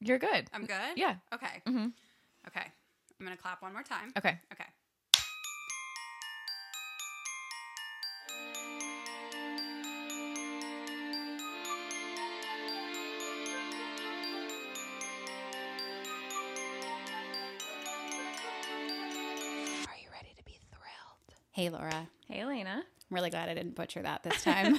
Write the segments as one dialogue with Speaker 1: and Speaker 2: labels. Speaker 1: You're good.
Speaker 2: I'm good?
Speaker 1: Yeah.
Speaker 2: Okay.
Speaker 1: Mm-hmm.
Speaker 2: Okay. I'm going to clap one more time.
Speaker 1: Okay.
Speaker 2: Okay.
Speaker 3: Are you ready to be thrilled? Hey, Laura.
Speaker 1: Hey, Elena.
Speaker 3: I'm really glad I didn't butcher that this time.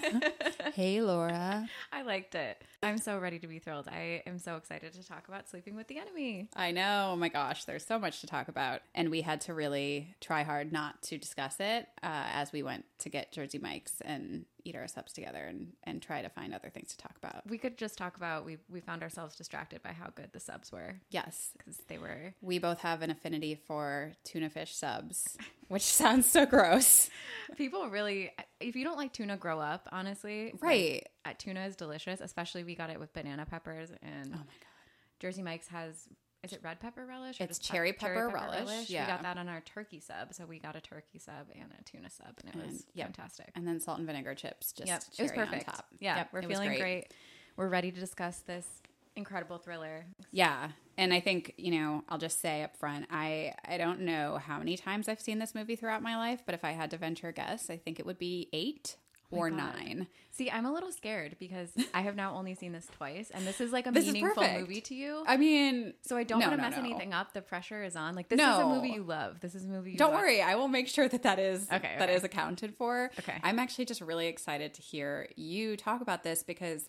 Speaker 3: hey, Laura.
Speaker 1: I liked it. I'm so ready to be thrilled. I am so excited to talk about sleeping with the enemy.
Speaker 3: I know. Oh my gosh, there's so much to talk about. And we had to really try hard not to discuss it uh, as we went to get Jersey Mike's and eat our subs together and, and try to find other things to talk about.
Speaker 1: We could just talk about we we found ourselves distracted by how good the subs were
Speaker 3: Yes.
Speaker 1: because they were.
Speaker 3: We both have an affinity for tuna fish subs, which sounds so gross.
Speaker 1: People really, if you don't like tuna, grow up. Honestly, Like,
Speaker 3: Right.
Speaker 1: uh, tuna is delicious, especially we got it with banana peppers and
Speaker 3: Oh my God.
Speaker 1: Jersey Mike's has. Is it red pepper relish? or
Speaker 3: It's
Speaker 1: just
Speaker 3: cherry pepper relish,
Speaker 1: We
Speaker 3: yeah.
Speaker 1: got that on our turkey sub, so we got a turkey sub and a tuna sub, and it was
Speaker 3: And- yep.
Speaker 1: fantastic.
Speaker 3: And then salt and vinegar chips, just
Speaker 1: yep, it was
Speaker 3: cherry
Speaker 1: perfect.
Speaker 3: on top.
Speaker 1: Yeah,
Speaker 3: Yep,
Speaker 1: we're
Speaker 3: it was
Speaker 1: feeling great. We're ready to discuss this incredible thriller.
Speaker 3: Yeah. And I think, you know, I'll just say up front, I, I don't know how many times I've seen this movie throughout my life, but if I had to venture a guess, I think it would be eight or
Speaker 1: Oh God.
Speaker 3: nine.
Speaker 1: See, I'm a little scared because I have now only seen this twice, and this is Uh, like a
Speaker 3: This is
Speaker 1: meaningful
Speaker 3: perfect.
Speaker 1: movie to you.
Speaker 3: I mean,
Speaker 1: so I don't
Speaker 3: No,
Speaker 1: want to
Speaker 3: no,
Speaker 1: mess
Speaker 3: no.
Speaker 1: anything up. The pressure is on. Like this is a
Speaker 3: No.
Speaker 1: movie you love. This is a movie. you
Speaker 3: don't
Speaker 1: watch-
Speaker 3: worry. I will make sure that that is
Speaker 1: Okay,
Speaker 3: that
Speaker 1: okay.
Speaker 3: is accounted for.
Speaker 1: Okay.
Speaker 3: I'm actually just really excited to hear you talk about this because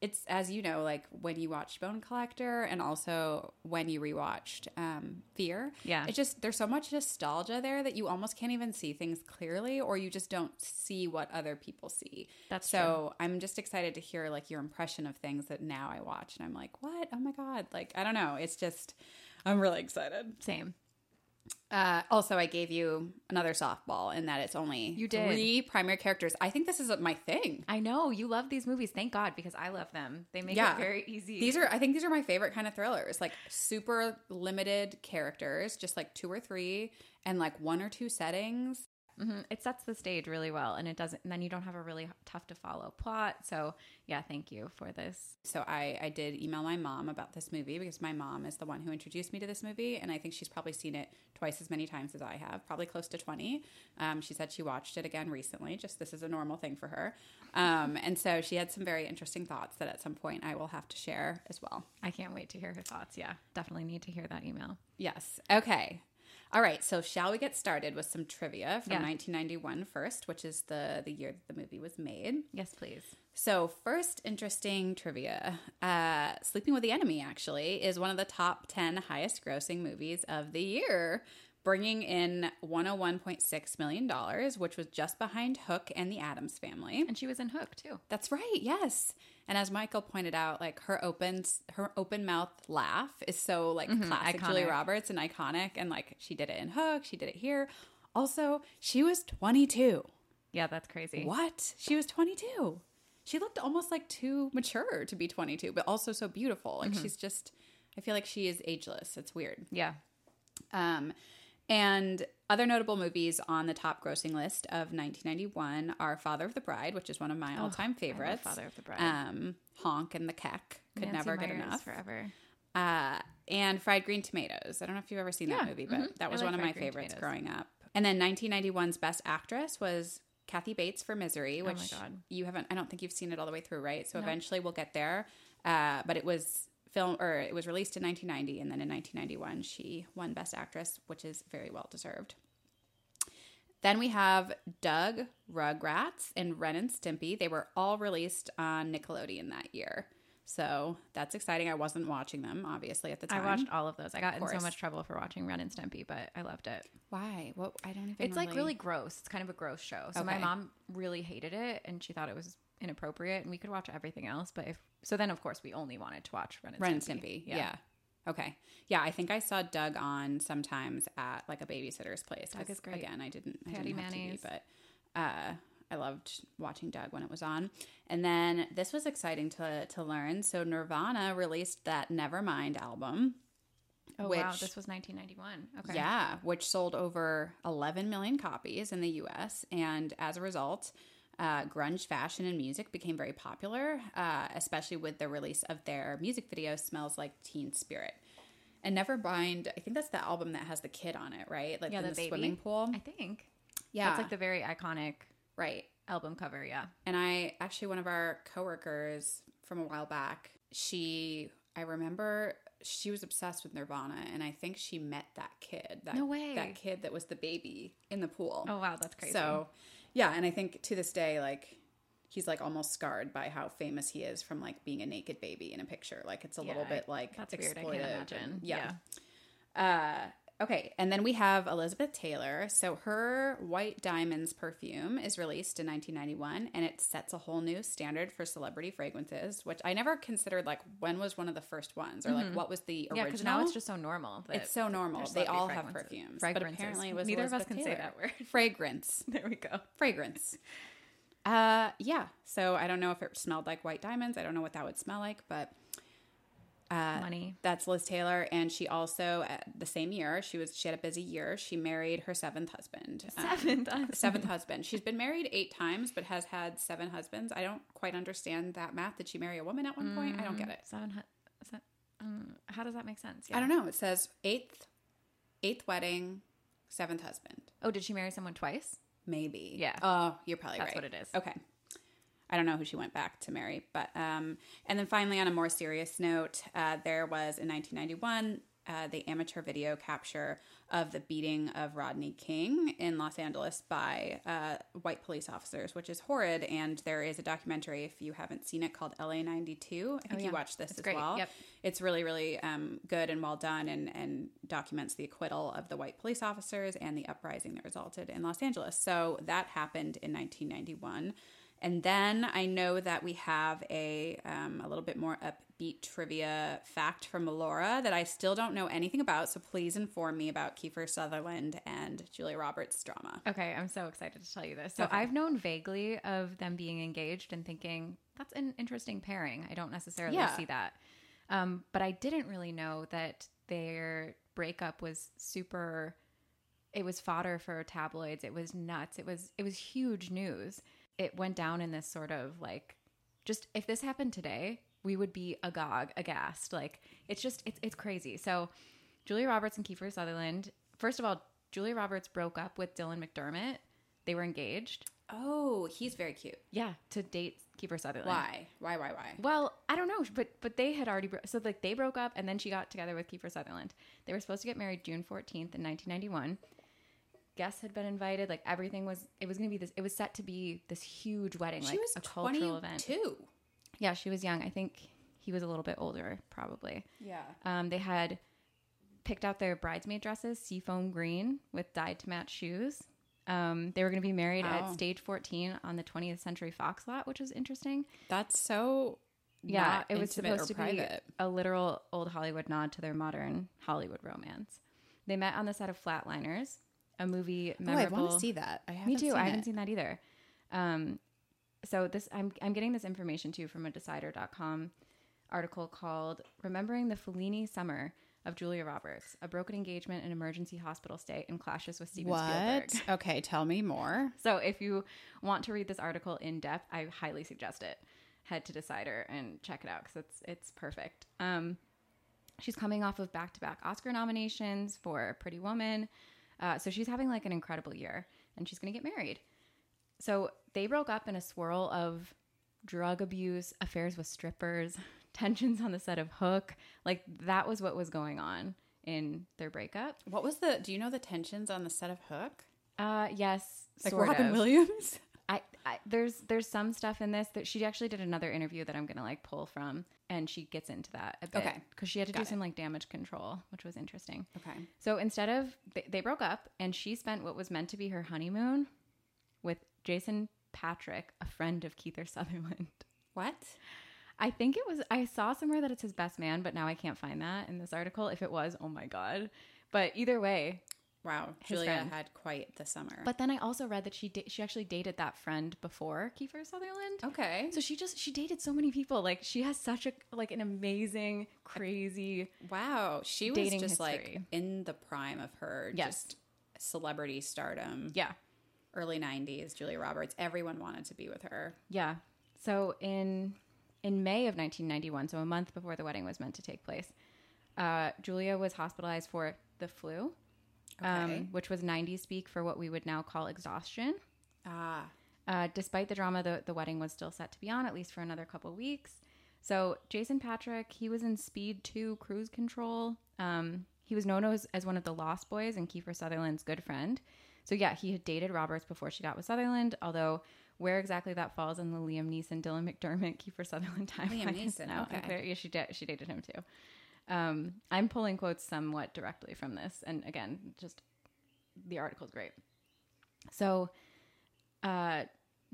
Speaker 3: it's as you know, like when you watched Bone Collector and also when you rewatched um, Fear.
Speaker 1: Yeah.
Speaker 3: It just there's so much nostalgia there that you almost can't even see things clearly, or you just don't see what other people see.
Speaker 1: That's
Speaker 3: so. I'm just excited to hear like your impression of things that now I watch and I'm like, what? Oh my god! Like I don't know. It's just I'm really excited.
Speaker 1: Same.
Speaker 3: Uh, also, I gave you another softball in that it's only
Speaker 1: You did.
Speaker 3: three primary characters. I think this is my thing.
Speaker 1: I know you love these movies. Thank God because I love them. They make
Speaker 3: Yeah.
Speaker 1: it very easy.
Speaker 3: These are, I think, these are my favorite kind of thrillers. Like super limited characters, just like two or three, and like one or two settings.
Speaker 1: Mhm. It sets the stage really well, and it doesn't. And then you don't have a really tough to follow plot. So yeah, thank you for this.
Speaker 3: So I, I did email my mom about this movie because my mom is the one who introduced me to this movie, and I think she's probably seen it twice as many times as I have, probably close to twenty. Um, she said she watched it again recently. Just this is a normal thing for her, um, and so she had some very interesting thoughts that at some point I will have to share as well.
Speaker 1: I can't wait to hear her thoughts. Yeah, definitely need to hear that email.
Speaker 3: Yes. Okay. All right. So shall we get started with some trivia from
Speaker 1: Yeah.
Speaker 3: 1991 first, which is the the year that the movie was made.
Speaker 1: Yes, please.
Speaker 3: So, first interesting trivia uh, Sleeping with the Enemy actually is one of the top 10 highest grossing movies of the year, bringing in $101.6 million, which was just behind Hook and the Adams family.
Speaker 1: And she was in Hook too.
Speaker 3: That's right. Yes. And as Michael pointed out, like her open her open mouth laugh is so like classic Julie
Speaker 1: iconic.
Speaker 3: Roberts and iconic and like she did it in Hook, she did it here. Also, she was 22.
Speaker 1: Yeah, that's crazy.
Speaker 3: What? She was 22. She looked almost like too mature to be 22, but also so beautiful.
Speaker 1: Mm-hmm.
Speaker 3: Like she's just I feel like she is ageless. It's weird.
Speaker 1: Yeah.
Speaker 3: Um, and other notable movies on the top grossing list of 1991 are Father of the Bride, which is one of my all time favorites.
Speaker 1: Oh, Father of the Bride.
Speaker 3: Um, Honk and the Keck. Could
Speaker 1: Uh, Nancy
Speaker 3: never get
Speaker 1: Meyers
Speaker 3: enough.
Speaker 1: Forever.
Speaker 3: Uh, and Fried Green Tomatoes. I don't know if you've ever seen
Speaker 1: Yeah,
Speaker 3: that movie, but
Speaker 1: mhm.
Speaker 3: that was
Speaker 1: I like
Speaker 3: one of
Speaker 1: Fried
Speaker 3: my
Speaker 1: Green
Speaker 3: favorites
Speaker 1: Tomatoes.
Speaker 3: growing up. And then 1991's Best Actress was Kathy Bates for Misery,
Speaker 1: Oh my
Speaker 3: which
Speaker 1: God.
Speaker 3: you haven't, I don't think you've seen it all the way through, right? So
Speaker 1: No.
Speaker 3: eventually we'll get there. Uh, but it was film or it was released in 1990 and then in 1991 she won best actress which is very well deserved then we have Doug, Rugrats, and Ren and Stimpy. They were all released on Nickelodeon that year. So that's exciting. I wasn't watching them, obviously, at the
Speaker 1: I
Speaker 3: time.
Speaker 1: watched all of those. I got in so
Speaker 3: course.
Speaker 1: much trouble for watching Ren and Stimpy, but I loved it.
Speaker 3: Why? What? I don't even
Speaker 1: It's like really gross. It's kind of a gross show. So my
Speaker 3: Okay.
Speaker 1: mom really hated it and she thought it was inappropriate and we could watch everything else, but if so then of course we only wanted to watch Ren and
Speaker 3: Ren and
Speaker 1: Stimpy.
Speaker 3: Stimpy. Yeah. Okay. Yeah, I think I saw Doug on sometimes at like a babysitter's place.
Speaker 1: Doug
Speaker 3: 'cause,
Speaker 1: is great.
Speaker 3: Again, I didn't. I
Speaker 1: Patty
Speaker 3: didn't have
Speaker 1: mayonnaise.
Speaker 3: TV, but uh, I loved watching Doug when it was on. And then this was exciting to to learn. So Nirvana released that Nevermind album.
Speaker 1: Oh wow,
Speaker 3: Which-
Speaker 1: this was 1991. Okay.
Speaker 3: Yeah, which sold over 11 million copies in the US. And as a result, Uh, grunge fashion and music became very popular, uh, especially with the release of their music video, Smells Like Teen Spirit. And Nevermind, I think that's the album that has the kid on it, right? Like
Speaker 1: Yeah,
Speaker 3: in
Speaker 1: the
Speaker 3: the,
Speaker 1: baby.
Speaker 3: swimming pool.
Speaker 1: I think.
Speaker 3: Yeah.
Speaker 1: That's like the very iconic
Speaker 3: right.
Speaker 1: album cover. Yeah.
Speaker 3: And I actually, one of our coworkers from a while back, she, I remember she was obsessed with Nirvana, and I think she met that kid. That,
Speaker 1: No way.
Speaker 3: That kid that was the baby in the pool.
Speaker 1: Oh, wow. That's crazy.
Speaker 3: So, yeah, and I think to this day, like he's like almost scarred by how famous he is from like being a naked baby in a picture. Like it's a little
Speaker 1: Yeah,
Speaker 3: bit like
Speaker 1: that's weird. I can't
Speaker 3: exploitive.
Speaker 1: imagine.
Speaker 3: Yeah. Uh, okay, and then we have Elizabeth Taylor. So her White Diamonds perfume is released in 1991, and it sets a whole new standard for celebrity fragrances, which I never considered. Like when was one of the first ones, or like what was the
Speaker 1: Mm-hmm. Yeah,
Speaker 3: original?
Speaker 1: because now it's just so normal. That
Speaker 3: It's so normal.
Speaker 1: there's
Speaker 3: They
Speaker 1: celebrity
Speaker 3: all have
Speaker 1: fragrances.
Speaker 3: perfumes,
Speaker 1: Fragrances.
Speaker 3: but apparently it was
Speaker 1: Neither of us
Speaker 3: Elizabeth
Speaker 1: can say
Speaker 3: Taylor.
Speaker 1: that word.
Speaker 3: Fragrance
Speaker 1: There we go.
Speaker 3: fragrance. Uh, yeah. So I don't know if it smelled like white diamonds. I don't know what that would smell like, but
Speaker 1: Uh, Money.
Speaker 3: that's Liz Taylor. And she also, uh, the same year, she was she had a busy year. She married her seventh husband. Um,
Speaker 1: Seventh.
Speaker 3: seventh husband. She's been married eight times, but has had seven husbands. I don't quite understand that math. Did she marry a woman at one point? I don't get it.
Speaker 1: Seven. hu- is that- um, how does that make sense?
Speaker 3: I don't know. It says eighth, eighth wedding, seventh husband.
Speaker 1: Oh, did she marry someone twice?
Speaker 3: Maybe.
Speaker 1: Yeah.
Speaker 3: Oh, you're probably
Speaker 1: That's
Speaker 3: right.
Speaker 1: what it is.
Speaker 3: Okay. I don't know who she went back to marry, but um, and then finally on a more serious note, uh, there was in 1991 uh, the amateur video capture of the beating of Rodney King in Los Angeles by uh, white police officers, which is horrid. And there is a documentary if you haven't seen it called LA 92. I think
Speaker 1: Oh, yeah.
Speaker 3: you watched this
Speaker 1: It's
Speaker 3: as
Speaker 1: great.
Speaker 3: well.
Speaker 1: Yep.
Speaker 3: It's really really um, good and well done, and and documents the acquittal of the white police officers and the uprising that resulted in Los Angeles. So that happened in 1991. And then I know that we have a um, a little bit more upbeat trivia fact from Laura that I still don't know anything about. So please inform me about Kiefer Sutherland and Julia Roberts' drama.
Speaker 1: Okay, I'm so excited to tell you this. So I've known vaguely of them being engaged and thinking that's an interesting pairing. I don't necessarily
Speaker 3: Yeah.
Speaker 1: see that, um, but I didn't really know that their breakup was super. It was fodder for tabloids. It was nuts. It was it was huge news. It went down in this sort of like, just if this happened today, we would be agog, aghast. Like it's just it's it's crazy. So Julia Roberts and Kiefer Sutherland. First of all, Julia Roberts broke up with Dylan McDermott. They were engaged.
Speaker 3: Oh, he's very cute.
Speaker 1: Yeah, to date Kiefer Sutherland.
Speaker 3: Why? Why? Why? Why?
Speaker 1: Well, I don't know, but but they had already bro- so like they broke up and then she got together with Kiefer Sutherland. They were supposed to get married June 14th in 1991. Guests had been invited, like everything was it was going to be this it was set to be this huge wedding, like a cultural event. Yeah, she was young. I think he was a little bit older probably.
Speaker 3: Yeah.
Speaker 1: Um, they had picked out their bridesmaid dresses, seafoam green with dyed to match shoes. Um, they were going to be married
Speaker 3: Wow.
Speaker 1: at stage 14 on the 20th Century Fox lot, which was interesting.
Speaker 3: That's so.
Speaker 1: Yeah,
Speaker 3: not
Speaker 1: it was
Speaker 3: intimate or
Speaker 1: supposed to
Speaker 3: private.
Speaker 1: be a literal old Hollywood nod to their modern Hollywood romance. They met on the set of Flatliners, a movie memorable.
Speaker 3: Oh, I want to see that. I
Speaker 1: Me
Speaker 3: haven't
Speaker 1: too.
Speaker 3: Seen
Speaker 1: I
Speaker 3: it.
Speaker 1: haven't seen that either. Um, so this I'm I'm getting this information too from a decider.com article called Remembering the Fellini Summer of Julia Roberts, a broken engagement and emergency hospital stay in clashes with Steven
Speaker 3: What?
Speaker 1: Spielberg.
Speaker 3: Okay, tell me more.
Speaker 1: So if you want to read this article in depth, I highly suggest it. Head to Decider and check it out because it's it's perfect. Um, she's coming off of back to back Oscar nominations for Pretty Woman, uh, so she's having like an incredible year, and she's going to get married. So they broke up in a swirl of drug abuse, affairs with strippers, tensions on the set of Hook. Like that was what was going on in their breakup.
Speaker 3: What was the? Do you know the tensions on the set of Hook?
Speaker 1: Uh, yes,
Speaker 3: Like
Speaker 1: sort
Speaker 3: Robin
Speaker 1: of.
Speaker 3: Williams.
Speaker 1: I, I there's there's some stuff in this that she actually did another interview that I'm gonna like pull from, and she gets into that a bit.
Speaker 3: Okay.
Speaker 1: because she had to do
Speaker 3: Got it.
Speaker 1: some like damage control, which was interesting.
Speaker 3: Okay.
Speaker 1: So instead of they, they broke up, and she spent what was meant to be her honeymoon with Jason Patrick, a friend of Keither Sutherland.
Speaker 3: What?
Speaker 1: I think it was I saw somewhere that it's his best man, but now I can't find that in this article. If it was, oh my god! But either way,
Speaker 3: Wow, Julia
Speaker 1: friend.
Speaker 3: had quite the summer.
Speaker 1: but then I also read that she da- she actually dated that friend before Kiefer Sutherland.
Speaker 3: okay.
Speaker 1: So she just she dated so many people. Like she has such a like an amazing, crazy.
Speaker 3: Wow, she was
Speaker 1: Dating
Speaker 3: just like
Speaker 1: history.
Speaker 3: in the prime of her
Speaker 1: Yes.
Speaker 3: just celebrity stardom
Speaker 1: Yeah.
Speaker 3: early 90s, Julia Roberts. Everyone wanted to be with her.
Speaker 1: Yeah. So in in May of 1991, so a month before the wedding was meant to take place, uh, Julia was hospitalized for the flu,
Speaker 3: Okay.
Speaker 1: um, which was 90s speak for what we would now call exhaustion.
Speaker 3: Ah,
Speaker 1: Uh, despite the drama, the, the wedding was still set to be on at least for another couple weeks. So Jason Patrick, he was in Speed 2 Cruise Control. Um, he was known as, as one of the Lost Boys and Kiefer Sutherland's good friend. So yeah, he had dated Roberts before she got with Sutherland, although where exactly that falls in the Liam Neeson, Dylan McDermott, Kiefer Sutherland timeline. is
Speaker 3: Neeson,
Speaker 1: now
Speaker 3: okay.
Speaker 1: unclear. Yeah, she, da- she dated him too. Um, I'm pulling quotes somewhat directly from this. And again, just the article's great. So uh,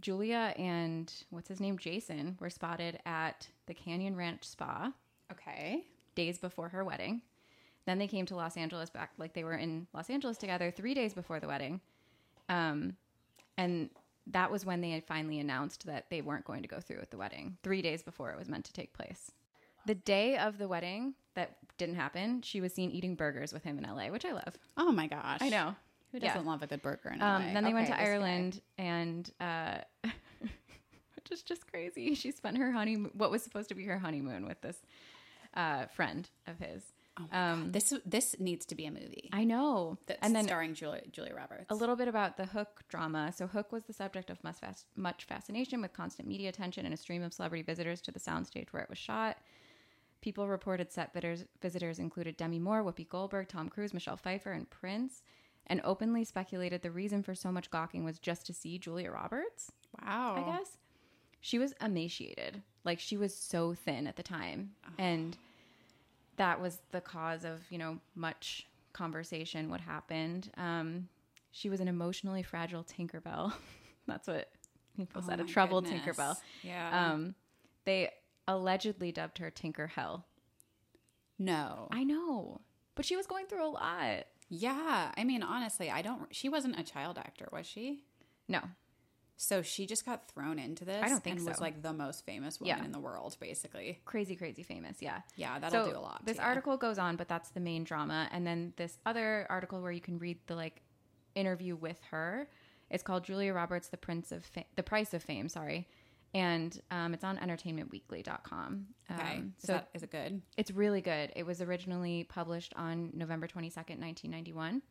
Speaker 1: Julia and what's his name, Jason, were spotted at the Canyon Ranch Spa
Speaker 3: okay.
Speaker 1: days before her wedding. Then they came to Los Angeles back, like they were in Los Angeles together three days before the wedding. Um, and that was when they had finally announced that they weren't going to go through with the wedding, three days before it was meant to take place. The day of the wedding that didn't happen, she was seen eating burgers with him in LA, which I love.
Speaker 3: Oh my gosh.
Speaker 1: I know.
Speaker 3: Who
Speaker 1: Yeah.
Speaker 3: doesn't love a good burger in LA?
Speaker 1: Um, then they went
Speaker 3: Okay,
Speaker 1: to
Speaker 3: this guy.
Speaker 1: Ireland, and uh, which is just crazy. She spent her honeymoon, what was supposed to be her honeymoon, with this uh, friend of his. um,
Speaker 3: This this needs to be a movie.
Speaker 1: I know.
Speaker 3: That's
Speaker 1: and then
Speaker 3: starring Julia, Julia Roberts.
Speaker 1: a little bit about the Hook drama. So Hook was the subject of much, fas- much fascination with constant media attention and a stream of celebrity visitors to the soundstage where it was shot. People reported set visitors, visitors included Demi Moore, Whoopi Goldberg, Tom Cruise, Michelle Pfeiffer, and Prince, and openly speculated the reason for so much gawking was just to see Julia Roberts.
Speaker 3: wow.
Speaker 1: I guess. She was emaciated. Like she was so thin at the time.
Speaker 3: Ah.
Speaker 1: And that was the cause of, you know, much conversation what happened. Um she was an emotionally fragile Tinkerbell. That's what people
Speaker 3: Oh
Speaker 1: said, a
Speaker 3: my
Speaker 1: troubled
Speaker 3: goodness.
Speaker 1: Tinkerbell.
Speaker 3: Yeah.
Speaker 1: Um they allegedly dubbed her Tinker Hell.
Speaker 3: no.
Speaker 1: I know. But she was going through a lot.
Speaker 3: yeah. I mean, honestly, I don't. She wasn't a child actor, was she?
Speaker 1: No.
Speaker 3: So she just got thrown into this.
Speaker 1: I don't think
Speaker 3: and was
Speaker 1: so.
Speaker 3: like the most famous woman
Speaker 1: Yeah.
Speaker 3: in the world, basically.
Speaker 1: Crazy, crazy famous, yeah.
Speaker 3: Yeah, that'll
Speaker 1: So
Speaker 3: do a lot.
Speaker 1: This
Speaker 3: to you.
Speaker 1: article goes on, but that's the main drama. And then this other article where you can read the like interview with her. It's called Julia Roberts: The Prince of Fa- The Price of Fame. Sorry, and um, it's on EntertainmentWeekly.com. Um,
Speaker 3: Okay. is,
Speaker 1: so
Speaker 3: that, is it good?
Speaker 1: it's really good. It was originally published on November twenty second, nineteen ninety one.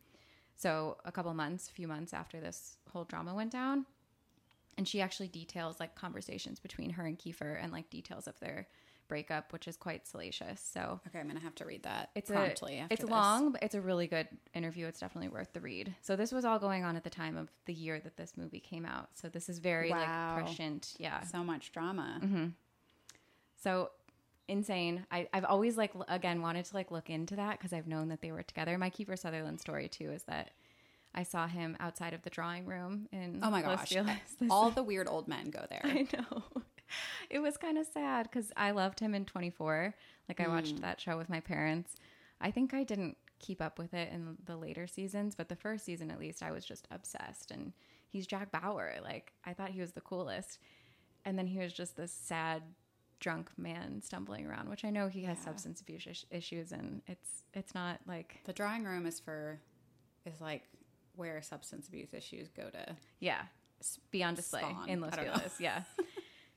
Speaker 1: So a couple months, few months after this whole drama went down, and she actually details like conversations between her and Kiefer and like details of their breakup, which is quite salacious. So
Speaker 3: Okay, I'm gonna have to read that
Speaker 1: it's
Speaker 3: promptly.
Speaker 1: a,
Speaker 3: after
Speaker 1: it's
Speaker 3: this.
Speaker 1: long, but it's a really good interview. It's definitely worth the read. So this was all going on at the time of the year that this movie came out. So this is very
Speaker 3: Wow.
Speaker 1: like prescient, yeah.
Speaker 3: So much drama.
Speaker 1: Mm-hmm. So insane. I, I've always like l- again wanted to like look into that because I've known that they were together. My Kiefer Sutherland story too is that I saw him outside of the drawing room in
Speaker 3: Oh my
Speaker 1: Los
Speaker 3: gosh!
Speaker 1: Feliz this
Speaker 3: All the weird old men go there.
Speaker 1: I know. It was kind of sad because I loved him in 24. Like, I watched that show with my parents. I think I didn't keep up with it in the later seasons, but the first season, at least, I was just obsessed. And he's Jack Bauer. Like, I thought he was the coolest. And then he was just this sad, drunk man stumbling around, which I know he has substance abuse ish- issues, and it's it's not like
Speaker 3: The drawing room is for is like where substance abuse issues go to.
Speaker 1: Yeah. s- Be on display
Speaker 3: Spawn.
Speaker 1: in Los
Speaker 3: I don't know.
Speaker 1: Feliz. Yeah.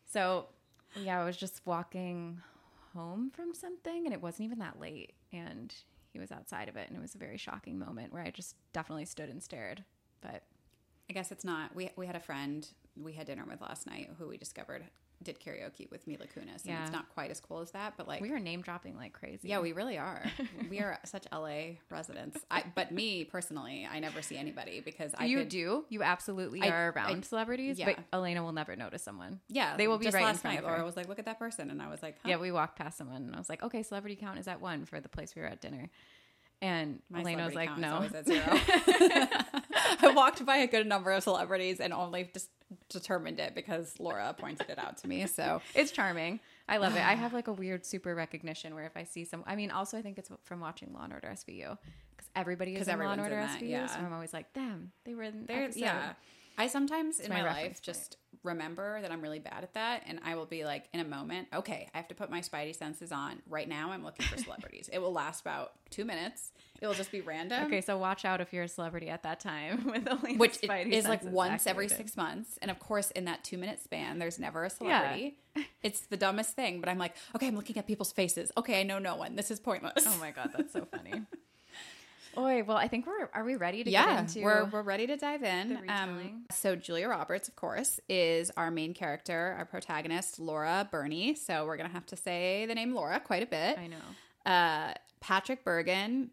Speaker 1: so, yeah, I was just walking home from something and it wasn't even that late. And he was outside of it. And it was a very shocking moment where I just definitely stood and stared. But
Speaker 3: I guess it's not. We we had a friend we had dinner with last night who we discovered did karaoke with Mila Kunis, and
Speaker 1: Yeah.
Speaker 3: it's not quite as cool as that. But like,
Speaker 1: we were name dropping like crazy.
Speaker 3: yeah, we really are. we are such LA residents. I, but me personally, I never see anybody because I
Speaker 1: you
Speaker 3: could,
Speaker 1: do. You absolutely
Speaker 3: I-
Speaker 1: are around celebrities,
Speaker 3: yeah.
Speaker 1: but Elena will never notice someone.
Speaker 3: Yeah,
Speaker 1: They will be
Speaker 3: just
Speaker 1: right in
Speaker 3: last
Speaker 1: front
Speaker 3: night.
Speaker 1: of
Speaker 3: Laura
Speaker 1: her.
Speaker 3: was like, "Look at that person," and I was like, huh?
Speaker 1: Yeah, we walked past someone and I was like, okay, celebrity count is at one for the place we were at dinner. And
Speaker 3: My
Speaker 1: Elena was
Speaker 3: celebrity
Speaker 1: like,
Speaker 3: count
Speaker 1: no.
Speaker 3: is always at zero. I walked by a good number of celebrities and only just determined it because Laura pointed it out to me. So
Speaker 1: it's charming. I love it. I have like a weird super recognition where if I see some, I mean, also I think it's from watching Law and Order SVU because everybody is
Speaker 3: 'Cause
Speaker 1: in Law and
Speaker 3: everyone's in
Speaker 1: Order
Speaker 3: that,
Speaker 1: SVU,
Speaker 3: yeah.
Speaker 1: so I'm always like, damn, they were in
Speaker 3: There-
Speaker 1: there.
Speaker 3: yeah. I sometimes in
Speaker 1: my
Speaker 3: my, life
Speaker 1: reference point.
Speaker 3: just remember that I'm really bad at that, and I will be like, in a moment, okay, I have to put my spidey senses on. Right now, I'm looking for celebrities. it will last about two minutes, It'll just be random.
Speaker 1: Okay, so watch out if you're a celebrity at that time with only the
Speaker 3: Which it
Speaker 1: spidey
Speaker 3: is like
Speaker 1: senses
Speaker 3: once every
Speaker 1: activated.
Speaker 3: six months. And of course, in that two minute span, there's never a celebrity. It's the dumbest thing, but I'm like, okay, I'm looking at people's faces. Okay, I know no one. This is pointless.
Speaker 1: Oh my god, that's so funny. Oi, well, I think we're are we ready to get
Speaker 3: yeah,
Speaker 1: into
Speaker 3: we're, we're ready to dive in. Um,
Speaker 1: retelling.
Speaker 3: so Julia Roberts, of course, is our main character, our protagonist, Laura Burney. So we're gonna have to say the name Laura quite a bit.
Speaker 1: I know.
Speaker 3: Uh, Patrick Bergen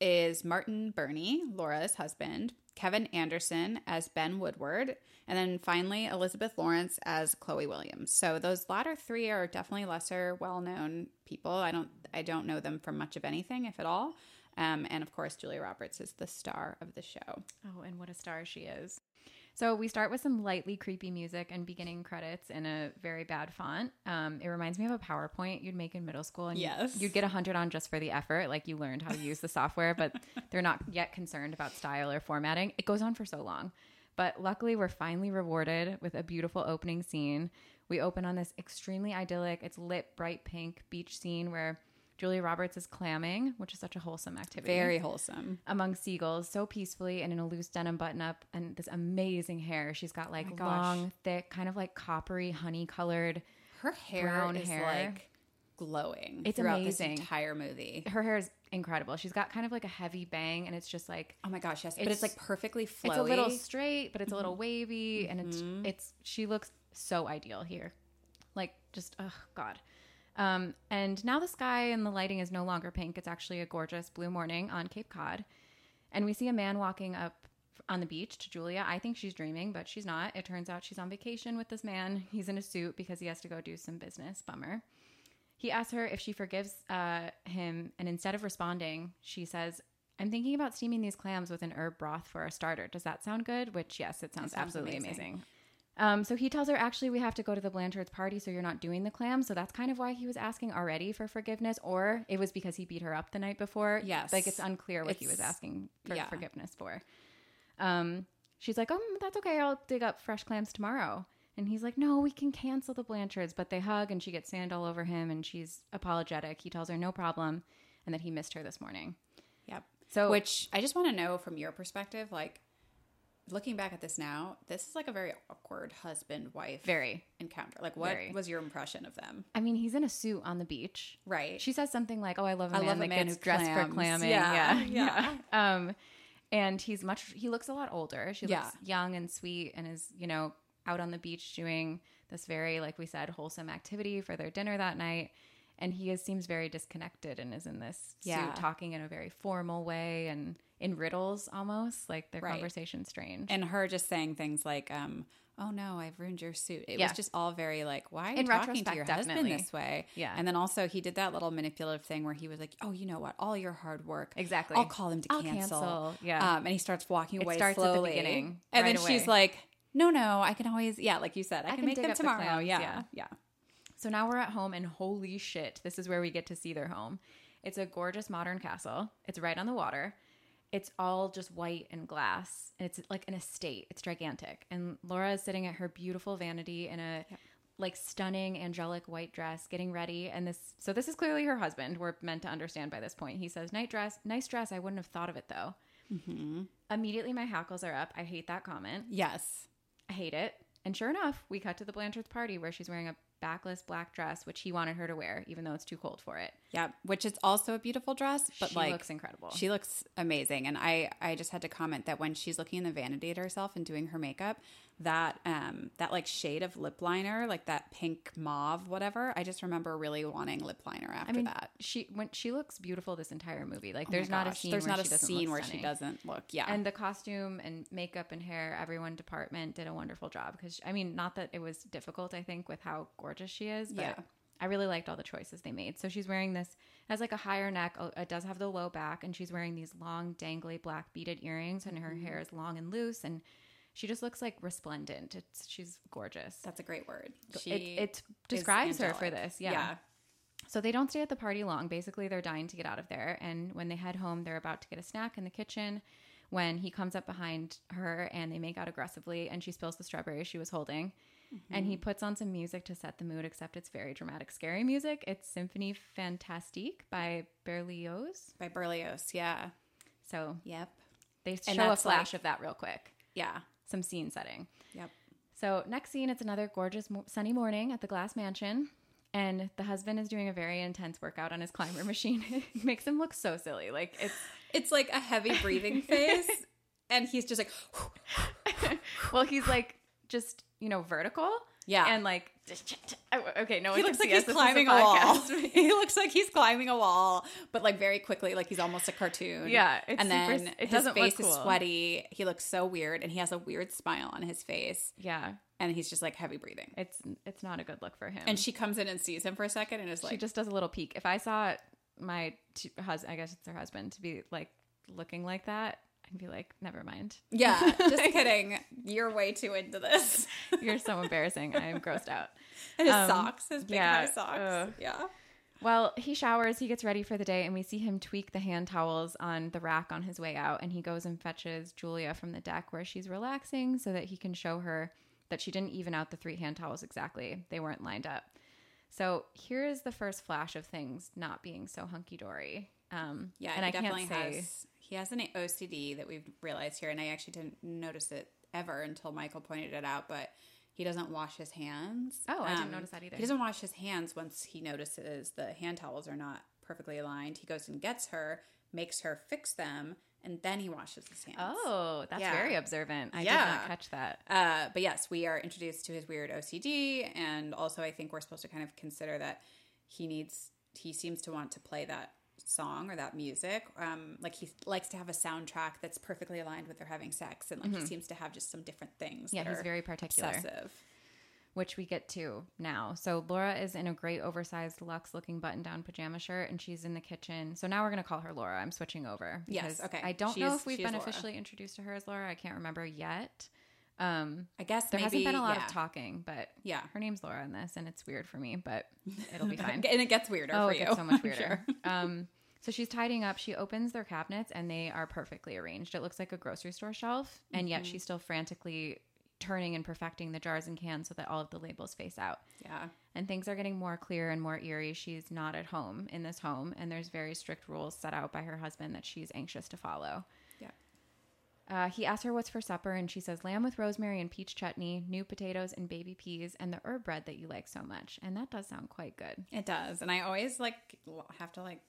Speaker 3: is Martin Burney, Laura's husband. Kevin Anderson as Ben Woodward, and then finally Elizabeth Lawrence as Chloe Williams. So those latter three are definitely lesser well-known people. I don't I don't know them from much of anything, if at all. Um, and of course, Julia Roberts is the star of the show.
Speaker 1: Oh, and what a star she is. So we start with some lightly creepy music and beginning credits in a very bad font. Um, it reminds me of a PowerPoint you'd make in middle school, and you'd-
Speaker 3: Yes.
Speaker 1: you'd, get a hundred on just for the effort, like you learned how to use the software, but they're not yet concerned about style or formatting. It goes on for so long, but luckily we're finally rewarded with a beautiful opening scene. We open on this extremely idyllic, it's lit, bright pink beach scene where Julia Roberts is clamming, which is such a wholesome activity
Speaker 3: Very wholesome.
Speaker 1: among seagulls so peacefully and in a loose denim button up and this amazing hair. She's got like
Speaker 3: gosh.
Speaker 1: long, thick, kind of like coppery, honey colored.
Speaker 3: Her hair
Speaker 1: Brown
Speaker 3: is
Speaker 1: hair.
Speaker 3: like glowing.
Speaker 1: It's
Speaker 3: throughout
Speaker 1: amazing.
Speaker 3: This entire movie.
Speaker 1: Her hair is incredible. She's got kind of like a heavy bang and it's just like
Speaker 3: Oh my gosh, yes, but it's like
Speaker 1: It's-
Speaker 3: perfectly flowy.
Speaker 1: it's a little straight, but it's a little wavy and it's it's she looks so ideal here. Like just oh god. Um, and now the sky and the lighting is no longer pink. It's actually a gorgeous blue morning on Cape Cod. And we see a man walking up on the beach to Julia. I think she's dreaming, but she's not. It turns out she's on vacation with this man. He's in a suit because he has to go do some business. Bummer. He asks her if she forgives uh, him, and instead of responding, she says, I'm thinking about steaming these clams with an herb broth for a starter. Does that sound good? Which, yes, it sounds,
Speaker 3: sounds
Speaker 1: absolutely amazing.
Speaker 3: amazing.
Speaker 1: Um, so he tells her, actually, we have to go to the Blanchard's party, so you're not doing the clams. So that's kind of why he was asking already for forgiveness, or it was because he beat her up the night before.
Speaker 3: Yes.
Speaker 1: Like it's unclear what he
Speaker 3: It's-
Speaker 1: was asking for
Speaker 3: yeah.
Speaker 1: forgiveness for. Um, she's like, "Oh, that's okay. I'll dig up fresh clams tomorrow." And he's like, "No, we can cancel the Blanchards." But they hug, and she gets sand all over him, and she's apologetic. He tells her no problem, and that he missed her this morning.
Speaker 3: Yep.
Speaker 1: So-
Speaker 3: which I just want to know from your perspective, like looking back at this now, this is like a very awkward husband wife
Speaker 1: Very.
Speaker 3: encounter. Like, what
Speaker 1: Very.
Speaker 3: was your impression of them?
Speaker 1: I mean, he's in a suit on the beach.
Speaker 3: Right.
Speaker 1: She says something like, "Oh, I love a
Speaker 3: I
Speaker 1: man
Speaker 3: love a
Speaker 1: that
Speaker 3: man
Speaker 1: gets
Speaker 3: who
Speaker 1: dressed for
Speaker 3: clams."
Speaker 1: clamming."
Speaker 3: Yeah,
Speaker 1: Yeah, yeah. Um, and he's much. He looks a lot older. She
Speaker 3: Yeah.
Speaker 1: looks young and sweet, and is you know out on the beach doing this very, like we said, wholesome activity for their dinner that night. And he is, seems very disconnected, and is in this
Speaker 3: Yeah.
Speaker 1: suit talking in a very formal way and in riddles almost. Like their
Speaker 3: Right.
Speaker 1: conversation's strange.
Speaker 3: and her just saying things like, um, "Oh no, I've ruined your suit." It
Speaker 1: Yeah.
Speaker 3: was just all very like, "Why are you
Speaker 1: In
Speaker 3: talking to
Speaker 1: retrospect,
Speaker 3: your
Speaker 1: definitely.
Speaker 3: husband this way?"
Speaker 1: Yeah.
Speaker 3: and then also he did that little manipulative thing where he was like, "Oh, you know what? All your hard work,
Speaker 1: Exactly.
Speaker 3: I'll call them to
Speaker 1: I'll
Speaker 3: cancel."
Speaker 1: cancel. Yeah.
Speaker 3: um, and he starts walking away
Speaker 1: starts at the
Speaker 3: slowly,
Speaker 1: beginning,
Speaker 3: and
Speaker 1: right
Speaker 3: then she's
Speaker 1: away.
Speaker 3: like, "No, no, I can always, yeah, like you said, I, can,
Speaker 1: can
Speaker 3: make
Speaker 1: dig
Speaker 3: them
Speaker 1: up the
Speaker 3: tomorrow."
Speaker 1: clowns,
Speaker 3: yeah,
Speaker 1: yeah.
Speaker 3: yeah.
Speaker 1: So now we're at home, and holy shit, this is where we get to see their home. It's a gorgeous modern castle. It's right on the water. It's all just white and glass. And it's like an estate. It's gigantic. And Laura is sitting at her beautiful vanity in a like stunning angelic white dress, getting ready. And this, so this is clearly her husband. We're meant to understand by this point. He says, "Night dress, nice dress. I wouldn't have thought of it though."
Speaker 3: Mm-hmm.
Speaker 1: Immediately, my hackles are up. I hate that comment.
Speaker 3: Yes.
Speaker 1: I hate it. And sure enough, we cut to the Blanchard's party where she's wearing a backless black dress, which he wanted her to wear, even though it's too cold for it.
Speaker 3: Yeah. Which is also a beautiful dress, but
Speaker 1: she
Speaker 3: like
Speaker 1: looks incredible.
Speaker 3: she looks amazing. And I I just had to comment that when she's looking in the vanity at herself and doing her makeup, that um that like shade of lip liner, like that pink mauve, whatever, I just remember really wanting lip liner
Speaker 1: I
Speaker 3: after
Speaker 1: mean,
Speaker 3: that.
Speaker 1: she when she looks beautiful this entire movie. Like,
Speaker 3: Oh my
Speaker 1: there's not a
Speaker 3: gosh,
Speaker 1: scene.
Speaker 3: there's
Speaker 1: where
Speaker 3: not
Speaker 1: she
Speaker 3: a
Speaker 1: doesn't
Speaker 3: scene
Speaker 1: look
Speaker 3: where she
Speaker 1: stunning.
Speaker 3: doesn't look. Yeah.
Speaker 1: And the costume and makeup and hair, everyone department did a wonderful job. Because I mean, not that it was difficult. I think with how gorgeous she is, but
Speaker 3: Yeah.
Speaker 1: I really liked all the choices they made. So she's wearing this it has like a higher neck. uh, It does have the low back, and she's wearing these long, dangly black beaded earrings, and her
Speaker 3: Mm-hmm.
Speaker 1: hair is long and loose, and she just looks like resplendent. It's she's gorgeous.
Speaker 3: that's a great word. She
Speaker 1: it, it
Speaker 3: is
Speaker 1: describes her for
Speaker 3: angelic.
Speaker 1: this. yeah. So they don't stay at the party long. Basically, they're dying to get out of there. And when they head home, they're about to get a snack in the kitchen when he comes up behind her and they make out aggressively and she spills the strawberry she was holding. And
Speaker 3: Mm-hmm.
Speaker 1: he puts on some music to set the mood, except it's very dramatic, scary music. It's Symphony Fantastique by Berlioz.
Speaker 3: By Berlioz. Yeah.
Speaker 1: So
Speaker 3: Yep.
Speaker 1: they
Speaker 3: And
Speaker 1: show a
Speaker 3: that's,
Speaker 1: flash
Speaker 3: like-
Speaker 1: of that real quick,
Speaker 3: Yeah.
Speaker 1: some scene setting.
Speaker 3: Yep.
Speaker 1: So next scene, it's another gorgeous mo- sunny morning at the glass mansion, and the husband is doing a very intense workout on his climber machine. it makes him look so silly. Like it's
Speaker 3: It's like a heavy breathing phase. and he's just like,
Speaker 1: well, he's like just you know vertical.
Speaker 3: Yeah.
Speaker 1: and like oh, okay, no one
Speaker 3: Ah. he
Speaker 1: can
Speaker 3: looks like
Speaker 1: see us.
Speaker 3: he's
Speaker 1: This is
Speaker 3: climbing a, wall.
Speaker 1: podcast.
Speaker 3: he looks like he's climbing a wall, but like very quickly, like he's almost a cartoon.
Speaker 1: Yeah, it's
Speaker 3: and
Speaker 1: super-
Speaker 3: then
Speaker 1: it
Speaker 3: his
Speaker 1: doesn't look
Speaker 3: face is
Speaker 1: cool.
Speaker 3: sweaty. He looks so weird, and he has a weird smile on his face,
Speaker 1: Yeah,
Speaker 3: and he's just like heavy breathing.
Speaker 1: it's it's not a good look for him.
Speaker 3: And she comes in and sees him for a second, and is
Speaker 1: she
Speaker 3: like,
Speaker 1: just does a little peek. If I saw my t- husband, I guess it's her husband, to be like looking like that, I'd be like, never mind.
Speaker 3: "Yeah, just kidding. You're way too into this."
Speaker 1: You're so embarrassing. I am grossed out.
Speaker 3: And his
Speaker 1: Um,
Speaker 3: socks, his big
Speaker 1: yeah,
Speaker 3: high socks.
Speaker 1: ugh.
Speaker 3: Yeah,
Speaker 1: Well, he showers, he gets ready for the day, and we see him tweak the hand towels on the rack on his way out. And he goes and fetches Julia from the deck where she's relaxing so that he can show her that she didn't even out the three hand towels exactly. They weren't lined up. So here is the first flash of things not being so hunky dory. Um,
Speaker 3: yeah.
Speaker 1: and
Speaker 3: he
Speaker 1: I
Speaker 3: definitely
Speaker 1: can't say.
Speaker 3: has. He has an OCD that we've realized here, and I actually didn't notice it ever until Michael pointed it out, but. He doesn't wash his hands. Um,
Speaker 1: Oh, I didn't notice that either.
Speaker 3: He doesn't wash his hands once he notices the hand towels are not perfectly aligned. He goes and gets her, makes her fix them, and then he washes his hands.
Speaker 1: Oh, that's
Speaker 3: Yeah.
Speaker 1: very observant. I did
Speaker 3: Yeah.
Speaker 1: not catch that.
Speaker 3: Uh, but yes, we are introduced to his weird OCD, and also I think we're supposed to kind of consider that he needs, he seems to want to play that song or that music. Um, like he likes to have a soundtrack that's perfectly aligned with their having sex, and like he seems to have just some different things.
Speaker 1: Mm-hmm. Yeah,
Speaker 3: that
Speaker 1: he's
Speaker 3: are
Speaker 1: very particular.
Speaker 3: obsessive.
Speaker 1: which we get to now. So Laura is in a great oversized luxe looking button down pajama shirt and she's in the kitchen. So now we're going to call her Laura. I'm switching over.
Speaker 3: Yes,
Speaker 1: because
Speaker 3: okay.
Speaker 1: I don't
Speaker 3: She
Speaker 1: know
Speaker 3: is-
Speaker 1: if we've
Speaker 3: she is
Speaker 1: been
Speaker 3: Laura.
Speaker 1: officially introduced to her as Laura. I can't remember yet. Um,
Speaker 3: I guess
Speaker 1: there hasn't
Speaker 3: maybe-
Speaker 1: been a lot
Speaker 3: yeah.
Speaker 1: of talking, but
Speaker 3: Yeah.
Speaker 1: her name's Laura in this and it's weird for me, but it'll be fine.
Speaker 3: and it gets weirder
Speaker 1: oh,
Speaker 3: for
Speaker 1: it
Speaker 3: you.
Speaker 1: gets so much
Speaker 3: I'm
Speaker 1: weirder.
Speaker 3: sure.
Speaker 1: um, so she's tidying up. She opens their cabinets and they are perfectly arranged. It looks like a grocery store shelf, and
Speaker 3: Mm-hmm.
Speaker 1: yet she's still frantically turning and perfecting the jars and cans so that all of the labels face out.
Speaker 3: Yeah.
Speaker 1: and things are getting more clear and more eerie. She's not at home in this home, and there's very strict rules set out by her husband that she's anxious to follow.
Speaker 3: Yeah.
Speaker 1: Uh, he asks her what's for supper, and she says lamb with rosemary and peach chutney, new potatoes and baby peas, and the herb bread that you like so much. And that does sound quite good.
Speaker 3: It does. And I always like l- have to like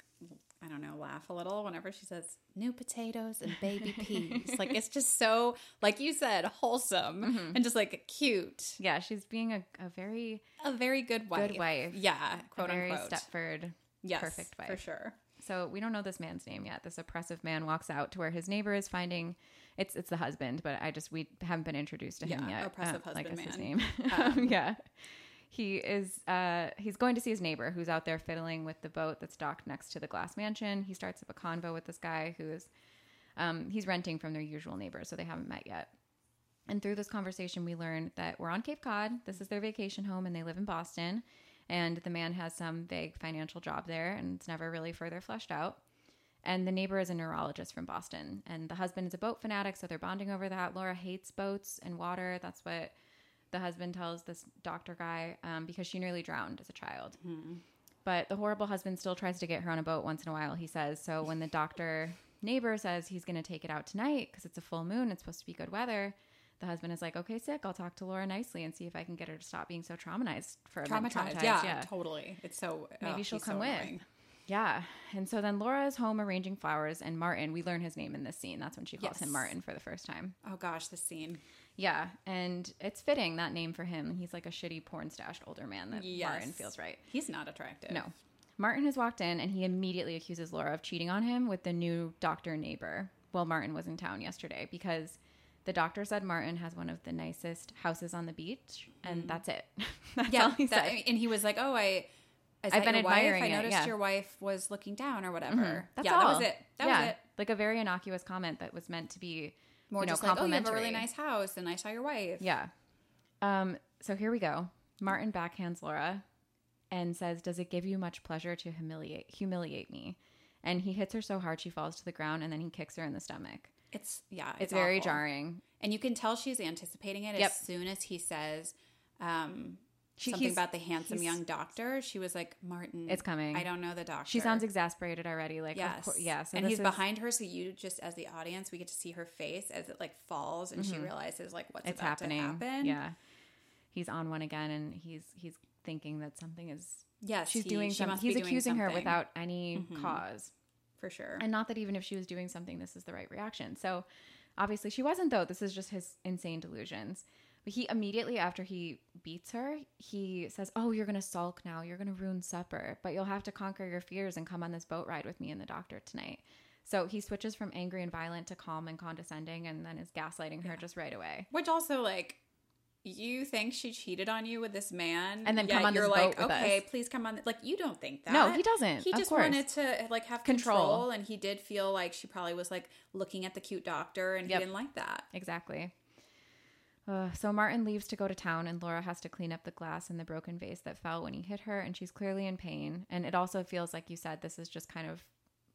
Speaker 3: I don't know, laugh a little whenever she says new potatoes and baby peas. like it's just so like you said, wholesome
Speaker 1: Mm-hmm.
Speaker 3: and just like cute.
Speaker 1: Yeah, she's being a, a very
Speaker 3: A very good wife.
Speaker 1: wife.
Speaker 3: Yeah, quote
Speaker 1: a very
Speaker 3: unquote.
Speaker 1: Stepford.
Speaker 3: yes,
Speaker 1: perfect
Speaker 3: For
Speaker 1: wife.
Speaker 3: sure.
Speaker 1: So we don't know this man's name yet. This oppressive man walks out to where his neighbor is finding. It's it's the husband, but I just we haven't been introduced to him
Speaker 3: Yeah,
Speaker 1: yet.
Speaker 3: oppressive
Speaker 1: I
Speaker 3: husband
Speaker 1: guess his
Speaker 3: man.
Speaker 1: name. Um, yeah, he is. Uh, he's going to see his neighbor who's out there fiddling with the boat that's docked next to the glass mansion. He starts up a convo with this guy who's. Um, he's renting from their usual neighbor, so they haven't met yet. And through this conversation, we learn that we're on Cape Cod. This is their vacation home, and they live in Boston. And the man has some vague financial job there, and it's never really further fleshed out. And the neighbor is a neurologist from Boston. And the husband is a boat fanatic, so they're bonding over that. Laura hates boats and water. That's what the husband tells this doctor guy um, because she nearly drowned as a child. But the horrible husband still tries to get her on a boat once in a while, he says. So when the doctor neighbor says he's going to take it out tonight because it's a full moon, it's supposed to be good weather, the husband is like, okay, sick, I'll talk to Laura nicely and see if I can get her to stop being so traumatized for a minute."
Speaker 3: Traumatized. Yeah, totally. It's so
Speaker 1: Maybe
Speaker 3: oh,
Speaker 1: she'll
Speaker 3: he's
Speaker 1: come
Speaker 3: so
Speaker 1: with.
Speaker 3: annoying.
Speaker 1: Yeah. And so then Laura is home arranging flowers, and Martin, we learn his name in this scene. That's when she calls him
Speaker 3: Yes.
Speaker 1: Martin for the first time.
Speaker 3: Oh gosh, this scene.
Speaker 1: Yeah. And it's fitting that name for him. He's like a shitty porn stashed older man that
Speaker 3: Yes.
Speaker 1: Martin feels right.
Speaker 3: He's not attractive.
Speaker 1: No. Martin has walked in and he immediately accuses Laura of cheating on him with the new doctor neighbor while Martin was in town yesterday because the doctor said Martin has one of the nicest houses on the beach, and that's it. that's all
Speaker 3: Mm. Yeah,
Speaker 1: he
Speaker 3: that-
Speaker 1: said.
Speaker 3: and he was like, "Oh, I,
Speaker 1: I've
Speaker 3: is that
Speaker 1: been
Speaker 3: your wife?
Speaker 1: admiring
Speaker 3: I
Speaker 1: it,
Speaker 3: noticed
Speaker 1: yeah. Mm-hmm.
Speaker 3: your wife was looking down or whatever."
Speaker 1: That's
Speaker 3: yeah,
Speaker 1: all.
Speaker 3: that was it. That was it.
Speaker 1: Like a very innocuous comment that was meant to be
Speaker 3: More
Speaker 1: you know,
Speaker 3: just like, "Oh, you have a
Speaker 1: complimentary.
Speaker 3: really nice house, and I saw your wife."
Speaker 1: Yeah. Um, so here we go. Martin backhands Laura and says, Does it give you much pleasure to humiliate humiliate me? And he hits her so hard she falls to the ground and then he kicks her in the stomach.
Speaker 3: It's yeah,
Speaker 1: It's, very
Speaker 3: awful.
Speaker 1: jarring.
Speaker 3: and you can tell she's anticipating it
Speaker 1: Yep.
Speaker 3: as soon as he says, um,
Speaker 1: She-
Speaker 3: something
Speaker 1: he's-
Speaker 3: about the handsome
Speaker 1: he's-
Speaker 3: young doctor. She was like, Martin,
Speaker 1: It's coming.
Speaker 3: I don't know the doctor.
Speaker 1: She sounds exasperated already. Like, yes,
Speaker 3: yes,
Speaker 1: of course, yeah. So
Speaker 3: and
Speaker 1: this
Speaker 3: he's
Speaker 1: is-
Speaker 3: behind her, so you just as the audience, we get to see her face as it like falls, and she realizes like what's
Speaker 1: Mm-hmm. It's
Speaker 3: about
Speaker 1: happening.
Speaker 3: to happen.
Speaker 1: Yeah, he's on one again, and he's he's thinking that something is.
Speaker 3: yes,
Speaker 1: She's
Speaker 3: he-
Speaker 1: doing
Speaker 3: she
Speaker 1: something.
Speaker 3: must be
Speaker 1: He's
Speaker 3: doing
Speaker 1: accusing her
Speaker 3: something, Mm-hmm.
Speaker 1: without any cause,
Speaker 3: for sure.
Speaker 1: and not that even if she was doing something, this is the right reaction. So, obviously, she wasn't. Though this is just his insane delusions. But he immediately after he beats her, he says, "Oh, you're gonna sulk now. You're gonna ruin supper, but you'll have to conquer your fears and come on this boat ride with me and the doctor tonight." So he switches from angry and violent to calm and condescending, and then is gaslighting her just right away.
Speaker 3: Which also like you think she cheated on you with this man
Speaker 1: And then
Speaker 3: yet
Speaker 1: come on this
Speaker 3: you're
Speaker 1: boat
Speaker 3: like,
Speaker 1: with
Speaker 3: okay,
Speaker 1: us.
Speaker 3: please come on th- like you don't think that.
Speaker 1: No, he doesn't.
Speaker 3: He
Speaker 1: Of
Speaker 3: just
Speaker 1: course.
Speaker 3: wanted to like have
Speaker 1: Control.
Speaker 3: control. and he did feel like she probably was like looking at the cute doctor and
Speaker 1: Yep.
Speaker 3: he didn't like that.
Speaker 1: Exactly. Uh, so Martin leaves to go to town, and Laura has to clean up the glass and the broken vase that fell when he hit her, and she's clearly in pain. And it also feels like you said this is just kind of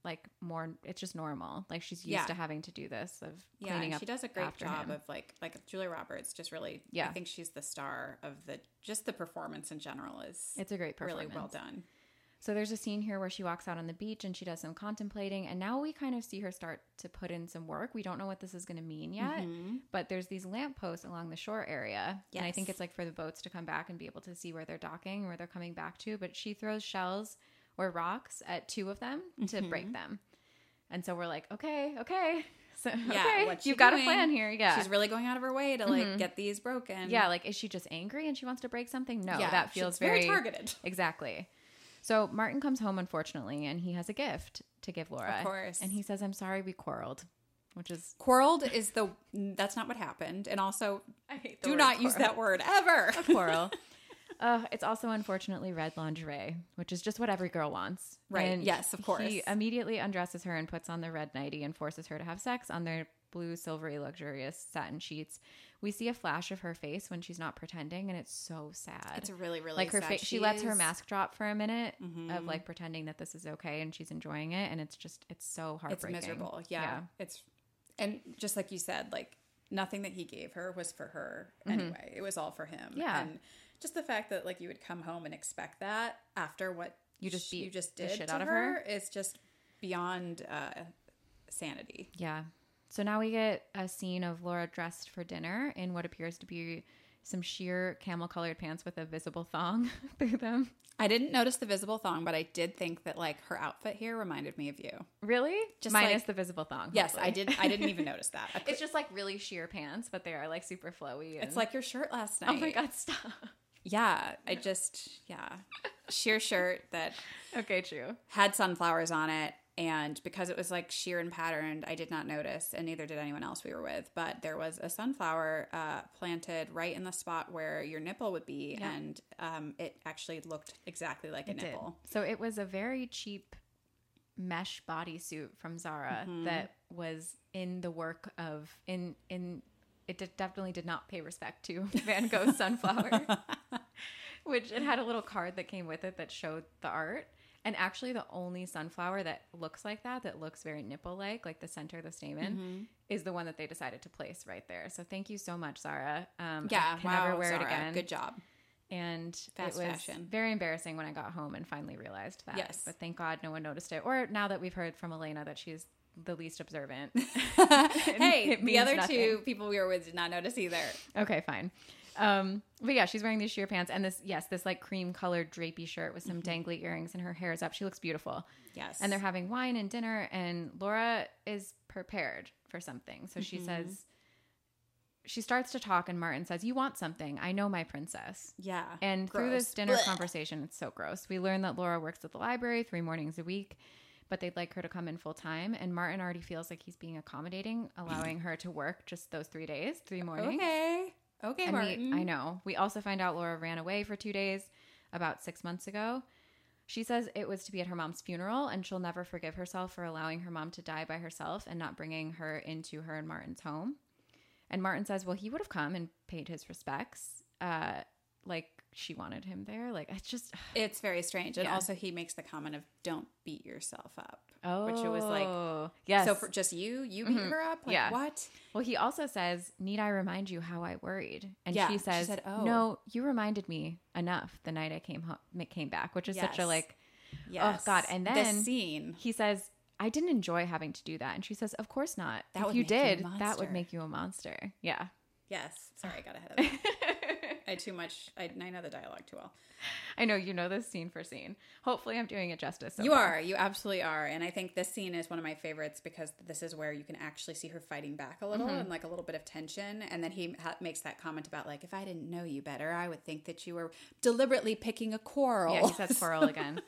Speaker 1: like more. It's just normal. Like she's used
Speaker 3: Yeah.
Speaker 1: to having to do this of
Speaker 3: Yeah,
Speaker 1: cleaning
Speaker 3: and
Speaker 1: up.
Speaker 3: she does a great
Speaker 1: after
Speaker 3: job
Speaker 1: him.
Speaker 3: of like like Julia Roberts just really
Speaker 1: Yeah.
Speaker 3: I think she's the star of the just the performance in general is
Speaker 1: It's a great performance.
Speaker 3: really well done.
Speaker 1: So there's a scene here where she walks out on the beach and she does some contemplating, and now we kind of see her start to put in some work. We don't know what this is going to mean
Speaker 3: Mm-hmm.
Speaker 1: yet, but there's these lampposts along the shore area, and I think
Speaker 3: Yes.
Speaker 1: it's like for the boats to come back and be able to see where they're docking, where they're coming back to. But she throws shells or rocks at two of them to
Speaker 3: Mm-hmm.
Speaker 1: break them, and so we're like, okay, okay, so
Speaker 3: Yeah,
Speaker 1: okay,
Speaker 3: what's she
Speaker 1: you've got a
Speaker 3: doing?
Speaker 1: plan here, yeah. Mm-hmm.
Speaker 3: She's really going out of her way to like get these broken.
Speaker 1: yeah, like is she just angry and she wants to break something? No,
Speaker 3: Yeah,
Speaker 1: that
Speaker 3: she's
Speaker 1: feels
Speaker 3: very targeted.
Speaker 1: Exactly. So Martin comes home, unfortunately, and he has a gift to give Laura.
Speaker 3: Of course.
Speaker 1: And he says, I'm sorry we quarreled, which is.
Speaker 3: Quarreled is the that's not what happened, and also
Speaker 1: I hate
Speaker 3: do not use that word ever.
Speaker 1: Quarrel. Uh, it's also unfortunately red lingerie, which is just what every girl wants.
Speaker 3: Right. Yes, of course.
Speaker 1: He immediately undresses her and puts on the red nightie and forces her to have sex on their blue, silvery, luxurious satin sheets. We see a flash of her face when she's not pretending, and it's so sad.
Speaker 3: It's really really
Speaker 1: like her
Speaker 3: sad.
Speaker 1: face she lets her
Speaker 3: is- Mm-hmm.
Speaker 1: mask drop for a minute of like pretending that this is okay and she's enjoying it and it's just it's so
Speaker 3: It's
Speaker 1: heartbreaking
Speaker 3: miserable. Yeah, it's and just like you said, like nothing that he gave her was for her anyway. It was all for him.
Speaker 1: Mm-hmm. Yeah.
Speaker 3: and just the fact that like you would come home and expect that after what
Speaker 1: You just
Speaker 3: sh-
Speaker 1: beat
Speaker 3: you just
Speaker 1: the
Speaker 3: did
Speaker 1: shit
Speaker 3: to
Speaker 1: out of her?
Speaker 3: her, is just beyond uh, sanity.
Speaker 1: yeah so now we get a scene of laura dressed for dinner in what appears to be some sheer camel colored pants with a visible thong through them
Speaker 3: I didn't notice the visible thong, but I did think that like her outfit here reminded me of you.
Speaker 1: really
Speaker 3: Just
Speaker 1: minus
Speaker 3: like-
Speaker 1: the visible thong
Speaker 3: Yes,
Speaker 1: hopefully.
Speaker 3: I did. I didn't even notice that. I-
Speaker 1: it's just like really sheer pants but they are like super flowy and
Speaker 3: It's like your shirt last night.
Speaker 1: oh my god stop
Speaker 3: Yeah, I just yeah, sheer shirt that
Speaker 1: okay true
Speaker 3: had sunflowers on it, and because it was like sheer and patterned, I did not notice, and neither did anyone else we were with. But there was a sunflower uh, planted right in the spot where your nipple would be,
Speaker 1: Yeah.
Speaker 3: and um, it actually looked exactly like a
Speaker 1: did.
Speaker 3: nipple.
Speaker 1: So it was a very cheap mesh bodysuit from Zara
Speaker 3: Mm-hmm.
Speaker 1: that was in the work of in in it de- definitely did not pay respect to Van Gogh's sunflower, which it had a little card that came with it that showed the art. And actually, the only sunflower that looks like that, that looks very nipple like, like the center of the stamen,
Speaker 3: Mm-hmm.
Speaker 1: is the one that they decided to place right there. So thank you so much, Zara. Um, I
Speaker 3: Yeah,
Speaker 1: can
Speaker 3: wow,
Speaker 1: never wear it
Speaker 3: Zara,
Speaker 1: again
Speaker 3: Good job.
Speaker 1: and
Speaker 3: Fast
Speaker 1: it was
Speaker 3: fashion.
Speaker 1: very embarrassing when I got home and finally realized that.
Speaker 3: Yes.
Speaker 1: but thank God no one noticed it. Or now that we've heard from Elena that she's the least observant.
Speaker 3: hey,
Speaker 1: it
Speaker 3: the
Speaker 1: means
Speaker 3: other two
Speaker 1: nothing.
Speaker 3: people we were with did not notice either.
Speaker 1: okay, fine. Um, but yeah, she's wearing these sheer pants and this yes, this like cream colored drapey shirt with some dangly earrings and her hair is up. She looks beautiful.
Speaker 3: Mm-hmm. Yes,
Speaker 1: And they're having wine and dinner, and Laura is prepared for something. So
Speaker 3: Mm-hmm.
Speaker 1: she says. She starts to talk, and Martin says, You want something. I know my princess.
Speaker 3: yeah,
Speaker 1: And through this
Speaker 3: Gross.
Speaker 1: dinner
Speaker 3: Blech.
Speaker 1: conversation, it's so gross. We learn that Laura works at the library three mornings a week, but they'd like her to come in full time. And Martin already feels like he's being accommodating, allowing her to work just those three days,
Speaker 3: Oh,
Speaker 1: three mornings.
Speaker 3: Okay. Okay,
Speaker 1: And we,
Speaker 3: Martin.
Speaker 1: I know. We also find out Laura ran away for two days about six months ago. She says it was to be at her mom's funeral, and she'll never forgive herself for allowing her mom to die by herself and not bringing her into her and Martin's home. And Martin says, well, he would have come and paid his respects. Uh, like she wanted him there. Like it's just
Speaker 3: It's very strange. And
Speaker 1: Yeah.
Speaker 3: also, he makes the comment of don't beat yourself up. Which it was like,
Speaker 1: Yes. Mm-hmm.
Speaker 3: So for just you, you beat her up. Like,
Speaker 1: Yeah. Oh,
Speaker 3: What?
Speaker 1: Well, he also says, Need I remind you how I worried? And
Speaker 3: Yeah,
Speaker 1: she
Speaker 3: she
Speaker 1: says,
Speaker 3: said, "Oh."
Speaker 1: No, you reminded me enough the night I came home, came back, which is such a
Speaker 3: Yes.
Speaker 1: like,
Speaker 3: Yes.
Speaker 1: oh, God. And then
Speaker 3: the scene.
Speaker 1: he says, I didn't enjoy having to do that. And she says, Of course not.
Speaker 3: That
Speaker 1: if
Speaker 3: would
Speaker 1: you
Speaker 3: make you a
Speaker 1: did, that would
Speaker 3: monster."
Speaker 1: make you a monster. Yeah.
Speaker 3: Yes. Sorry, I got ahead of that. I too much. I, I know the dialogue too well.
Speaker 1: I know you know this scene for scene. Hopefully, I'm doing it justice. So
Speaker 3: you
Speaker 1: far.
Speaker 3: are. You absolutely are. And I think this scene is one of my favorites because this is where you can actually see her fighting back a little
Speaker 1: Mm-hmm.
Speaker 3: and like a little bit of tension. And then he ha- makes that comment about like, if I didn't know you better, I would think that you were deliberately picking a quarrel.
Speaker 1: Yeah, he says quarrel again.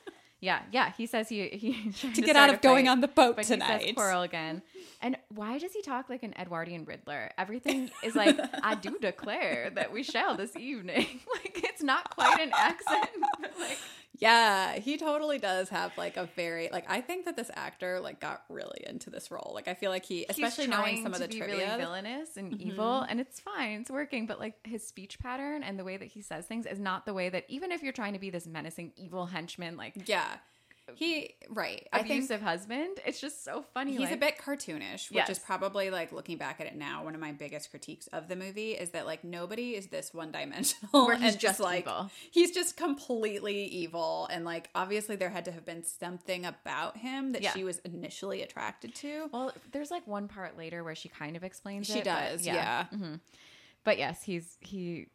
Speaker 1: Yeah, yeah. He says he, he
Speaker 3: to get out of going on the boat
Speaker 1: but he says
Speaker 3: tonight.
Speaker 1: quarrel again. And why does he talk like an Edwardian Riddler? Everything is like, I do declare that we shall this evening. like it's not quite an accent. but, like,
Speaker 3: Yeah, he totally does have like a very like I think that this actor like got really into this role. Like I feel like he
Speaker 1: he's
Speaker 3: especially knowing
Speaker 1: trying
Speaker 3: some of
Speaker 1: to
Speaker 3: the Mm-hmm.
Speaker 1: be
Speaker 3: trivia.
Speaker 1: really villainous and evil, and it's fine, it's working. But like his speech pattern and the way that he says things is not the way that even if you're trying to be this menacing evil henchman, like
Speaker 3: yeah. He right. I think
Speaker 1: abusive husband, it's just so funny.
Speaker 3: he's a
Speaker 1: like-
Speaker 3: bit cartoonish, which
Speaker 1: Yes.
Speaker 3: is probably like looking back at it now, one of my biggest critiques of the movie is that like nobody is this one dimensional
Speaker 1: Where he's
Speaker 3: and just
Speaker 1: just
Speaker 3: like
Speaker 1: evil.
Speaker 3: he's just completely evil and like obviously there had to have been something about him that
Speaker 1: Yeah.
Speaker 3: she was initially attracted to.
Speaker 1: Well, there's like one part later where she kind of explains
Speaker 3: she
Speaker 1: it, but Mm-hmm.
Speaker 3: does, yeah.
Speaker 1: But yes, he's he.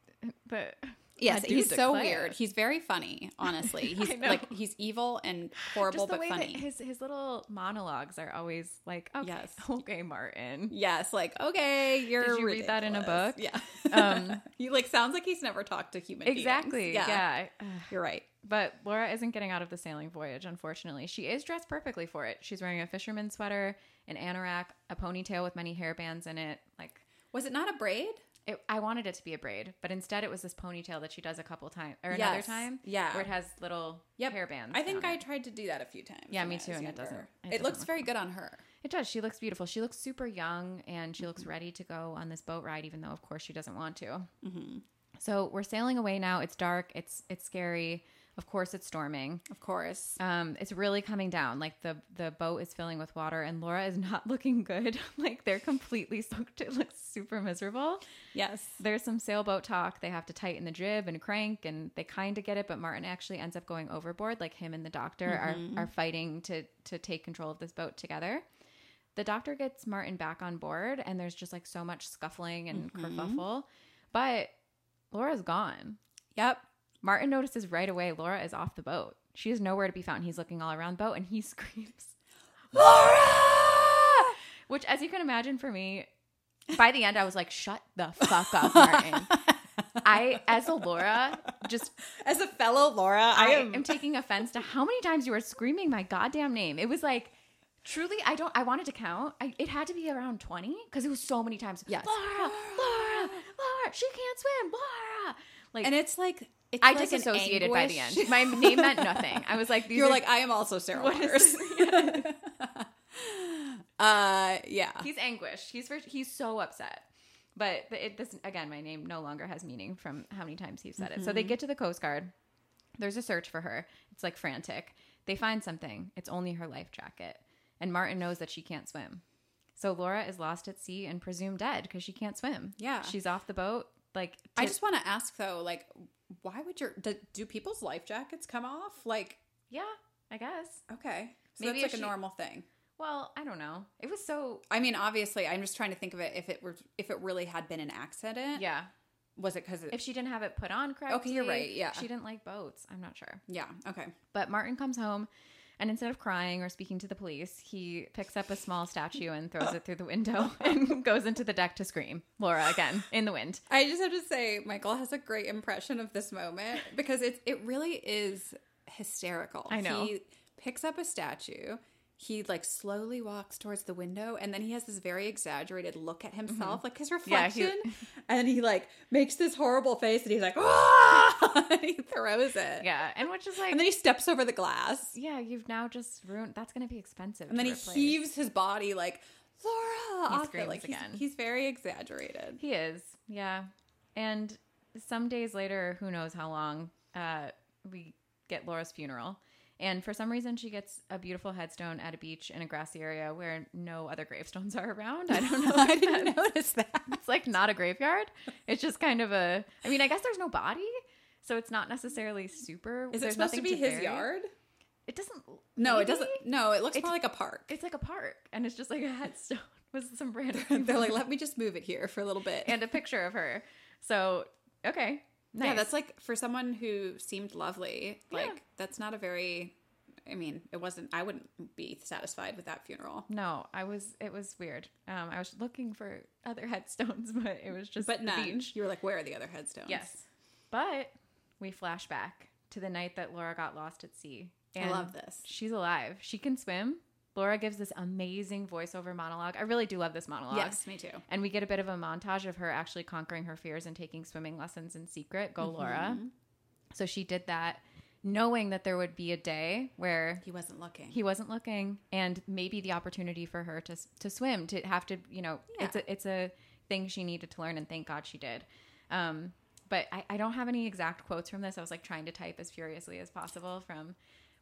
Speaker 1: But
Speaker 3: Yes,
Speaker 1: I do
Speaker 3: he's so
Speaker 1: declare.
Speaker 3: weird. He's very funny, honestly. He's
Speaker 1: know.
Speaker 3: like he's evil and horrible
Speaker 1: Just the
Speaker 3: but
Speaker 1: way
Speaker 3: funny.
Speaker 1: that his his little monologues are always like, okay,
Speaker 3: Yes.
Speaker 1: okay, Martin.
Speaker 3: yes, like okay, you're
Speaker 1: Did you read that in a
Speaker 3: ridiculous.
Speaker 1: book?
Speaker 3: Yeah.
Speaker 1: Um,
Speaker 3: he like sounds like he's never talked to human beings.
Speaker 1: Exactly. Yeah. Ugh.
Speaker 3: You're right.
Speaker 1: But Laura isn't getting out of the sailing voyage, unfortunately. She is dressed perfectly for it. She's wearing a fisherman's sweater, an anorak, a ponytail with many hairbands in it. Like,
Speaker 3: Was it not a braid?
Speaker 1: it, I wanted it to be a braid, but instead it was this ponytail that she does a couple times or another
Speaker 3: Yes.
Speaker 1: time.
Speaker 3: Yeah.
Speaker 1: Where it has little
Speaker 3: Yep.
Speaker 1: hairbands.
Speaker 3: I think
Speaker 1: down
Speaker 3: I
Speaker 1: it.
Speaker 3: tried to do that a few times.
Speaker 1: Yeah,
Speaker 3: when
Speaker 1: me
Speaker 3: I
Speaker 1: too,
Speaker 3: was
Speaker 1: and it
Speaker 3: younger.
Speaker 1: doesn't- it
Speaker 3: It,
Speaker 1: doesn't
Speaker 3: looks
Speaker 1: look
Speaker 3: very good on her.
Speaker 1: It does. She looks beautiful. She looks super young and she looks ready to go on this boat ride, even though, of course, she doesn't want to.
Speaker 3: Mm-hmm.
Speaker 1: So we're sailing away now. It's dark. It's it's scary. Of course, it's storming.
Speaker 3: Of course.
Speaker 1: Um, it's really coming down. Like the the boat is filling with water, and Laura is not looking good. like they're completely soaked. It looks super miserable.
Speaker 3: Yes.
Speaker 1: There's some sailboat talk. They have to tighten the jib and crank, and they kind of get it, but Martin actually ends up going overboard. Like him and the doctor are, are fighting to to take control of this boat together. The doctor gets Martin back on board, and there's just like so much scuffling and kerfuffle. But Laura's gone.
Speaker 3: Yep.
Speaker 1: Martin notices right away Laura is off the boat. She is nowhere to be found. He's looking all around the boat, and he screams,
Speaker 3: Laura!
Speaker 1: which, as you can imagine, for me, by the end, I was like, "Shut the fuck up, Martin." I, as a Laura, just
Speaker 3: As a fellow Laura, I,
Speaker 1: I
Speaker 3: am,
Speaker 1: am taking offense to how many times you were screaming my goddamn name. It was like truly I don't I wanted to count. I, it had to be around 20 cuz it was so many times.
Speaker 3: Yes.
Speaker 1: Laura, Laura, Laura, she can't swim. Laura. Like
Speaker 3: and it's like it's
Speaker 1: I
Speaker 3: like an
Speaker 1: disassociated by the
Speaker 3: anguish.
Speaker 1: end. My name meant nothing. I was like these
Speaker 3: You're
Speaker 1: are-
Speaker 3: like, I am also Sarah
Speaker 1: What
Speaker 3: Waters.
Speaker 1: is
Speaker 3: uh, yeah.
Speaker 1: he's anguished. He's for, he's so upset. But the- it this again, my name no longer has meaning from how many times he's said it. So they
Speaker 3: Mm-hmm.
Speaker 1: get to the Coast Guard. There's a search for her. It's like frantic. They find something. It's only her life jacket. And Martin knows that she can't swim. So Laura is lost at sea and presumed dead because she can't swim.
Speaker 3: Yeah.
Speaker 1: She's off the boat. Like
Speaker 3: I
Speaker 1: to-
Speaker 3: just want to ask though, like, why would your do, do people's life jackets come off? Like,
Speaker 1: Yeah, I guess.
Speaker 3: okay, so
Speaker 1: Maybe
Speaker 3: that's like
Speaker 1: if
Speaker 3: a
Speaker 1: she-
Speaker 3: normal thing.
Speaker 1: Well, I don't know. It was so
Speaker 3: I mean, obviously, I'm just trying to think of it. If it were, if it really had been an accident,
Speaker 1: Yeah.
Speaker 3: was it because?
Speaker 1: If she didn't have it put on correctly.
Speaker 3: Okay, you're right, yeah.
Speaker 1: She didn't like boats. I'm not sure.
Speaker 3: Yeah. Okay.
Speaker 1: But Martin comes home and instead of crying or speaking to the police, he picks up a small statue and throws it through the window and goes into the deck to scream. Laura again in the wind.
Speaker 3: I just have to say, Michael has a great impression of this moment because it's it really is hysterical.
Speaker 1: I know.
Speaker 3: He picks up a statue. He like slowly walks towards the window, and then he has this very exaggerated look at himself, like his
Speaker 1: Mm-hmm. Yeah, he-
Speaker 3: reflection, and he like makes this horrible face, and he's like, "Ah!" and he throws it,
Speaker 1: Yeah, and which is like
Speaker 3: and then he steps over the glass,
Speaker 1: yeah, you've now just ruined that's going to be expensive.
Speaker 3: and then
Speaker 1: to
Speaker 3: he
Speaker 1: replace.
Speaker 3: heaves his body like Laura.
Speaker 1: He
Speaker 3: off it.
Speaker 1: screams
Speaker 3: like, he's-
Speaker 1: again.
Speaker 3: He's, very exaggerated.
Speaker 1: He is. Yeah. And some days later, who knows how long, uh, we get Laura's funeral. And for some reason, she gets a beautiful headstone at a beach in a grassy area where no other gravestones are around. I don't know.
Speaker 3: I
Speaker 1: if
Speaker 3: didn't
Speaker 1: that's-
Speaker 3: notice that.
Speaker 1: it's like not a graveyard. It's just kind of a. I mean, I guess there's no body, so it's not necessarily super.
Speaker 3: Is it
Speaker 1: there's
Speaker 3: supposed to
Speaker 1: nothing
Speaker 3: be his
Speaker 1: bury.
Speaker 3: yard?
Speaker 1: It doesn't.
Speaker 3: No, it
Speaker 1: maybe?
Speaker 3: doesn't. No, it looks
Speaker 1: It's-
Speaker 3: more like a park.
Speaker 1: It's like a park, and it's just like a headstone with some random.
Speaker 3: They're
Speaker 1: people
Speaker 3: like, let me just move it here for a little bit.
Speaker 1: and a picture of her. So okay, nice.
Speaker 3: Yeah, that's like for someone who seemed lovely, like
Speaker 1: Yeah.
Speaker 3: that's not a very I mean, it wasn't I wouldn't be satisfied with that funeral.
Speaker 1: no. I was. It was weird. Um, I was looking for other headstones, but it was just
Speaker 3: But
Speaker 1: the
Speaker 3: none.
Speaker 1: beach.
Speaker 3: You were like, where are the other headstones?
Speaker 1: Yes, but we flash back to the night that Laura got lost at sea.
Speaker 3: I love this.
Speaker 1: She's alive. She can swim. Laura gives this amazing voiceover monologue. I really do love this monologue.
Speaker 3: Yes, me too.
Speaker 1: And we get a bit of a montage of her actually conquering her fears and taking swimming lessons in secret. Go, Laura. So she did that knowing that there would be a day where
Speaker 3: He wasn't looking.
Speaker 1: he wasn't looking and maybe the opportunity for her to s- to swim to have to you know it's a it's a thing she needed to learn and thank god she did um but I, I don't have any exact quotes from this i was like trying to type as furiously as possible from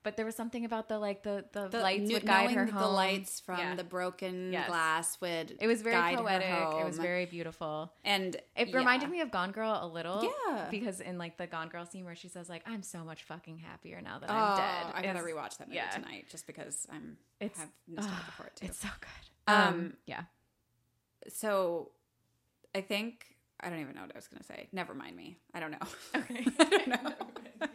Speaker 1: but there was something about the like the the,
Speaker 3: the
Speaker 1: lights
Speaker 3: knew-
Speaker 1: would guide
Speaker 3: knowing
Speaker 1: her
Speaker 3: that
Speaker 1: home
Speaker 3: The lights from
Speaker 1: Yeah.
Speaker 3: the broken
Speaker 1: Yes.
Speaker 3: glass would.
Speaker 1: it was very
Speaker 3: guide her
Speaker 1: poetic it was
Speaker 3: home.
Speaker 1: very beautiful
Speaker 3: and
Speaker 1: it
Speaker 3: yeah.
Speaker 1: reminded me of Gone Girl a little,
Speaker 3: Yeah.
Speaker 1: Because in like the Gone Girl scene where she says like, "I'm so much fucking happier now that
Speaker 3: Oh,
Speaker 1: I'm dead."
Speaker 3: I gotta
Speaker 1: It's-
Speaker 3: rewatch that movie
Speaker 1: yeah.
Speaker 3: tonight just because I'm
Speaker 1: It's-
Speaker 3: have nostalgia for it too.
Speaker 1: It's so good.
Speaker 3: Um,
Speaker 1: um yeah,
Speaker 3: so I think I don't even know what I was gonna say. Never mind me. I don't know.
Speaker 1: Okay.
Speaker 3: I don't know.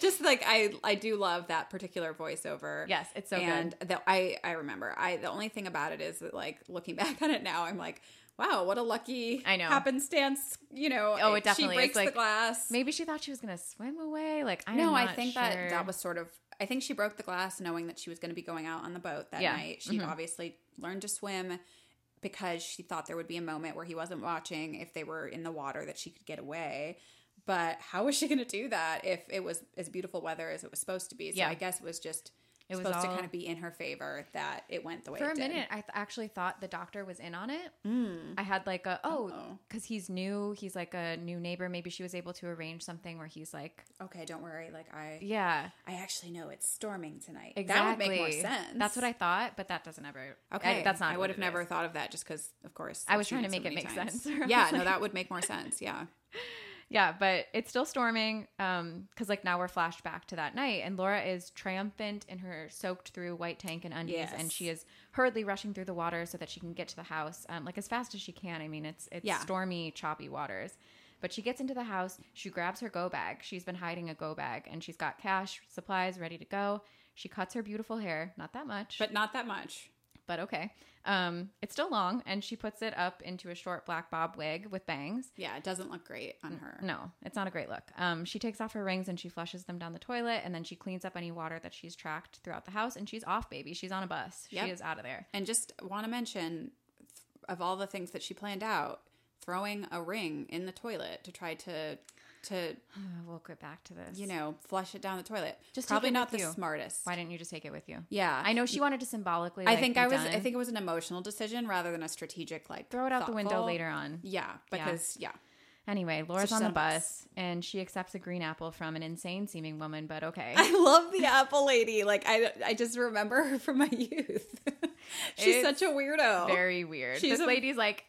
Speaker 3: Just like I, I do love that particular voiceover.
Speaker 1: yes, it's so good.
Speaker 3: and the, I, I remember. I the only thing about it is that like looking back on it now, I'm like, wow, what a lucky
Speaker 1: I know.
Speaker 3: happenstance. You know,
Speaker 1: Oh, it definitely
Speaker 3: she
Speaker 1: is,
Speaker 3: breaks the
Speaker 1: like,
Speaker 3: glass.
Speaker 1: Maybe she thought she was gonna swim away. Like I
Speaker 3: no,
Speaker 1: am
Speaker 3: I
Speaker 1: not
Speaker 3: think
Speaker 1: sure.
Speaker 3: that that was sort of. I think she broke the glass knowing that she was going to be going out on the boat that
Speaker 1: Yeah. Mm-hmm.
Speaker 3: night. She would obviously learned to swim because she thought there would be a moment where he wasn't watching if they were in the water that she could get away. But how was she going to do that if it was as beautiful weather as it was supposed to be? So
Speaker 1: Yeah.
Speaker 3: I guess it was just
Speaker 1: It was
Speaker 3: supposed to
Speaker 1: all-
Speaker 3: kind of be in her favor that it went the way
Speaker 1: for
Speaker 3: it
Speaker 1: a
Speaker 3: did.
Speaker 1: minute. I th- actually thought the doctor was in on it.
Speaker 3: Mm.
Speaker 1: I had like a oh,
Speaker 3: Uh-oh.
Speaker 1: because he's new. He's like a new neighbor. Maybe she was able to arrange something where he's like,
Speaker 3: Okay, don't worry. Like I,
Speaker 1: yeah,
Speaker 3: I actually know it's storming tonight.
Speaker 1: exactly.
Speaker 3: That would make more sense.
Speaker 1: That's what I thought, but that doesn't ever.
Speaker 3: Okay,
Speaker 1: I- that's not.
Speaker 3: I
Speaker 1: what
Speaker 3: would have
Speaker 1: it
Speaker 3: never
Speaker 1: is.
Speaker 3: thought of that just because, of course,
Speaker 1: I
Speaker 3: I've
Speaker 1: was
Speaker 3: seen
Speaker 1: trying to
Speaker 3: so
Speaker 1: make it
Speaker 3: many
Speaker 1: make
Speaker 3: times.
Speaker 1: sense. I
Speaker 3: yeah,
Speaker 1: was
Speaker 3: no,
Speaker 1: like-
Speaker 3: that would make more sense. Yeah,
Speaker 1: Yeah, but it's still storming. Um, because like now we're flashed back to that night, and Laura is triumphant in her soaked through white tank and undies,
Speaker 3: Yes.
Speaker 1: and she is hurriedly rushing through the water so that she can get to the house, um, like as fast as she can. I mean, it's it's
Speaker 3: Yeah.
Speaker 1: stormy, choppy waters. But she gets into the house. She grabs her go bag. She's been hiding a go bag, and she's got cash, supplies ready to go. She cuts her beautiful hair, not that much,
Speaker 3: but not that much.
Speaker 1: but okay. Um, it's still long, and she puts it up into a short black bob wig with bangs.
Speaker 3: Yeah, it doesn't look great on her.
Speaker 1: No, it's not a great look. Um, she takes off her rings and she flushes them down the toilet, and then she cleans up any water that she's tracked throughout the house, and she's off, baby. She's on a bus.
Speaker 3: Yep.
Speaker 1: She is out of there.
Speaker 3: And just want to mention, th- of all the things that she planned out, throwing a ring in the toilet to try to to
Speaker 1: we'll get back to this.
Speaker 3: you know flush it down the toilet.
Speaker 1: Just
Speaker 3: probably
Speaker 1: take it
Speaker 3: not the
Speaker 1: with you.
Speaker 3: smartest.
Speaker 1: why didn't you just take it with you?
Speaker 3: Yeah,
Speaker 1: I know Oh, she wanted to symbolically.
Speaker 3: I
Speaker 1: like,
Speaker 3: think
Speaker 1: be
Speaker 3: I was. I
Speaker 1: done.
Speaker 3: think it was an emotional decision rather than a strategic. Like
Speaker 1: throw it out the window
Speaker 3: thoughtful-
Speaker 1: later on.
Speaker 3: Yeah,
Speaker 1: Yeah.
Speaker 3: because yeah.
Speaker 1: Anyway, Laura's
Speaker 3: she's
Speaker 1: on the
Speaker 3: on a bus.
Speaker 1: bus, and she accepts a green apple from an insane-seeming woman, but okay.
Speaker 3: I love the apple lady. Like I, I just remember her from my youth. She's
Speaker 1: It's
Speaker 3: such a weirdo.
Speaker 1: very weird.
Speaker 3: She's
Speaker 1: this
Speaker 3: a-
Speaker 1: lady's like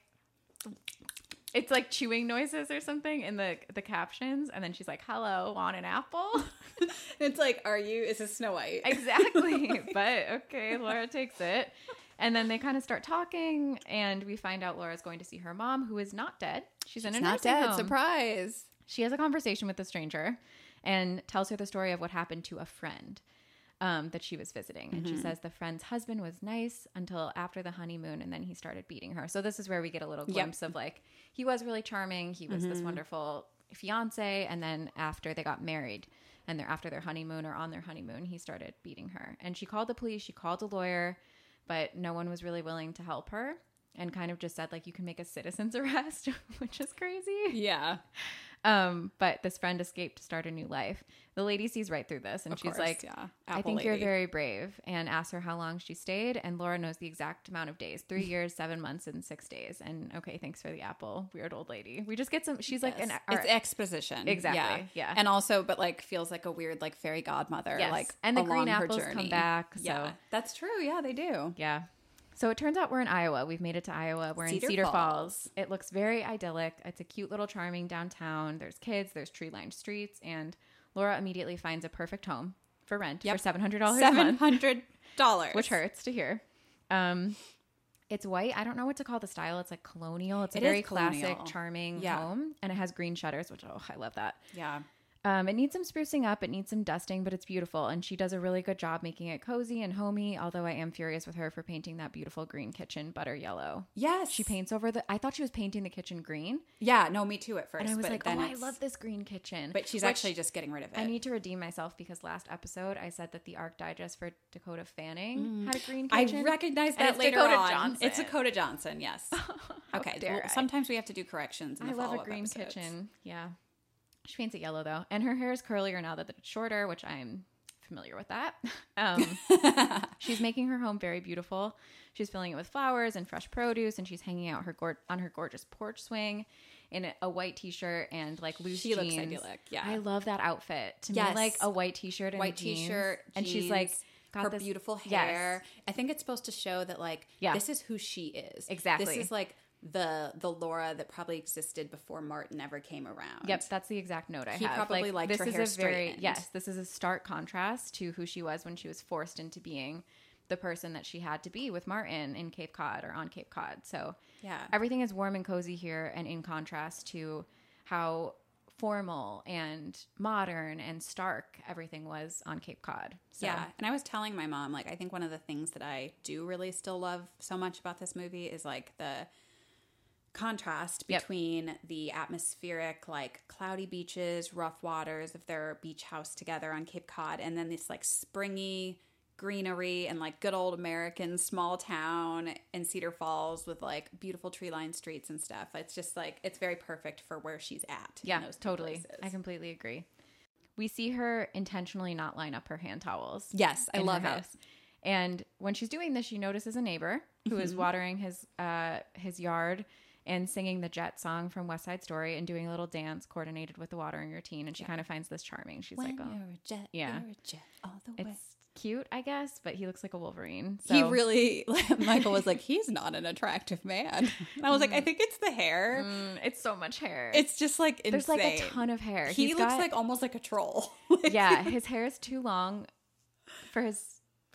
Speaker 1: it's like chewing noises or something in the the captions and then she's like, "Hello, want an apple?"
Speaker 3: it's like, are you? Is this Snow White?
Speaker 1: exactly. but okay, Laura takes it. And then they kind of start talking and we find out Laura's going to see her mom who is not dead. She's, in a nursing home.
Speaker 3: Surprise.
Speaker 1: She has a conversation with a stranger and tells her the story of what happened to a friend um, that she was visiting. And she says the friend's husband was nice until after the honeymoon, and then he started beating her. So this is where we get a little glimpse of like he was really charming. He was this wonderful fiance, and then after they got married. And they're after their honeymoon or on their honeymoon, he started beating her. And she called the police, she called a lawyer, but no one was really willing to help her and kind of just said, like, you can make a citizen's arrest, which is crazy.
Speaker 3: Yeah.
Speaker 1: Um, but this friend escaped to start a new life. The lady sees right through this and
Speaker 3: Of
Speaker 1: she's
Speaker 3: course,
Speaker 1: like,
Speaker 3: yeah.
Speaker 1: I
Speaker 3: Apple
Speaker 1: think you're
Speaker 3: lady.
Speaker 1: very brave and asks her how long she stayed. And Laura knows the exact amount of days three years, seven months, and six days. And okay, thanks for the apple, weird old lady. We just get some, she's like an
Speaker 3: Yes.
Speaker 1: our-
Speaker 3: it's exposition
Speaker 1: Exactly,
Speaker 3: yeah.
Speaker 1: yeah.
Speaker 3: and also but like feels like a weird like fairy godmother
Speaker 1: Yes.
Speaker 3: like
Speaker 1: And the green
Speaker 3: along her
Speaker 1: apples come
Speaker 3: journey.
Speaker 1: back,
Speaker 3: yeah
Speaker 1: so-
Speaker 3: that's true yeah they do
Speaker 1: Yeah. So it turns out we're in Iowa. We've made it to Iowa. We're
Speaker 3: Cedar
Speaker 1: in Cedar Falls.
Speaker 3: Falls.
Speaker 1: It looks very idyllic. It's a cute little charming downtown. There's kids, there's tree lined streets, and Laura immediately finds a perfect home for rent
Speaker 3: Yep.
Speaker 1: for seven hundred dollars a
Speaker 3: seven
Speaker 1: month.
Speaker 3: hundred dollars
Speaker 1: Which hurts to hear. Um it's white. I don't know what to call the style. It's like colonial. It's a
Speaker 3: It is
Speaker 1: very classic,
Speaker 3: colonial.
Speaker 1: charming
Speaker 3: Yeah.
Speaker 1: home. And it has green shutters, which oh I love that.
Speaker 3: yeah
Speaker 1: Um, it needs some sprucing up. It needs some dusting, but it's beautiful. And she does a really good job making it cozy and homey. Although I am furious with her for painting that beautiful green kitchen butter yellow.
Speaker 3: yes
Speaker 1: She paints over the. I thought she was painting the kitchen green,
Speaker 3: yeah no me too at first
Speaker 1: and I was
Speaker 3: but
Speaker 1: like,
Speaker 3: then
Speaker 1: "Oh, I
Speaker 3: it's-
Speaker 1: love this green kitchen."
Speaker 3: but she's
Speaker 1: Which
Speaker 3: actually just getting rid of it
Speaker 1: I need to redeem myself because last episode I said that the Arc Digest for Dakota Fanning had a green
Speaker 3: Mm. I
Speaker 1: kitchen.
Speaker 3: recognize that
Speaker 1: it's
Speaker 3: later
Speaker 1: Dakota
Speaker 3: on.
Speaker 1: Johnson. Oh,
Speaker 3: It's Dakota Johnson, yes. okay,
Speaker 1: dare
Speaker 3: well,
Speaker 1: I.
Speaker 3: sometimes we have to do corrections. In
Speaker 1: I
Speaker 3: the
Speaker 1: love a
Speaker 3: follow-up
Speaker 1: green
Speaker 3: episodes.
Speaker 1: kitchen. Yeah. She paints it yellow though. And her hair is curlier now that it's shorter, which I'm familiar with that. Um, she's making her home very beautiful. She's filling it with flowers and fresh produce, and she's hanging out her gor on her gorgeous porch swing in a, a white t shirt and like loose
Speaker 3: She looks
Speaker 1: jeans.
Speaker 3: idyllic, yeah.
Speaker 1: I love that outfit. To me,
Speaker 3: Yes.
Speaker 1: like a white t shirt and
Speaker 3: White
Speaker 1: jeans.
Speaker 3: t-shirt,
Speaker 1: And she's like,
Speaker 3: jeans,
Speaker 1: got
Speaker 3: her
Speaker 1: this-
Speaker 3: beautiful
Speaker 1: Yes.
Speaker 3: hair. I think it's supposed to show that like
Speaker 1: Yeah.
Speaker 3: this is who she is.
Speaker 1: Exactly.
Speaker 3: This is like the the Laura that probably existed before Martin ever came around.
Speaker 1: Yep, that's the exact note I
Speaker 3: He
Speaker 1: have.
Speaker 3: probably
Speaker 1: like,
Speaker 3: liked
Speaker 1: this
Speaker 3: her
Speaker 1: is
Speaker 3: hair
Speaker 1: a very
Speaker 3: straightened.
Speaker 1: yes, this is a stark contrast to who she was when she was forced into being the person that she had to be with Martin in Cape Cod or on Cape Cod. So
Speaker 3: Yeah.
Speaker 1: everything is warm and cozy here, and in contrast to how formal and modern and stark everything was on Cape Cod. So,
Speaker 3: Yeah. And I was telling my mom, like, I think one of the things that I do really still love so much about this movie is like the contrast
Speaker 1: Yep.
Speaker 3: between the atmospheric, like cloudy beaches, rough waters of their beach house together on Cape Cod, and then this like springy greenery and like good old American small town in Cedar Falls with like beautiful tree lined streets and stuff. It's just like, it's very perfect for where she's at. in
Speaker 1: yeah,
Speaker 3: those two
Speaker 1: totally.
Speaker 3: places.
Speaker 1: I completely agree. We see her intentionally not line up her hand towels.
Speaker 3: Yes, I
Speaker 1: in
Speaker 3: love
Speaker 1: her
Speaker 3: it.
Speaker 1: house. And when she's doing this, she notices a neighbor who
Speaker 3: Mm-hmm.
Speaker 1: is watering his uh, his yard and singing the Jet song from West Side Story and doing a little dance coordinated with the watering routine. And she kind of finds this charming. She's
Speaker 3: When
Speaker 1: like, "Oh,
Speaker 3: you're a jet,
Speaker 1: yeah.
Speaker 3: you're a jet all the way.
Speaker 1: it's cute, I guess," but he looks like a Wolverine. So.
Speaker 3: he really michael was like he's not an attractive man and i was like
Speaker 1: Mm-hmm.
Speaker 3: i think it's the hair
Speaker 1: Mm, it's so much hair.
Speaker 3: it's just like insane.
Speaker 1: there's like a ton of hair.
Speaker 3: he
Speaker 1: He's
Speaker 3: looks
Speaker 1: got-
Speaker 3: like almost like a troll
Speaker 1: yeah, his hair is too long for his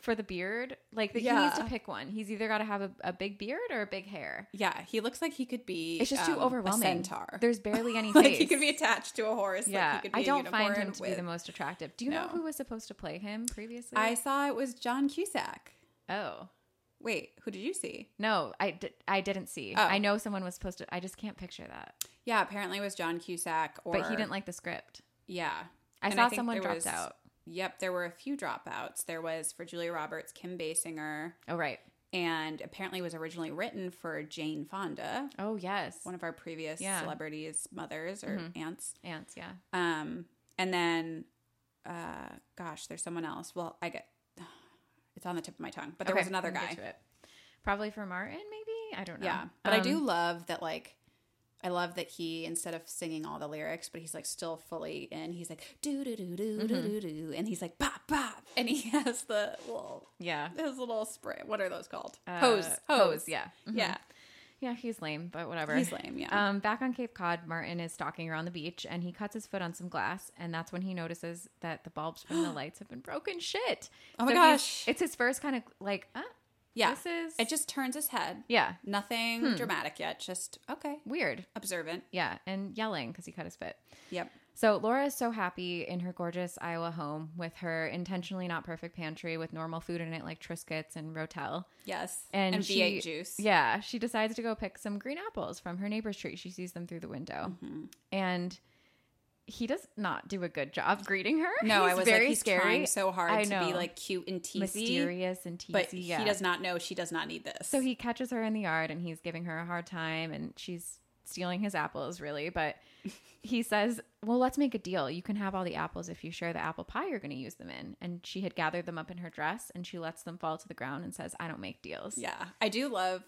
Speaker 1: for the beard. Like the, he needs to
Speaker 3: Yeah.
Speaker 1: pick one. He's either got to have a, a big beard or a big hair.
Speaker 3: yeah he looks like he could be
Speaker 1: It's just too
Speaker 3: um,
Speaker 1: overwhelming.
Speaker 3: a centaur
Speaker 1: There's barely any
Speaker 3: like
Speaker 1: face.
Speaker 3: he could be attached to a horse
Speaker 1: Yeah,
Speaker 3: like he could be
Speaker 1: I don't
Speaker 3: a
Speaker 1: find him
Speaker 3: unicorn
Speaker 1: to be
Speaker 3: with-
Speaker 1: the most attractive. Do you know
Speaker 3: No.
Speaker 1: who was supposed to play him previously?
Speaker 3: i saw it was john cusack
Speaker 1: oh
Speaker 3: wait who did you see
Speaker 1: no, I di- I didn't see.
Speaker 3: Oh.
Speaker 1: I know someone was supposed to. I just can't picture that.
Speaker 3: yeah apparently it was john cusack or
Speaker 1: But he didn't like the script.
Speaker 3: yeah
Speaker 1: I
Speaker 3: And
Speaker 1: saw
Speaker 3: think
Speaker 1: someone
Speaker 3: there
Speaker 1: dropped
Speaker 3: was-
Speaker 1: out.
Speaker 3: yep there were a few dropouts there was for julia roberts kim basinger
Speaker 1: Oh right.
Speaker 3: and apparently was originally written for Jane Fonda,
Speaker 1: Oh yes.
Speaker 3: one of our previous
Speaker 1: Yeah. Mm-hmm.
Speaker 3: celebrities' mothers or aunts.
Speaker 1: Ants. Yeah.
Speaker 3: Um, and then, uh, gosh, there's someone else. Well, I get it's on the tip of my tongue, but there
Speaker 1: Okay,
Speaker 3: was another
Speaker 1: we'll get
Speaker 3: guy.
Speaker 1: to it. Probably for Martin, maybe. I don't know.
Speaker 3: Yeah, but I
Speaker 1: Um,
Speaker 3: do love that. Like, I love that he instead of singing all the lyrics, but he's like still fully in. He's like do do do do
Speaker 1: Mm-hmm.
Speaker 3: do do do, and he's like pop pop, and he has the little
Speaker 1: Yeah.
Speaker 3: his little spray. What are those called?
Speaker 1: Uh,
Speaker 3: hose, hose,
Speaker 1: Yeah. Mhm.
Speaker 3: yeah.
Speaker 1: Yeah, he's lame, but whatever.
Speaker 3: He's lame, yeah.
Speaker 1: Um, back on Cape Cod, Martin is stalking around the beach and he cuts his foot on some glass, and that's when he notices that the bulbs from the lights have been broken. Shit.
Speaker 3: Oh my
Speaker 1: he's-
Speaker 3: gosh.
Speaker 1: It's his first kind of like, uh,
Speaker 3: Yeah.
Speaker 1: This is-
Speaker 3: it just turns his head.
Speaker 1: yeah,
Speaker 3: Nothing
Speaker 1: Hmm.
Speaker 3: dramatic yet. Just okay.
Speaker 1: weird.
Speaker 3: Observant.
Speaker 1: Yeah, and yelling because he cut his foot.
Speaker 3: Yep.
Speaker 1: So Laura is so happy in her gorgeous Iowa home with her intentionally not perfect pantry with normal food in it like Triscuits and Rotel.
Speaker 3: Yes.
Speaker 1: and, she,
Speaker 3: V8 juice.
Speaker 1: Yeah, she decides to go pick some green apples from her neighbor's tree. She sees them through the window,
Speaker 3: Mm-hmm.
Speaker 1: and he does not do a good job greeting her.
Speaker 3: No, I
Speaker 1: He's
Speaker 3: was
Speaker 1: very
Speaker 3: like he's
Speaker 1: scary.
Speaker 3: trying so hard
Speaker 1: I
Speaker 3: to
Speaker 1: know.
Speaker 3: be like cute and teasy,
Speaker 1: mysterious and teasy.
Speaker 3: but
Speaker 1: yeah.
Speaker 3: he does not know she does not need this.
Speaker 1: So he catches her in the yard, and he's giving her a hard time, and she's stealing his apples, really, but he says, Well, let's make a deal. You can have all the apples if you share the apple pie you're going to use them in. And she had gathered them up in her dress and she lets them fall to the ground and says, I don't make deals.
Speaker 3: Yeah, I do love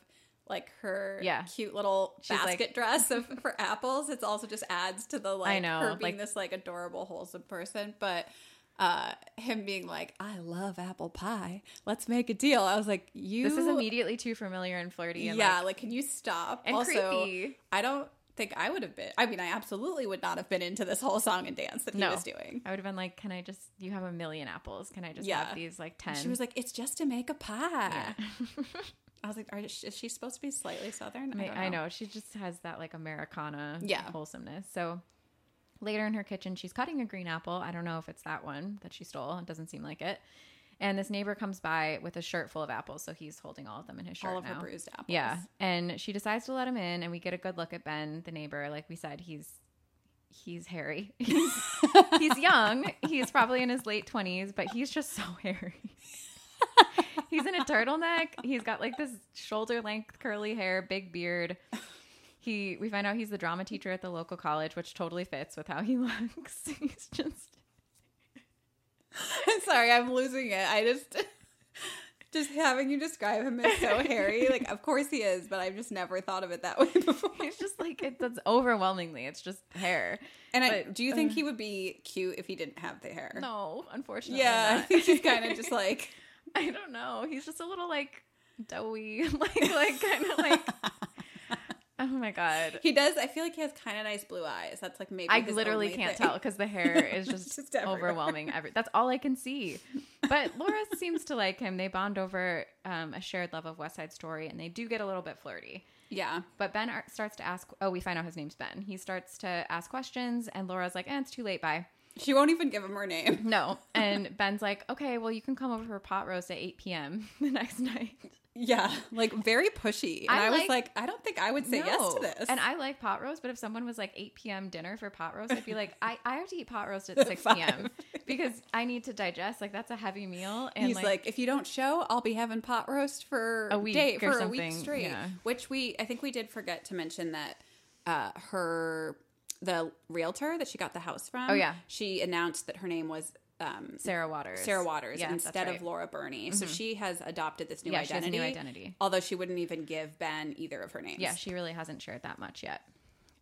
Speaker 3: like her
Speaker 1: Yeah.
Speaker 3: cute little
Speaker 1: She's like-
Speaker 3: basket dress of for apples. It's also just adds to the like
Speaker 1: know,
Speaker 3: her being
Speaker 1: like-
Speaker 3: this like adorable wholesome person, but uh him being like, "I love apple pie. Let's make a deal." I was like, "You
Speaker 1: This is immediately too familiar and flirty. And
Speaker 3: yeah,
Speaker 1: Like,
Speaker 3: like, can you stop?
Speaker 1: and
Speaker 3: also,
Speaker 1: creepy.
Speaker 3: I don't think I would have been. I mean, I absolutely would not have been into this whole song and dance that he
Speaker 1: No.
Speaker 3: was doing.
Speaker 1: I would have been like, Can I just, you have a million apples. Can I just
Speaker 3: Yeah.
Speaker 1: have these like 10?
Speaker 3: She was like, "It's just to make a pie."
Speaker 1: Yeah.
Speaker 3: I was like, Are, "Is she supposed to be slightly southern?"
Speaker 1: Ma-
Speaker 3: don't
Speaker 1: I know. She just has that like Americana
Speaker 3: Yeah.
Speaker 1: wholesomeness. So later in her kitchen, she's cutting a green apple. I don't know if it's that one that she stole. It doesn't seem like it. And this neighbor comes by with a shirt full of apples. So he's holding all of them in his shirt
Speaker 3: All of
Speaker 1: now.
Speaker 3: her bruised apples.
Speaker 1: yeah. And she decides to let him in and we get a good look at Ben, the neighbor. Like we said, he's he's hairy. He's, he's young. He's probably in his late twenties, but he's just so hairy. he's in a turtleneck. He's got like this shoulder length curly hair, big beard. He we find out he's the drama teacher at the local college, which totally fits with how he looks. he's just
Speaker 3: Sorry, I'm losing it. I just just having you describe him as so hairy. Like, of course he is, but I've just never thought of it that way before.
Speaker 1: it's just like it, it's overwhelmingly it's just hair.
Speaker 3: And I,
Speaker 1: But, uh,
Speaker 3: do you think he would be cute if he didn't have the hair?
Speaker 1: No, unfortunately.
Speaker 3: Yeah, I
Speaker 1: not.
Speaker 3: think he's kind of just like
Speaker 1: I don't know. He's just a little like doughy, like like kind of like. oh my god!
Speaker 3: he does. I feel like he has kind of nice blue eyes. That's like maybe
Speaker 1: I
Speaker 3: his
Speaker 1: literally
Speaker 3: only
Speaker 1: can't
Speaker 3: thing.
Speaker 1: tell because the hair is just,
Speaker 3: Just everywhere.
Speaker 1: overwhelming. Every that's all I can see. But Laura seems to like him. They bond over um, a shared love of West Side Story, and they do get a little bit flirty.
Speaker 3: Yeah,
Speaker 1: But Ben ar- starts to ask. Oh, we find out his name's Ben. He starts to ask questions, and Laura's like, "Eh, it's too late. Bye."
Speaker 3: she won't even give him her name.
Speaker 1: No. And Ben's like, "Okay, well, you can come over for a pot roast at 8 p.m. the next night."
Speaker 3: Yeah, like very pushy. And
Speaker 1: I
Speaker 3: I, was
Speaker 1: like-
Speaker 3: like, I don't think I would say yes to
Speaker 1: No.
Speaker 3: this.
Speaker 1: And I like pot roast, but if someone was like 8 p.m. dinner for pot roast, I'd be like, I, I have to eat pot roast at 6 p.m. because I need to digest. Like, that's a heavy meal. And
Speaker 3: He's like, if you don't show, I'll be having pot roast for
Speaker 1: A
Speaker 3: a
Speaker 1: week
Speaker 3: week
Speaker 1: or
Speaker 3: day, for a
Speaker 1: something,
Speaker 3: week straight.
Speaker 1: yeah.
Speaker 3: Which we, I think we did forget to mention that uh, her, the realtor that she got the house from.
Speaker 1: Oh, yeah.
Speaker 3: she announced that her name was um,
Speaker 1: Sarah Waters.
Speaker 3: Sarah Waters
Speaker 1: Yeah, that's
Speaker 3: instead
Speaker 1: right. Mm-hmm.
Speaker 3: of Laura Burney. So she has adopted this new
Speaker 1: Yeah, she has a
Speaker 3: identity.
Speaker 1: new identity.
Speaker 3: Although she wouldn't even give Ben either of her names.
Speaker 1: Yeah, she really hasn't shared that much yet.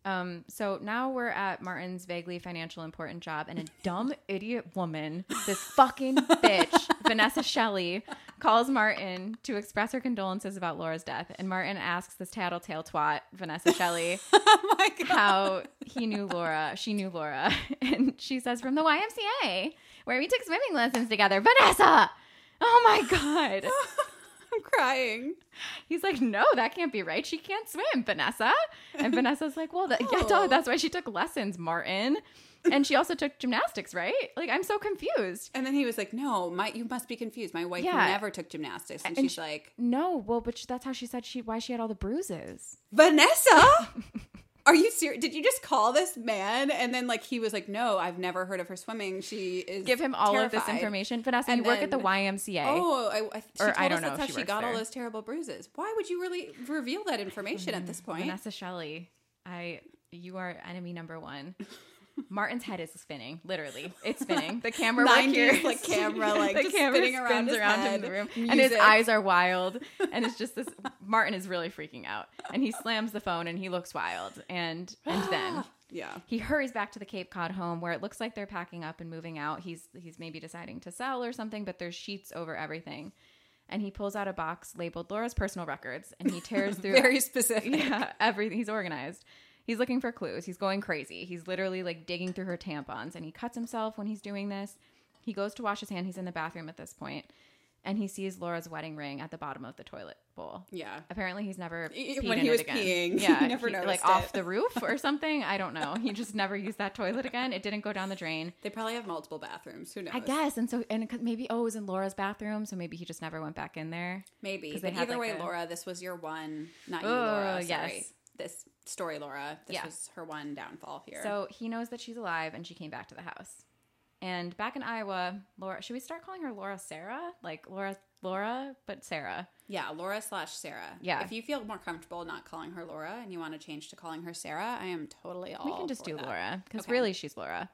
Speaker 1: Um, so now we're at Martin's vaguely financial important job, and a dumb idiot woman, this fucking bitch, Vanessa Shelley, calls Martin to express her condolences about Laura's death. And Martin asks this tattletale twat, Vanessa Shelley,
Speaker 3: oh my god.
Speaker 1: how he knew Laura, she knew Laura, and she says from the YMCA where we took swimming lessons together. Vanessa, oh my god.
Speaker 3: I'm crying.
Speaker 1: He's like, no, that can't be right. She can't swim, Vanessa. And Vanessa's like, well, that, yeah, duh,
Speaker 3: Oh.
Speaker 1: that's why she took lessons, Martin. And she also took gymnastics, right? Like, I'm so confused.
Speaker 3: And then he was like, "No, my you must be confused. My wife
Speaker 1: Yeah.
Speaker 3: never took gymnastics." And,
Speaker 1: And
Speaker 3: she's
Speaker 1: she-
Speaker 3: like,
Speaker 1: No, well, but that's how she said she why she had all the bruises.
Speaker 3: "Vanessa, are you serious? Did you just call this man?" And then like he was like, "No, I've never heard of her swimming. She is
Speaker 1: Give him all of this
Speaker 3: terrified."
Speaker 1: information, Vanessa.
Speaker 3: And
Speaker 1: you work at the
Speaker 3: then-
Speaker 1: YMCA.
Speaker 3: Oh, I, I, she
Speaker 1: Or
Speaker 3: told
Speaker 1: I don't
Speaker 3: us
Speaker 1: know
Speaker 3: that's
Speaker 1: if
Speaker 3: how
Speaker 1: she
Speaker 3: she
Speaker 1: works
Speaker 3: got all
Speaker 1: there.
Speaker 3: those terrible bruises. Why would you really reveal that information at this point?
Speaker 1: Mm-hmm. Vanessa Shelley, I you are enemy number one. Martin's head is spinning, literally. It's spinning. The camera work
Speaker 3: 90s,
Speaker 1: here, is-
Speaker 3: like, camera, like,
Speaker 1: the
Speaker 3: just
Speaker 1: camera
Speaker 3: spinning around
Speaker 1: spins
Speaker 3: his
Speaker 1: around him in
Speaker 3: head.
Speaker 1: the room, and his
Speaker 3: Music.
Speaker 1: eyes are wild, and it's just this. Martin is really freaking out, and he slams the phone, and he looks wild, and and then
Speaker 3: yeah,
Speaker 1: he hurries back to the Cape Cod home where it looks like they're packing up and moving out. He's he's maybe deciding to sell or something, but there's sheets over everything. And he pulls out a box labeled Laura's personal records and he tears through
Speaker 3: very specific.
Speaker 1: yeah, everything. He's organized. He's looking for clues. He's going crazy. He's literally like digging through her tampons and he cuts himself when he's doing this. He goes to wash his hand. He's in the bathroom at this point and he sees Laura's wedding ring at the bottom of the toilet bowl.
Speaker 3: Yeah.
Speaker 1: Apparently, he's never
Speaker 3: E-
Speaker 1: peed
Speaker 3: when
Speaker 1: in
Speaker 3: he
Speaker 1: it
Speaker 3: was
Speaker 1: again.
Speaker 3: peeing,
Speaker 1: Yeah,
Speaker 3: he never
Speaker 1: like
Speaker 3: noticed
Speaker 1: off
Speaker 3: it.
Speaker 1: the roof or something. I don't know. He just never used that toilet again. It didn't go down the drain.
Speaker 3: They probably have multiple bathrooms. Who knows?
Speaker 1: I guess, and so and it could- maybe oh, it was in Laura's bathroom, so maybe he just never went back in there.
Speaker 3: Maybe.
Speaker 1: 'Cause
Speaker 3: But
Speaker 1: they had,
Speaker 3: either
Speaker 1: like,
Speaker 3: way,
Speaker 1: a-
Speaker 3: Laura, this was your one, not you,
Speaker 1: Oh,
Speaker 3: Laura. Sorry.
Speaker 1: yes.
Speaker 3: This story, Laura. This
Speaker 1: Yeah.
Speaker 3: was her one downfall here.
Speaker 1: So he knows that she's alive and she came back to the house. And back in Iowa, Laura, should we start calling her Laura Sarah? Like Laura, Laura, but Sarah.
Speaker 3: Yeah, Laura slash Sarah.
Speaker 1: Yeah.
Speaker 3: If you feel more comfortable not calling her Laura and you want to change to calling her Sarah, I am totally all.
Speaker 1: We can just
Speaker 3: for
Speaker 1: do
Speaker 3: that.
Speaker 1: Laura because
Speaker 3: Okay.
Speaker 1: really she's Laura.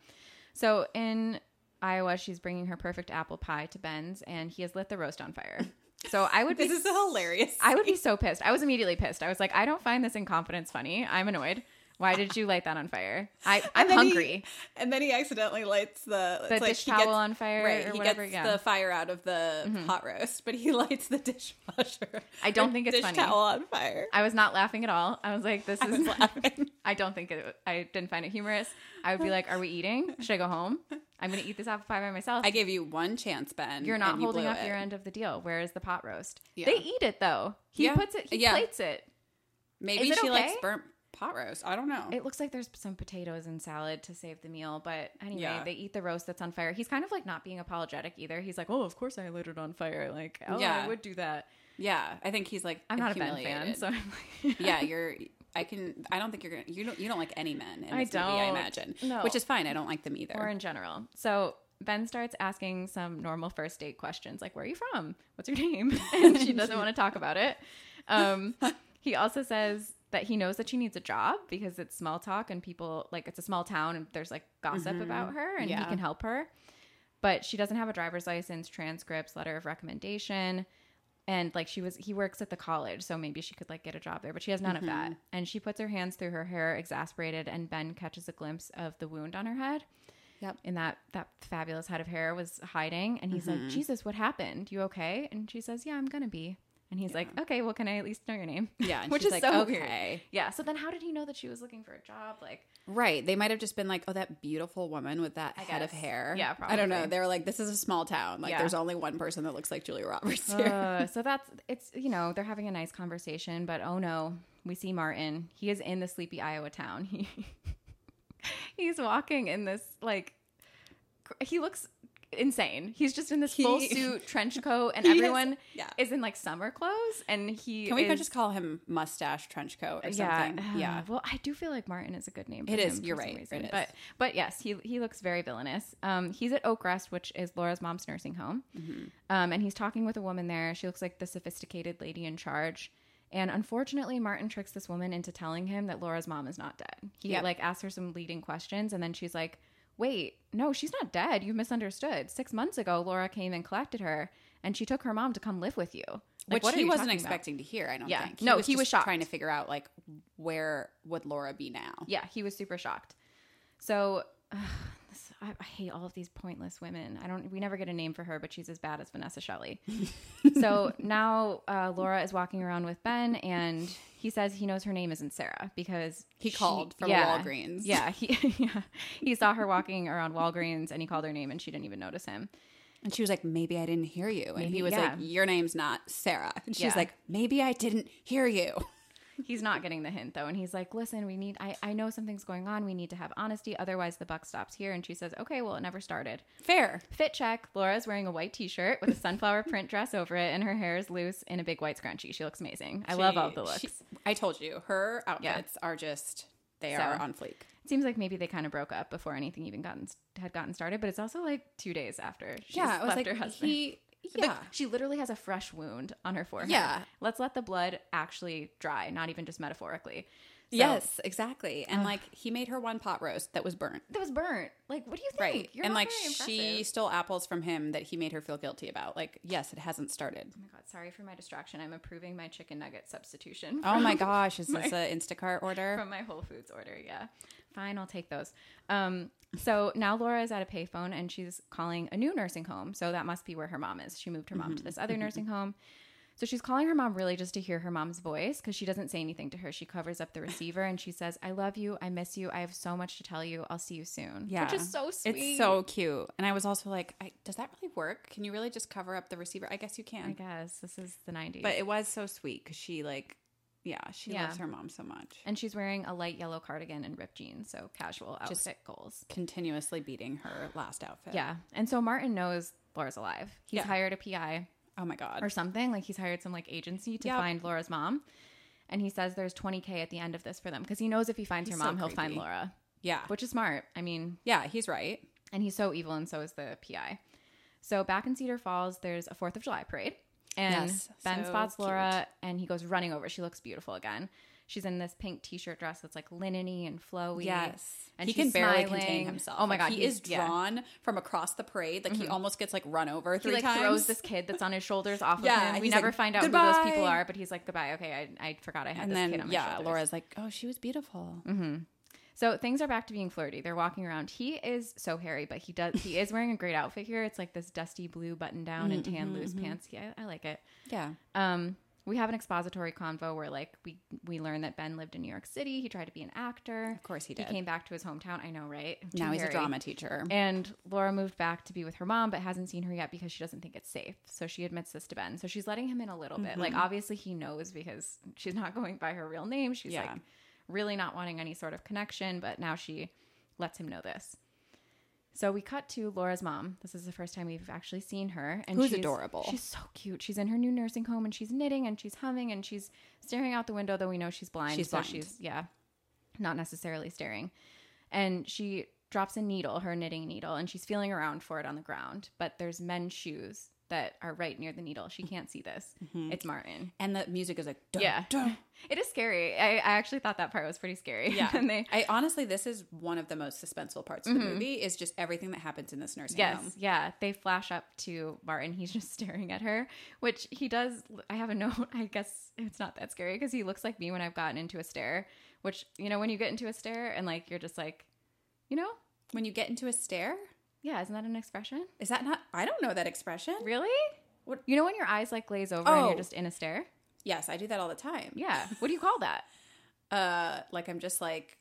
Speaker 1: So in Iowa, she's bringing her perfect apple pie to Ben's, and he has lit the roast on fire. So I would be
Speaker 3: This is hilarious.
Speaker 1: I would be so pissed. I was immediately pissed. I was like, I don't find this in confidence funny. I'm annoyed. Why did you light that on fire? I, I'm
Speaker 3: And then he-
Speaker 1: hungry.
Speaker 3: and then he accidentally lights the it's
Speaker 1: the
Speaker 3: like
Speaker 1: dish
Speaker 3: he
Speaker 1: towel
Speaker 3: gets-
Speaker 1: on fire
Speaker 3: Right,
Speaker 1: or
Speaker 3: he
Speaker 1: whatever.
Speaker 3: gets
Speaker 1: yeah. Mm-hmm.
Speaker 3: the fire out of the hot roast, but he lights the dishwasher.
Speaker 1: I don't
Speaker 3: or
Speaker 1: think it's
Speaker 3: dish
Speaker 1: funny.
Speaker 3: Towel on fire.
Speaker 1: I was not laughing at all. I was like, this
Speaker 3: I was
Speaker 1: is.
Speaker 3: laughing.
Speaker 1: I don't think it. I didn't find it humorous. I would be like, are we eating? Should I go home? I'm gonna eat this apple pie by myself.
Speaker 3: I gave you one chance, Ben.
Speaker 1: You're not
Speaker 3: and you
Speaker 1: holding
Speaker 3: blew
Speaker 1: up
Speaker 3: it.
Speaker 1: your end of the deal. Where is the pot roast?
Speaker 3: Yeah.
Speaker 1: They eat it though. He
Speaker 3: Yeah.
Speaker 1: puts it. He
Speaker 3: Yeah.
Speaker 1: plates it.
Speaker 3: Maybe
Speaker 1: Is it
Speaker 3: she likes
Speaker 1: okay?
Speaker 3: burnt pot roast. I don't know.
Speaker 1: It looks like there's some potatoes and salad to save the meal, but anyway,
Speaker 3: Yeah.
Speaker 1: they eat the roast that's on fire. He's kind of like not being apologetic either. He's like, "Oh, of course I lit it on fire. Like, oh,
Speaker 3: Yeah.
Speaker 1: I would do that."
Speaker 3: yeah, I think he's like.
Speaker 1: I'm not a Ben fan,
Speaker 3: humiliated.
Speaker 1: so I'm like,
Speaker 3: yeah, you're. I can. I don't think you're gonna. You don't. You don't like any men. In this
Speaker 1: I
Speaker 3: Movie, I
Speaker 1: don't.
Speaker 3: imagine.
Speaker 1: No.
Speaker 3: Which is fine. I don't like them either.
Speaker 1: or in general. So Ben starts asking some normal first date questions, like, "Where are you from? What's your name?" and she doesn't want to talk about it. Um, he also says that he knows that she needs a job because it's small talk and people like it's a small town and there's like gossip about her, and he
Speaker 3: Mm-hmm. Yeah.
Speaker 1: can help her. But she doesn't have a driver's license, transcripts, letter of recommendation. And like she was, he works at the college, so maybe she could like get a job there, but she has none of
Speaker 3: Mm-hmm.
Speaker 1: that. And she puts her hands through her hair, exasperated, and Ben catches a glimpse of the wound on her head in that that fabulous head of hair was hiding and he's
Speaker 3: Mm-hmm.
Speaker 1: like jesus what happened you okay and she says yeah i'm gonna be and he's like okay well can i at least know your name
Speaker 3: Yeah, and
Speaker 1: which
Speaker 3: she's
Speaker 1: is
Speaker 3: like,
Speaker 1: so
Speaker 3: "Okay."
Speaker 1: weird yeah so then how did he know that she was looking for a job like
Speaker 3: Right. They might have just been like, oh, that beautiful woman with that head of
Speaker 1: guess.
Speaker 3: hair.
Speaker 1: Yeah,
Speaker 3: I don't know.
Speaker 1: probably.
Speaker 3: They were like, this is a small town. Like,
Speaker 1: Yeah.
Speaker 3: there's only one person that looks like Julia Roberts here.
Speaker 1: uh, so that's it's you know they're having a nice conversation but oh no we see martin he is in the sleepy iowa town he he's walking in this like cr- he looks insane he's just in this full
Speaker 3: He-
Speaker 1: suit trench coat and
Speaker 3: He is-
Speaker 1: everyone
Speaker 3: yeah.
Speaker 1: is in like summer clothes and he
Speaker 3: Can we
Speaker 1: is-
Speaker 3: just call him mustache trench coat or something?
Speaker 1: Yeah, yeah. Well, I do feel like Martin is a good name. For
Speaker 3: It is.
Speaker 1: him
Speaker 3: You're
Speaker 1: for some
Speaker 3: right.
Speaker 1: reason.
Speaker 3: It is.
Speaker 1: But but yes, he he looks very villainous. Um, he's at Oakrest, which is Laura's mom's nursing home,
Speaker 3: Mm-hmm.
Speaker 1: um, and he's talking with a woman there. She looks like the sophisticated lady in charge. And unfortunately, Martin tricks this woman into telling him that Laura's mom is not dead. He
Speaker 3: Yep.
Speaker 1: like asks her some leading questions, and then she's like, "Wait, no, she's not dead. You misunderstood. Six months ago, Laura came and collected her, and she took her mom to come live with you." Like,
Speaker 3: Which
Speaker 1: what are
Speaker 3: he
Speaker 1: you
Speaker 3: wasn't
Speaker 1: talking about?
Speaker 3: expecting to hear, I don't
Speaker 1: Yeah.
Speaker 3: think.
Speaker 1: No, he was
Speaker 3: just
Speaker 1: shocked.
Speaker 3: Trying to figure out, like, where would Laura be now?
Speaker 1: Yeah, he was super shocked. So this, I, I hate all of these pointless women. I don't. We never get a name for her, but she's as bad as Vanessa Shelley. so now uh, Laura is walking around with Ben, and he says he knows her name isn't Sarah because
Speaker 3: He
Speaker 1: she-
Speaker 3: called from
Speaker 1: yeah.
Speaker 3: Walgreens.
Speaker 1: Yeah, he yeah. he saw her walking around Walgreens, and he called her name, and she didn't even notice him.
Speaker 3: And she was like, maybe I didn't hear you. And
Speaker 1: Maybe-
Speaker 3: he was like,
Speaker 1: yeah.
Speaker 3: your name's not Sarah. And she's
Speaker 1: Yeah.
Speaker 3: like, maybe I didn't hear you.
Speaker 1: He's not getting the hint though, and he's like, "Listen, we need. I I know something's going on. We need to have honesty, otherwise the buck stops here." And she says, "Okay, well, it never started."
Speaker 3: Fair.
Speaker 1: Fit check. Laura's wearing a white t-shirt with a sunflower print dress over it, and her hair is loose in a big white scrunchie. She looks amazing. I love all
Speaker 3: She-
Speaker 1: the looks.
Speaker 3: she- I told you, her outfits are just, they
Speaker 1: So-
Speaker 3: are on fleek.
Speaker 1: It seems like maybe they kind of broke up before anything even gotten had gotten started, but it's also like two days after she's
Speaker 3: yeah, I was
Speaker 1: left
Speaker 3: like,
Speaker 1: her husband.
Speaker 3: he,
Speaker 1: Like,
Speaker 3: yeah.
Speaker 1: she literally has a fresh wound on her forehead.
Speaker 3: Yeah.
Speaker 1: let's let the blood actually dry, not even just metaphorically. So-
Speaker 3: yes, exactly. And like, he made her one pot roast that was burnt.
Speaker 1: that was burnt. Like, what do you think?
Speaker 3: Right.
Speaker 1: You're
Speaker 3: and
Speaker 1: not
Speaker 3: like,
Speaker 1: very
Speaker 3: she
Speaker 1: impressive.
Speaker 3: stole apples from him that he made her feel guilty about. Like, yes, it hasn't started.
Speaker 1: Oh my god! Sorry for my distraction. I'm approving my chicken nugget substitution.
Speaker 3: Oh my
Speaker 1: from-
Speaker 3: gosh, is this an Instacart order?
Speaker 1: from my Whole Foods order. Yeah, fine, I'll take those. Um, so now Laura is at a payphone and she's calling a new nursing home. So that must be where her mom is. She moved her mom
Speaker 3: Mm-hmm.
Speaker 1: to this other nursing home. So she's calling her mom really just to hear her mom's voice because she doesn't say anything to her. She covers up the receiver and she says, "I love you. I miss you. I have so much to tell you. I'll see you soon."
Speaker 3: Yeah.
Speaker 1: which is so sweet.
Speaker 3: It's so cute. And I was also like, I, does that really work? Can you really just cover up the receiver? I guess you
Speaker 1: I
Speaker 3: can.
Speaker 1: guess this is the '90s.
Speaker 3: But it was so sweet because she, like, yeah, she
Speaker 1: Yeah.
Speaker 3: loves her mom so much.
Speaker 1: and she's wearing a light yellow cardigan and ripped jeans, so casual outfit
Speaker 3: Just-
Speaker 1: goals.
Speaker 3: Continuously beating her last outfit.
Speaker 1: Yeah, and so Martin knows Laura's alive. He's
Speaker 3: Yeah.
Speaker 1: hired a PI.
Speaker 3: Oh my God.
Speaker 1: or something. Like he's hired some like agency to
Speaker 3: Yep.
Speaker 1: find Laura's mom. And he says there's 20K at the end of this for them because he knows if he finds
Speaker 3: He's
Speaker 1: her mom,
Speaker 3: so
Speaker 1: he'll find
Speaker 3: creepy.
Speaker 1: Laura,
Speaker 3: Yeah.
Speaker 1: which is smart. I mean,
Speaker 3: Yeah, he's right.
Speaker 1: and he's so evil, and so is the PI. So back in Cedar Falls, there's a 4th of July parade. And
Speaker 3: Yes.
Speaker 1: Ben
Speaker 3: So
Speaker 1: spots
Speaker 3: cute.
Speaker 1: Laura and he goes running over. She looks beautiful again. She's in this pink t-shirt dress that's like linen-y and flowy.
Speaker 3: Yes.
Speaker 1: And
Speaker 3: he
Speaker 1: she's
Speaker 3: can barely
Speaker 1: smiling.
Speaker 3: contain himself.
Speaker 1: Oh my
Speaker 3: Like,
Speaker 1: god,
Speaker 3: He
Speaker 1: he's-
Speaker 3: is
Speaker 1: yeah. Mm-hmm.
Speaker 3: drawn from across the parade. Like he almost gets like run over
Speaker 1: He
Speaker 3: three
Speaker 1: like
Speaker 3: times.
Speaker 1: throws this kid that's on his shoulders off
Speaker 3: Yeah,
Speaker 1: of him.
Speaker 3: and
Speaker 1: We
Speaker 3: he's
Speaker 1: never
Speaker 3: like,
Speaker 1: find out who those people
Speaker 3: "Goodbye."
Speaker 1: are, but he's like, "Goodbye, okay, I, I forgot I had
Speaker 3: and
Speaker 1: this
Speaker 3: then
Speaker 1: kid on my
Speaker 3: yeah,
Speaker 1: shoulders." Mm-hmm.
Speaker 3: Laura's like, "Oh, she was beautiful."
Speaker 1: So things are back to being flirty. They're walking around. He is so hairy, but he does he is wearing a great outfit here. It's like this dusty blue button down and tan
Speaker 3: Mm-hmm,
Speaker 1: loose pants. Yeah, I like it.
Speaker 3: Yeah.
Speaker 1: Um, we have an expository convo where like we we learn that Ben lived in New York City. He tried to be an actor.
Speaker 3: Of course
Speaker 1: He
Speaker 3: he did.
Speaker 1: came back to his hometown. I know, right? Too
Speaker 3: now he's
Speaker 1: hairy.
Speaker 3: a drama teacher.
Speaker 1: And Laura moved back to be with her mom, but hasn't seen her yet because she doesn't think it's safe. So she admits this to Ben. So she's letting him in a little bit.
Speaker 3: Mm-hmm.
Speaker 1: Like, obviously, he knows because she's not going by her real name. She's
Speaker 3: Yeah.
Speaker 1: like really not wanting any sort of connection, but now she lets him know this. So we cut to Laura's mom. This is the first time we've actually seen her, and
Speaker 3: Who's
Speaker 1: she's-
Speaker 3: adorable.
Speaker 1: She's so cute. She's in her new nursing home, and she's knitting, and she's humming, and she's staring out the window. Though we know she's blind,
Speaker 3: She's
Speaker 1: so
Speaker 3: blind.
Speaker 1: she's yeah, not necessarily staring. And she drops a needle, her knitting needle, and she's feeling around for it on the ground. But there's men's shoes that are right near the needle. She can't see this.
Speaker 3: Mm-hmm.
Speaker 1: It's Martin.
Speaker 3: And the music is like, dun,
Speaker 1: Yeah.
Speaker 3: dun.
Speaker 1: It is scary. I, I actually thought that part was pretty scary.
Speaker 3: Yeah.
Speaker 1: and they Mm-hmm.
Speaker 3: I honestly, this is one of the most suspenseful parts of the movie is just everything that happens in this nursing
Speaker 1: Yes,
Speaker 3: home.
Speaker 1: yeah. They flash up to Martin. He's just staring at her, which he does. I have a note. I guess it's not that scary because he looks like me when I've gotten into a stare, which, you know, when you get into a stare and like you're just like, you know,
Speaker 3: When you get into a stare,
Speaker 1: yeah, isn't that an expression?
Speaker 3: is that not? I don't know that expression.
Speaker 1: Really?
Speaker 3: What-
Speaker 1: You know, when your eyes like glaze over and
Speaker 3: Oh.
Speaker 1: you're just in a stare?
Speaker 3: Yes, I do that all the time.
Speaker 1: Yeah. What do you call that?
Speaker 3: Uh, like I'm just like,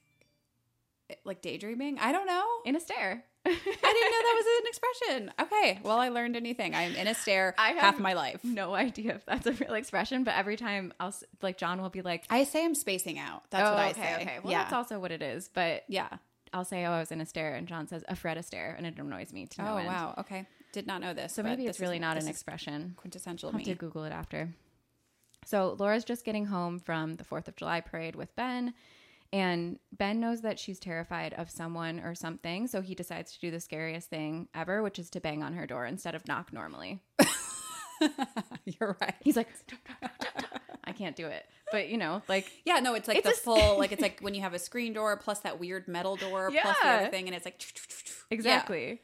Speaker 3: like daydreaming. I don't know.
Speaker 1: In a stare.
Speaker 3: I didn't know that was an expression. Okay, well, I learned anything. I'm in a stare
Speaker 1: I have-
Speaker 3: half my life.
Speaker 1: no idea if that's a real expression, but every time I'll, s- like, John will be like,
Speaker 3: I say I'm spacing out. That's
Speaker 1: oh,
Speaker 3: what I
Speaker 1: okay,
Speaker 3: say.
Speaker 1: okay. Well,
Speaker 3: yeah.
Speaker 1: that's also what it is, but
Speaker 3: yeah.
Speaker 1: I'll say, "Oh, I was in a stare," and John says, "A Fred Astaire," and it annoys me to no
Speaker 3: Oh
Speaker 1: end.
Speaker 3: wow. Okay. Did not know this.
Speaker 1: So
Speaker 3: but
Speaker 1: maybe
Speaker 3: this
Speaker 1: it's really
Speaker 3: is-
Speaker 1: not
Speaker 3: this
Speaker 1: an
Speaker 3: is
Speaker 1: expression.
Speaker 3: quintessential
Speaker 1: I'll have to
Speaker 3: me.
Speaker 1: Google it after. So Laura's just getting home from the Fourth of July parade with Ben, and Ben knows that she's terrified of someone or something, so he decides to do the scariest thing ever, which is to bang on her door instead of knock normally.
Speaker 3: You're right.
Speaker 1: He's like, "I can't do it," but you know, like
Speaker 3: Yeah, no, it's like
Speaker 1: It's
Speaker 3: the
Speaker 1: a s-
Speaker 3: full, like it's like when you have a screen door plus that weird metal door plus the other
Speaker 1: Yeah.
Speaker 3: thing, and it's like Yeah.
Speaker 1: Exactly.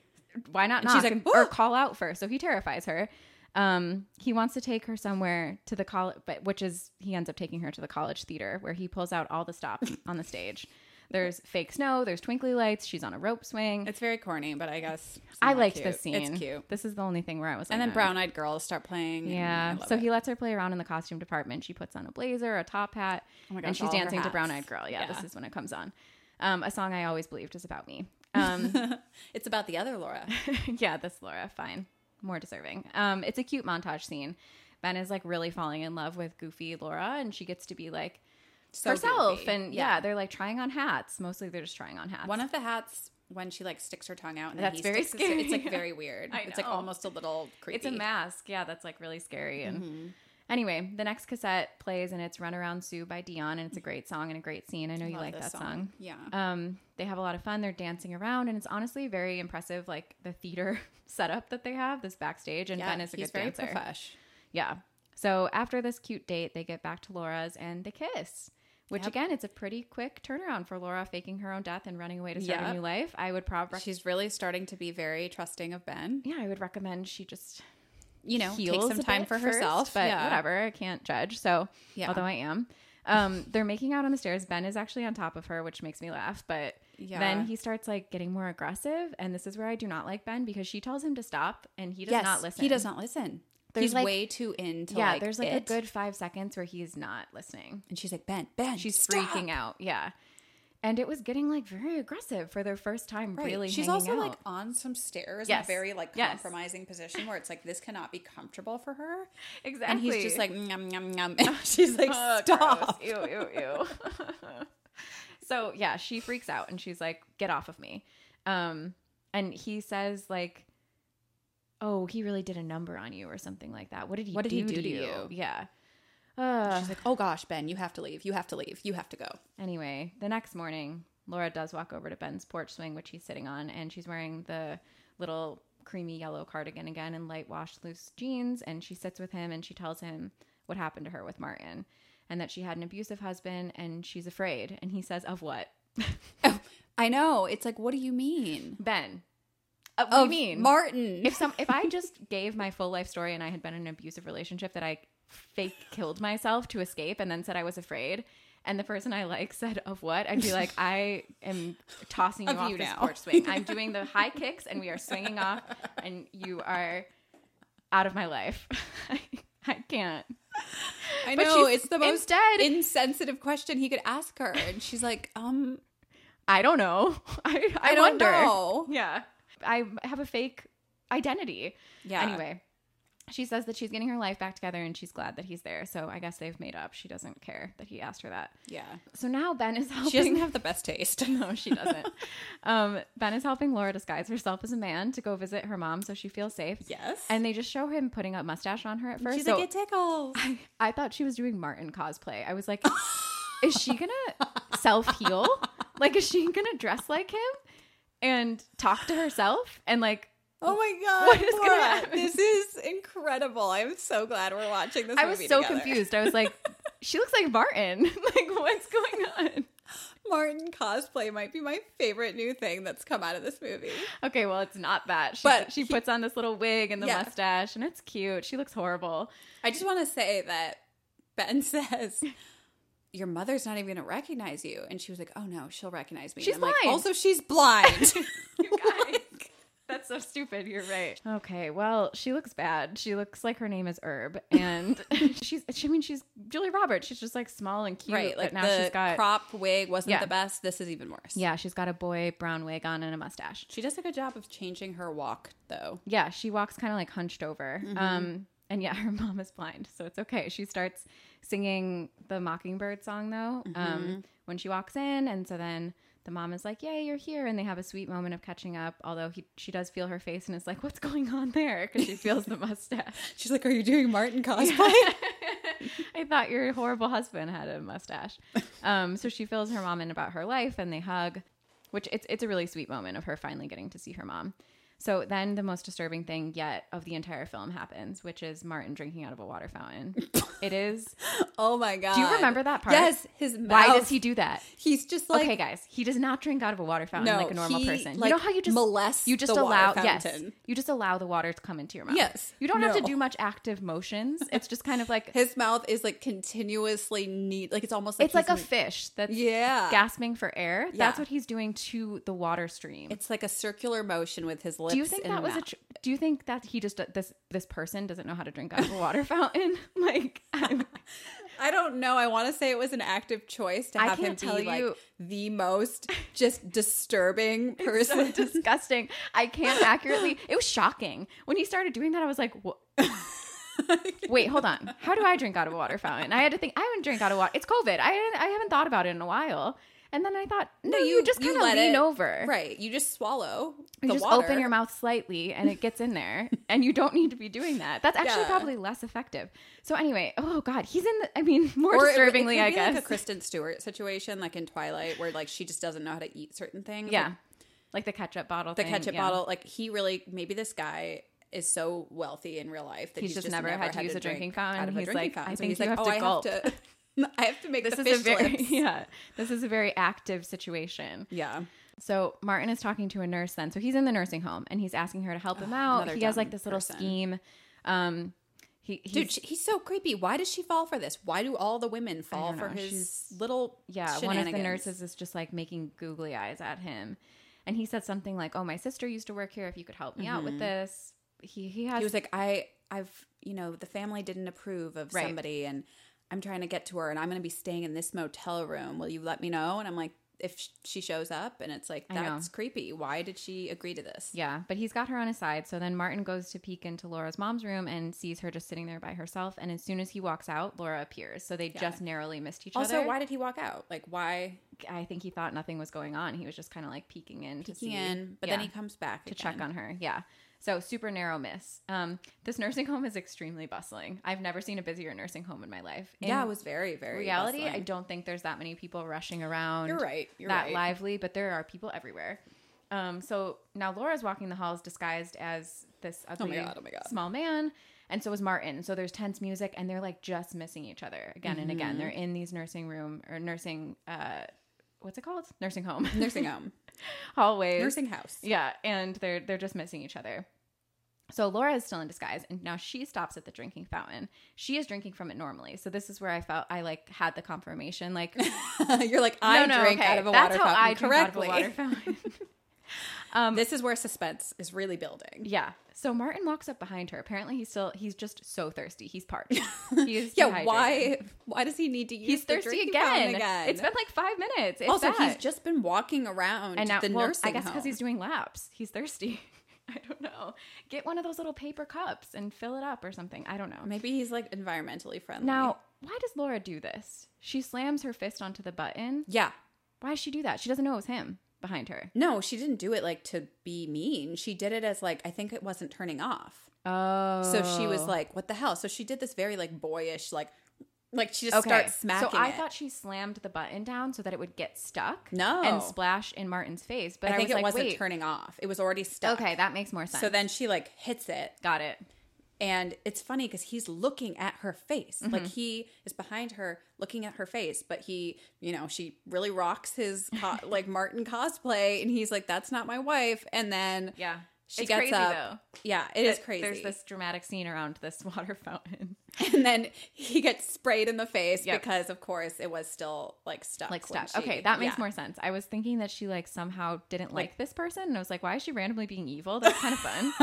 Speaker 1: Why not
Speaker 3: she's
Speaker 1: knock
Speaker 3: like,
Speaker 1: and-
Speaker 3: "Whoa."
Speaker 1: or call out first? So he terrifies her. Um, he wants to take her somewhere to the college, but which is he ends up taking her to the college theater where he pulls out all the stops on the stage. There's fake snow. There's twinkly lights. She's on a rope swing.
Speaker 3: It's very corny, but I guess
Speaker 1: I
Speaker 3: somewhat
Speaker 1: liked
Speaker 3: cute.
Speaker 1: this scene.
Speaker 3: It's cute.
Speaker 1: This is the only thing where I was.
Speaker 3: And
Speaker 1: like,
Speaker 3: then
Speaker 1: "Oh."
Speaker 3: brown eyed girls start playing. and
Speaker 1: Yeah.
Speaker 3: I love
Speaker 1: So
Speaker 3: it.
Speaker 1: he lets her play around in the costume department. She puts on a blazer, a top hat,
Speaker 3: Oh my
Speaker 1: and
Speaker 3: gosh,
Speaker 1: she's
Speaker 3: all her
Speaker 1: dancing to
Speaker 3: hats.
Speaker 1: Brown Eyed Girl. Yeah,
Speaker 3: Yeah.
Speaker 1: This is when it comes on. Um, a song I always believed is about me. Um,
Speaker 3: it's about the other Laura.
Speaker 1: yeah, this Laura, fine. More deserving. Um, it's a cute montage scene. Ben is like really falling in love with goofy Laura, and she gets to be like
Speaker 3: So
Speaker 1: herself.
Speaker 3: goofy.
Speaker 1: And yeah. they're like trying on hats. Mostly they're just trying on hats.
Speaker 3: One of the hats when she like sticks her tongue out and then
Speaker 1: That's
Speaker 3: he
Speaker 1: very
Speaker 3: sticks his-
Speaker 1: scary.
Speaker 3: it's like very weird.
Speaker 1: I
Speaker 3: It's like
Speaker 1: know.
Speaker 3: almost a little creepy.
Speaker 1: it's a mask. Yeah, that's like really scary. And
Speaker 3: Mm-hmm.
Speaker 1: anyway, the next cassette plays, and it's Run Around Sue by Dion, and it's a great song and a great scene. I know you
Speaker 3: Love
Speaker 1: like
Speaker 3: this
Speaker 1: that song.
Speaker 3: Yeah.
Speaker 1: Um, they have a lot of fun. They're dancing around, and it's honestly very impressive, like the theater setup that they have, this backstage. And
Speaker 3: yeah,
Speaker 1: Ben is a
Speaker 3: he's
Speaker 1: good
Speaker 3: very
Speaker 1: dancer.
Speaker 3: profesh.
Speaker 1: Yeah. So after this cute date, they get back to Laura's and they kiss, which again, it's a pretty quick turnaround for Laura faking her own death and running away to start
Speaker 3: Yep.
Speaker 1: a new life. I would probably,
Speaker 3: She's really starting to be very trusting of Ben.
Speaker 1: yeah, I would recommend she just
Speaker 3: You know, take
Speaker 1: heals
Speaker 3: some
Speaker 1: a
Speaker 3: time
Speaker 1: bit
Speaker 3: for
Speaker 1: first,
Speaker 3: herself,
Speaker 1: but
Speaker 3: yeah.
Speaker 1: whatever. I can't judge. So,
Speaker 3: Yeah.
Speaker 1: although I am. Um, they're making out on the stairs. Ben is actually on top of her, which makes me laugh. But
Speaker 3: Yeah.
Speaker 1: then he starts like getting more aggressive, and this is where I do not like Ben because she tells him to stop, and he does not listen.
Speaker 3: He does not listen.
Speaker 1: There's,
Speaker 3: He's
Speaker 1: like-
Speaker 3: way too into
Speaker 1: Yeah,
Speaker 3: like,
Speaker 1: there's like a
Speaker 3: it.
Speaker 1: good five seconds where he's not listening.
Speaker 3: and she's like Ben, Ben.
Speaker 1: She's
Speaker 3: stop."
Speaker 1: freaking out. Yeah. And it was getting like very aggressive for their first time
Speaker 3: Right.
Speaker 1: really.
Speaker 3: She's
Speaker 1: hanging
Speaker 3: also like
Speaker 1: out.
Speaker 3: on some stairs in
Speaker 1: Yes.
Speaker 3: a very like
Speaker 1: Yes.
Speaker 3: compromising position where it's like this cannot be comfortable for her.
Speaker 1: exactly.
Speaker 3: And he's just like nom nom nom. And she's like
Speaker 1: Ugh,
Speaker 3: stop.
Speaker 1: gross. Ew, ew, ew. so yeah, she freaks out and she's like, get off of me. Um, and he says like, oh, he really did a number on you or something like that. What did he,
Speaker 3: What did
Speaker 1: do,
Speaker 3: he do
Speaker 1: to
Speaker 3: to
Speaker 1: you?
Speaker 3: you?
Speaker 1: Yeah. Uh,
Speaker 3: She's like, oh gosh, Ben, you have to leave. You have to leave. You have to go.
Speaker 1: Anyway, the next morning, Laura does walk over to Ben's porch swing, which he's sitting on, and she's wearing the little creamy yellow cardigan again and light washed loose jeans. And she sits with him and she tells him what happened to her with Martin and that she had an abusive husband and she's afraid. And he says, Of what?
Speaker 3: I know. It's like, what do you mean?
Speaker 1: Ben. Uh, what do you
Speaker 3: Of
Speaker 1: mean?
Speaker 3: Martin?
Speaker 1: if some if I just gave my full life story and I had been in an abusive relationship that I fake killed myself to escape and then said I was afraid and the person I like said of what I'd be like I am tossing you
Speaker 3: Of
Speaker 1: off
Speaker 3: you
Speaker 1: this
Speaker 3: now.
Speaker 1: porch swing I'm doing the high kicks and we are swinging off and you are out of my life I, I can't
Speaker 3: I
Speaker 1: But
Speaker 3: know.
Speaker 1: she's-
Speaker 3: It's the most
Speaker 1: instead-
Speaker 3: insensitive question he could ask her, and she's like, um,
Speaker 1: I don't know I, I,
Speaker 3: I, don't
Speaker 1: wonder
Speaker 3: know.
Speaker 1: yeah I have a fake identity
Speaker 3: Yeah.
Speaker 1: Anyway, she says that she's getting her life back together and she's glad that he's there. So I guess they've made up. She doesn't care that he asked her that.
Speaker 3: Yeah.
Speaker 1: So now Ben is helping.
Speaker 3: She doesn't have the best taste.
Speaker 1: no, she doesn't. um, ben is helping Laura disguise herself as a man to go visit her mom so she feels safe.
Speaker 3: Yes.
Speaker 1: And they just show him putting a mustache on her at first.
Speaker 3: she's
Speaker 1: so
Speaker 3: like, it tickles.
Speaker 1: I, I thought she was doing Martin cosplay. I was like, is she gonna self heal? Like, is she gonna dress like him and talk to herself and like
Speaker 3: Oh my god!
Speaker 1: What is gonna
Speaker 3: Laura,
Speaker 1: happen?
Speaker 3: This is incredible. I'm so glad we're watching this.
Speaker 1: I was
Speaker 3: movie
Speaker 1: so
Speaker 3: together.
Speaker 1: confused. I was like, she looks like Martin. like, what's going on?
Speaker 3: Martin cosplay might be my favorite new thing that's come out of this movie.
Speaker 1: Okay, well, it's not that. She,
Speaker 3: But
Speaker 1: she puts on this little wig and the
Speaker 3: Yeah.
Speaker 1: mustache, and it's cute. She looks horrible.
Speaker 3: I just want to say that Ben says. Your mother's not even going to recognize you. And she was like, oh no, she'll recognize me. And
Speaker 1: She's
Speaker 3: I'm like,
Speaker 1: blind.
Speaker 3: also, she's blind.
Speaker 1: Guys, that's so stupid. You're right. Okay, well, she looks bad. She looks like her name is Herb, and she's. I mean, she's Julie Roberts. She's just like small and cute.
Speaker 3: right.
Speaker 1: but
Speaker 3: Like,
Speaker 1: now
Speaker 3: the
Speaker 1: she's got.
Speaker 3: crop wig wasn't
Speaker 1: Yeah.
Speaker 3: the best. This is even worse.
Speaker 1: yeah, she's got a boy brown wig on and a mustache.
Speaker 3: She does a good job of changing her walk, though.
Speaker 1: Yeah, she walks kind of like hunched over. Um, and yeah, her mom is blind, so it's okay. She starts singing the Mockingbird song though um, when she walks in, and so then the mom is like, "Yay, you're here!" and they have a sweet moment of catching up. Although he, she does feel her face and is like, "What's going on there?" because she feels the mustache.
Speaker 3: She's like, are you doing Martin cosplay?
Speaker 1: I thought your horrible husband had a mustache. Um, so she fills her mom in about her life, and they hug, which it's it's a really sweet moment of her finally getting to see her mom. So then the most disturbing thing yet of the entire film happens, which is Martin drinking out of a water fountain. it is.
Speaker 3: Oh my god!
Speaker 1: Do you remember that part?
Speaker 3: Yes, his mouth.
Speaker 1: Why does he do that?
Speaker 3: He's just like
Speaker 1: okay, guys, he does not drink out of a water fountain
Speaker 3: No,
Speaker 1: like a normal
Speaker 3: he,
Speaker 1: person.
Speaker 3: like,
Speaker 1: you know how you just
Speaker 3: molests
Speaker 1: you just
Speaker 3: the water
Speaker 1: allow yes,
Speaker 3: fountain.
Speaker 1: you just allow the water to come into your mouth.
Speaker 3: Yes.
Speaker 1: you don't have to
Speaker 3: No.
Speaker 1: do much active motions. It's just kind of like
Speaker 3: His mouth is like continuously neat. Like it's almost like
Speaker 1: it's like a
Speaker 3: he's-
Speaker 1: fish that's
Speaker 3: yeah.
Speaker 1: gasping for air.
Speaker 3: Yeah.
Speaker 1: That's what he's doing to the water stream.
Speaker 3: It's like a circular motion with his lips.
Speaker 1: do you think
Speaker 3: and
Speaker 1: that was a?
Speaker 3: mouth.
Speaker 1: Tr- do you think that he just this this person doesn't know how to drink out of a water fountain? Like, I'm-
Speaker 3: I don't know. I want to say it was an active choice to
Speaker 1: I
Speaker 3: have him
Speaker 1: can't
Speaker 3: be
Speaker 1: tell
Speaker 3: like
Speaker 1: you-
Speaker 3: the most just disturbing person.
Speaker 1: so disgusting. I can't accurately. It was shocking when he started doing that. I was like, "Wha- Wait, hold on. How do I drink out of a water fountain? I had to think. I haven't drink out of water. It's COVID. I haven't- I haven't thought about it in a while. And then I thought, no, you, just kind of
Speaker 3: let
Speaker 1: lean
Speaker 3: it-
Speaker 1: over,
Speaker 3: Right. You just swallow.
Speaker 1: You
Speaker 3: the
Speaker 1: just
Speaker 3: water.
Speaker 1: open your mouth slightly and it gets in there, and you don't need to be doing that. That's actually
Speaker 3: Yeah.
Speaker 1: probably less effective. So anyway, oh god, he's in. the I mean, more
Speaker 3: Or it- it
Speaker 1: disturbingly,
Speaker 3: could
Speaker 1: I
Speaker 3: be
Speaker 1: guess.
Speaker 3: like a Kristen Stewart situation, like in Twilight, where like she just doesn't know how to eat certain things.
Speaker 1: yeah,
Speaker 3: Like,
Speaker 1: like the ketchup bottle.
Speaker 3: the
Speaker 1: thing,
Speaker 3: ketchup
Speaker 1: yeah.
Speaker 3: bottle. Like he really, maybe this guy is so wealthy in real life that
Speaker 1: He's
Speaker 3: he's,
Speaker 1: just never had to use a
Speaker 3: drink
Speaker 1: drinking fountain.
Speaker 3: out of a
Speaker 1: He's
Speaker 3: drinking
Speaker 1: like,
Speaker 3: fountain.
Speaker 1: I
Speaker 3: So
Speaker 1: think
Speaker 3: he's
Speaker 1: you
Speaker 3: like,
Speaker 1: have
Speaker 3: oh,
Speaker 1: to
Speaker 3: I
Speaker 1: gulp."
Speaker 3: have to, I have to make
Speaker 1: This
Speaker 3: the
Speaker 1: is a
Speaker 3: fish
Speaker 1: very
Speaker 3: lips.
Speaker 1: yeah. This is a very active situation.
Speaker 3: Yeah.
Speaker 1: So Martin is talking to a nurse then. So he's in the nursing home and he's asking her to help him out.
Speaker 3: another
Speaker 1: He has like
Speaker 3: dumb
Speaker 1: this little
Speaker 3: person.
Speaker 1: scheme. Um, he, he's,
Speaker 3: Dude, she, he's so creepy. Why does she fall for this? Why do all the women fall
Speaker 1: don't
Speaker 3: for
Speaker 1: know.
Speaker 3: his
Speaker 1: She's-
Speaker 3: little
Speaker 1: yeah, one of the
Speaker 3: shenanigans?
Speaker 1: nurses is just like making googly eyes at him, and he said something like, "Oh, my sister used to work here. If you could help me out with this." He he has
Speaker 3: Mm-hmm. He was like, I, I've, you know, the family didn't approve of
Speaker 1: Right.
Speaker 3: somebody, and I'm trying to get to her, and I'm going to be staying in this motel room. Will you let me know? And I'm like, if sh- she shows up, and it's like,
Speaker 1: I know.
Speaker 3: that's creepy. Why did she agree to this?
Speaker 1: Yeah, but he's got her on his side. So then Martin goes to peek into Laura's mom's room and sees her just sitting there by herself. And as soon as he walks out, Laura appears. So they just narrowly missed each
Speaker 3: Also,
Speaker 1: other.
Speaker 3: why did he walk out? Like, why
Speaker 1: I think he thought nothing was going on. He was just kind of like peeking in to see
Speaker 3: he in? But
Speaker 1: yeah,
Speaker 3: then he comes back
Speaker 1: to check on her. Yeah. So super narrow miss. Um, this nursing home is extremely bustling. I've never seen a busier nursing home in my life. In
Speaker 3: yeah, it was very, very
Speaker 1: reality. I
Speaker 3: bustling.
Speaker 1: don't think there's that many people rushing around.
Speaker 3: You're right. You're
Speaker 1: that
Speaker 3: right.
Speaker 1: lively, but there are people everywhere. Um, so now Laura's walking the halls disguised as this ugly
Speaker 3: God, oh my God.
Speaker 1: small man, and so is Martin. So there's tense music, and they're like just missing each other again and again. They're
Speaker 3: Mm-hmm.
Speaker 1: in these nursing room or nursing, uh, what's it called? Nursing home,
Speaker 3: Nursing home,
Speaker 1: hallways,
Speaker 3: nursing house.
Speaker 1: yeah, and they're they're just missing each other. So Laura is still in disguise, and now she stops at the drinking fountain. She is drinking from it normally, so this is where I felt I like had the confirmation, like
Speaker 3: You're like, I
Speaker 1: no, no,
Speaker 3: drink
Speaker 1: okay,
Speaker 3: out of a
Speaker 1: that's
Speaker 3: water
Speaker 1: how
Speaker 3: fountain
Speaker 1: I drink out of a
Speaker 3: correctly.
Speaker 1: water fountain. Um,
Speaker 3: this is where suspense is really building.
Speaker 1: yeah. So Martin walks up behind her. Apparently, he's still he's just so thirsty. He's parched. He is
Speaker 3: Yeah,
Speaker 1: dehydrated.
Speaker 3: why? Why does he need to use?
Speaker 1: He's
Speaker 3: the
Speaker 1: thirsty
Speaker 3: drinking
Speaker 1: again.
Speaker 3: fountain again?
Speaker 1: It's been like five minutes. It's
Speaker 3: also he's
Speaker 1: that.
Speaker 3: just been walking around
Speaker 1: and now
Speaker 3: the
Speaker 1: well,
Speaker 3: nursing
Speaker 1: I guess because
Speaker 3: home.
Speaker 1: he's doing laps, he's thirsty. I don't know. Get one of those little paper cups and fill it up or something. I don't know.
Speaker 3: Maybe he's like environmentally friendly.
Speaker 1: Now, why does Laura do this? She slams her fist onto the button.
Speaker 3: yeah,
Speaker 1: Why does she do that? She doesn't know it was him behind her.
Speaker 3: no, she didn't do it like to be mean. She did it as like I think it wasn't turning off.
Speaker 1: Oh.
Speaker 3: So she was like, "What the hell?" So she did this very like boyish, like, like she just
Speaker 1: okay.
Speaker 3: starts smacking.
Speaker 1: so I
Speaker 3: it.
Speaker 1: thought she slammed the button down so that it would get stuck.
Speaker 3: No.
Speaker 1: And splash in Martin's face. But
Speaker 3: I
Speaker 1: I,
Speaker 3: think
Speaker 1: was
Speaker 3: it
Speaker 1: like,
Speaker 3: wasn't
Speaker 1: wait.
Speaker 3: turning off. It was already stuck.
Speaker 1: Okay, that makes more sense.
Speaker 3: So then she like hits it,
Speaker 1: Got it.
Speaker 3: and it's funny because he's looking at her face.
Speaker 1: Mm-hmm.
Speaker 3: Like he is behind her, looking at her face. But he, you know, she really rocks his co- like Martin cosplay, and he's like, "That's not my wife." And then
Speaker 1: Yeah.
Speaker 3: she
Speaker 1: it's
Speaker 3: gets
Speaker 1: crazy,
Speaker 3: up.
Speaker 1: though.
Speaker 3: Yeah, it is
Speaker 1: that
Speaker 3: crazy.
Speaker 1: There's this dramatic scene around this water fountain.
Speaker 3: and then he gets sprayed in the face
Speaker 1: Yep.
Speaker 3: because, of course, it was still like stuck.
Speaker 1: Like
Speaker 3: when
Speaker 1: stuck.
Speaker 3: she-
Speaker 1: okay, that makes
Speaker 3: yeah.
Speaker 1: more sense. I was thinking that she like somehow didn't like,
Speaker 3: Like-
Speaker 1: this person, and I was like, why is she randomly being evil? That's kind of fun.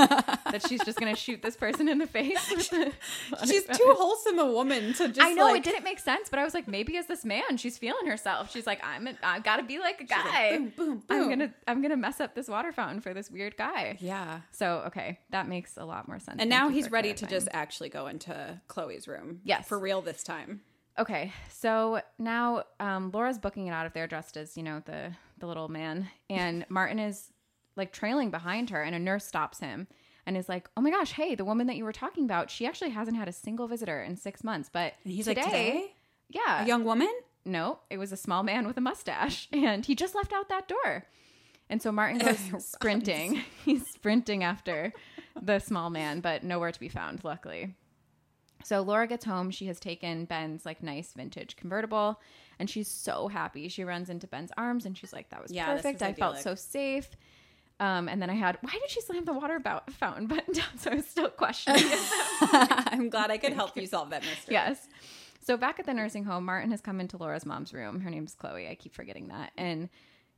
Speaker 1: that she's just gonna shoot this person in the face. with the water
Speaker 3: She's
Speaker 1: fountain.
Speaker 3: too wholesome a woman to just.
Speaker 1: I know
Speaker 3: like,
Speaker 1: it didn't make sense, but I was like, maybe as this man, she's feeling herself. She's like, I'm, a, I've got to be like a
Speaker 3: like,
Speaker 1: guy.
Speaker 3: boom, boom,
Speaker 1: I'm
Speaker 3: boom.
Speaker 1: gonna, I'm gonna mess up this water fountain for this weird guy.
Speaker 3: Yeah.
Speaker 1: So okay, that makes a lot more sense.
Speaker 3: And
Speaker 1: Thank
Speaker 3: now
Speaker 1: you
Speaker 3: he's
Speaker 1: for
Speaker 3: ready to
Speaker 1: clarifying.
Speaker 3: just actually go into Chloe's room.
Speaker 1: Yes.
Speaker 3: For real this time.
Speaker 1: Okay, so now um, Laura's booking it out of there, dressed as you know the the little man, and Martin is like trailing behind her, and a nurse stops him and is like, "Oh my gosh, hey, the woman that you were talking about, she actually hasn't had a single visitor in six months." But
Speaker 3: And he's
Speaker 1: today,
Speaker 3: like, today?
Speaker 1: yeah,
Speaker 3: A young woman?
Speaker 1: no, it was a small man with a mustache, and he just left out that door. And so Martin goes sprinting. He's sprinting after the small man, but nowhere to be found, luckily. So Laura gets home. She has taken Ben's like nice vintage convertible, and she's so happy. She runs into Ben's arms, and she's like, "That was
Speaker 3: Yeah, this
Speaker 1: perfect.
Speaker 3: is
Speaker 1: I felt
Speaker 3: idyllic."
Speaker 1: so safe." Um, and then I had, why did she slam the water about fountain button down? So I was still questioning. it.
Speaker 3: I'm glad I could help you solve that mystery.
Speaker 1: Yes. So back at the nursing home, Martin has come into Laura's mom's room. Her name's Chloe. I keep forgetting that. And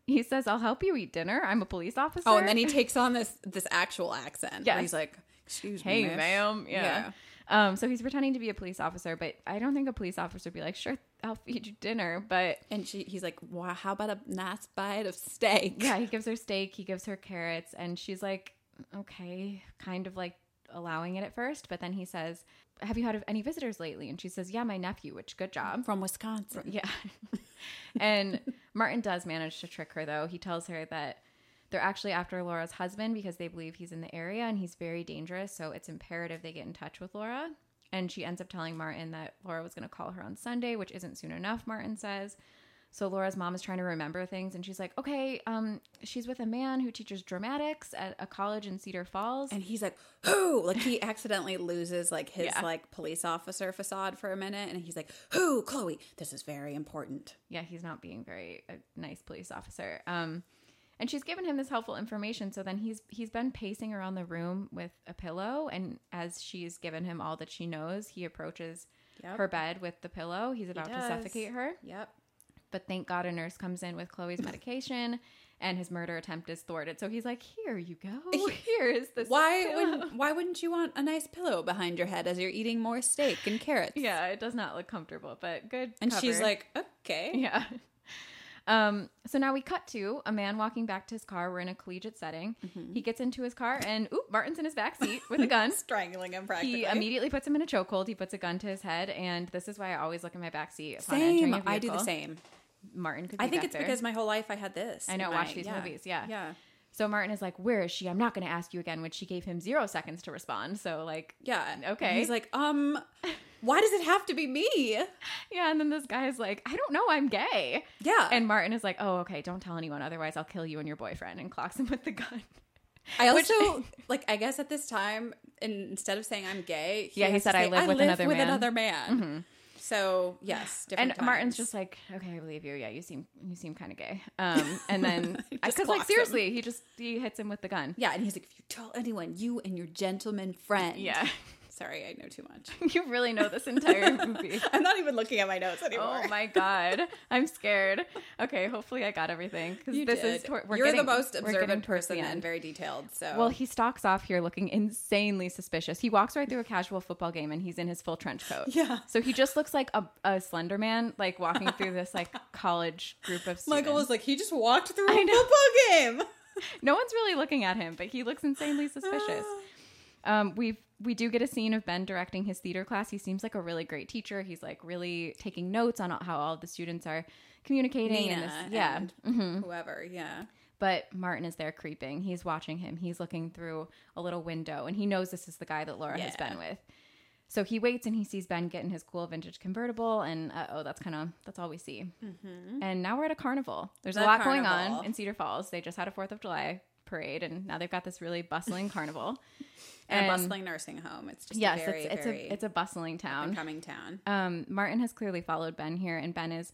Speaker 1: he says, I'll help you eat dinner. I'm a police officer.
Speaker 3: Oh, and then he takes on this this actual accent. Yeah.
Speaker 1: Yes.
Speaker 3: He's like, excuse
Speaker 1: Hey,
Speaker 3: me. miss."
Speaker 1: ma'am. Yeah. Um, so he's pretending to be a police officer, but I don't think a police officer would be like, sure, I'll feed you dinner. But
Speaker 3: And she, he's like, wow, how about a nice bite of steak?
Speaker 1: yeah, he gives her steak, he gives her carrots, and she's like, okay, kind of like allowing it at first. But then he says, Have you had any visitors lately? And she says, Yeah, my nephew, which good job.
Speaker 3: From Wisconsin.
Speaker 1: Yeah. and Martin does manage to trick her, though. He tells her that they're actually after Laura's husband because they believe he's in the area and he's very dangerous. So it's imperative they get in touch with Laura. And she ends up telling Martin that Laura was going to call her on Sunday, which isn't soon enough, Martin says. So Laura's mom is trying to remember things and she's like, okay, um, she's with a man who teaches dramatics at a college in Cedar Falls.
Speaker 3: And he's like, who? Like he accidentally loses like his
Speaker 1: Yeah.
Speaker 3: like police officer facade for a minute, and he's like, who? Chloe, this is very important.
Speaker 1: yeah, he's not being very a nice police officer. Um, and she's given him this helpful information. So then he's he's been pacing around the room with a pillow, and as she's given him all that she knows, he approaches
Speaker 3: Yep.
Speaker 1: her bed with the pillow. He's about to
Speaker 3: does.
Speaker 1: suffocate her,
Speaker 3: Yep.
Speaker 1: but thank God a nurse comes in with Chloe's medication, and his murder attempt is thwarted. So he's like, "Here you go. Here is this."
Speaker 3: Why
Speaker 1: pillow."
Speaker 3: would why wouldn't you want a nice pillow behind your head as you're eating more steak and carrots?
Speaker 1: Yeah, it does not look comfortable, but good.
Speaker 3: And she's
Speaker 1: cover.
Speaker 3: like, okay.
Speaker 1: Yeah. Um, so now we cut to a man walking back to his car. We're in a collegiate setting.
Speaker 3: Mm-hmm.
Speaker 1: He gets into his car and oop, Martin's in his back seat with a gun.
Speaker 3: Strangling him practically.
Speaker 1: he immediately puts him in a chokehold. He puts a gun to his head, and this is why I always look in my back seat. Upon entering
Speaker 3: same.
Speaker 1: a
Speaker 3: I do the
Speaker 1: vehicle.
Speaker 3: same.
Speaker 1: Martin could. Be
Speaker 3: I think
Speaker 1: back
Speaker 3: it's
Speaker 1: there.
Speaker 3: because my whole life I had this.
Speaker 1: I know.
Speaker 3: in
Speaker 1: Watch
Speaker 3: my-
Speaker 1: these
Speaker 3: yeah.
Speaker 1: movies. Yeah.
Speaker 3: Yeah.
Speaker 1: So Martin is like, "Where is she? I'm not going to ask you again." Which she gave him zero seconds to respond. So like,
Speaker 3: Yeah.
Speaker 1: Okay.
Speaker 3: He's like, um, Why does it have to be me?
Speaker 1: Yeah, and then this guy's like, I don't know, I'm gay.
Speaker 3: Yeah.
Speaker 1: And Martin is like, Oh, okay, don't tell anyone, otherwise I'll kill you and your boyfriend and clocks him with the gun.
Speaker 3: I also like I guess at this time in- instead of saying I'm gay,
Speaker 1: Yeah, he
Speaker 3: has to
Speaker 1: said, "I
Speaker 3: say,
Speaker 1: live with another man." Mm-hmm.
Speaker 3: man." So yes, different
Speaker 1: and Martin's
Speaker 3: times.
Speaker 1: just like, Okay, I believe you. Yeah, you seem you seem kinda gay. Um and then
Speaker 3: He just
Speaker 1: because
Speaker 3: clocks
Speaker 1: like
Speaker 3: him.
Speaker 1: seriously, he just he hits him with the gun.
Speaker 3: yeah, and he's like, if you tell anyone, you and your gentleman friend.
Speaker 1: Yeah.
Speaker 3: sorry, I know too much.
Speaker 1: you really know this entire movie.
Speaker 3: I'm not even looking at my notes anymore.
Speaker 1: Oh my god, I'm scared. Okay, hopefully I got everything because
Speaker 3: You
Speaker 1: this
Speaker 3: did.
Speaker 1: is tor- we're
Speaker 3: You're
Speaker 1: getting-
Speaker 3: the most
Speaker 1: we're getting
Speaker 3: observant
Speaker 1: towards the
Speaker 3: person and
Speaker 1: end.
Speaker 3: very detailed. So
Speaker 1: Well, he stalks off here looking insanely suspicious. He walks right through a casual football game and he's in his full trench coat.
Speaker 3: Yeah.
Speaker 1: So he just looks like a, a slender man, like walking through this like college group of students.
Speaker 3: Michael was like, he just walked through a
Speaker 1: I know.
Speaker 3: football game.
Speaker 1: no one's really looking at him, but he looks insanely suspicious. Um, we we do get a scene of Ben directing his theater class. He seems like a really great teacher. He's like really taking notes on how all the students are communicating. and
Speaker 3: Nina,
Speaker 1: this, yeah, Mm-hmm.
Speaker 3: and whoever, yeah.
Speaker 1: But Martin is there creeping. He's watching him. He's looking through a little window and he knows this is the guy that Laura has
Speaker 3: Yeah.
Speaker 1: been with. So he waits and he sees Ben getting his cool vintage convertible and uh oh, that's kind of that's all we see. And now we're at a carnival. There's a
Speaker 3: Mm-hmm. The
Speaker 1: lot going
Speaker 3: carnival.
Speaker 1: on in Cedar Falls. They just had a 4th of July parade and now they've got this really bustling carnival.
Speaker 3: And, a
Speaker 1: And-
Speaker 3: bustling nursing home. It's just
Speaker 1: Yes,
Speaker 3: a very,
Speaker 1: it's it's
Speaker 3: very
Speaker 1: a it's a bustling town.
Speaker 3: coming town.
Speaker 1: Um, Martin has clearly followed Ben here, and Ben is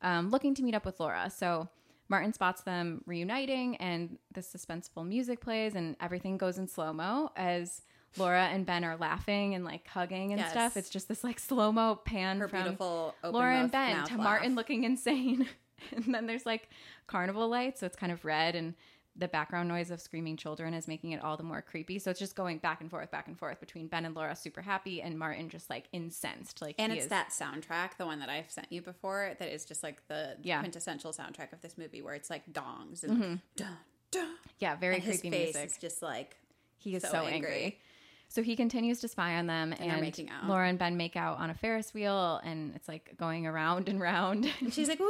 Speaker 1: um, looking to meet up with Laura. So Martin spots them reuniting, and the suspenseful music plays, and everything goes in slow mo as Laura and Ben are laughing and like hugging and
Speaker 3: Yes.
Speaker 1: stuff. It's just this like slow mo pan
Speaker 3: Her
Speaker 1: from
Speaker 3: beautiful open
Speaker 1: Laura and
Speaker 3: mouth-
Speaker 1: Ben
Speaker 3: mouth
Speaker 1: to Martin
Speaker 3: laugh.
Speaker 1: looking insane. and then there's like carnival lights, so it's kind of red and the background noise of screaming children is making it all the more creepy. So it's just going back and forth, back and forth between Ben and Laura, super happy, and Martin just like incensed. Like
Speaker 3: And
Speaker 1: he
Speaker 3: it's
Speaker 1: is-
Speaker 3: that soundtrack, the one that I've sent you before, that is just like the
Speaker 1: Yeah.
Speaker 3: quintessential soundtrack of this movie, where it's like gongs and dun dun.
Speaker 1: Yeah, very
Speaker 3: and his
Speaker 1: creepy
Speaker 3: face
Speaker 1: music.
Speaker 3: is just like
Speaker 1: he is so,
Speaker 3: so
Speaker 1: angry.
Speaker 3: angry.
Speaker 1: So he continues to spy on them, and,
Speaker 3: they're making out.
Speaker 1: Laura and Ben make out on a Ferris wheel, and it's like going around and round.
Speaker 3: and she's like, Woo!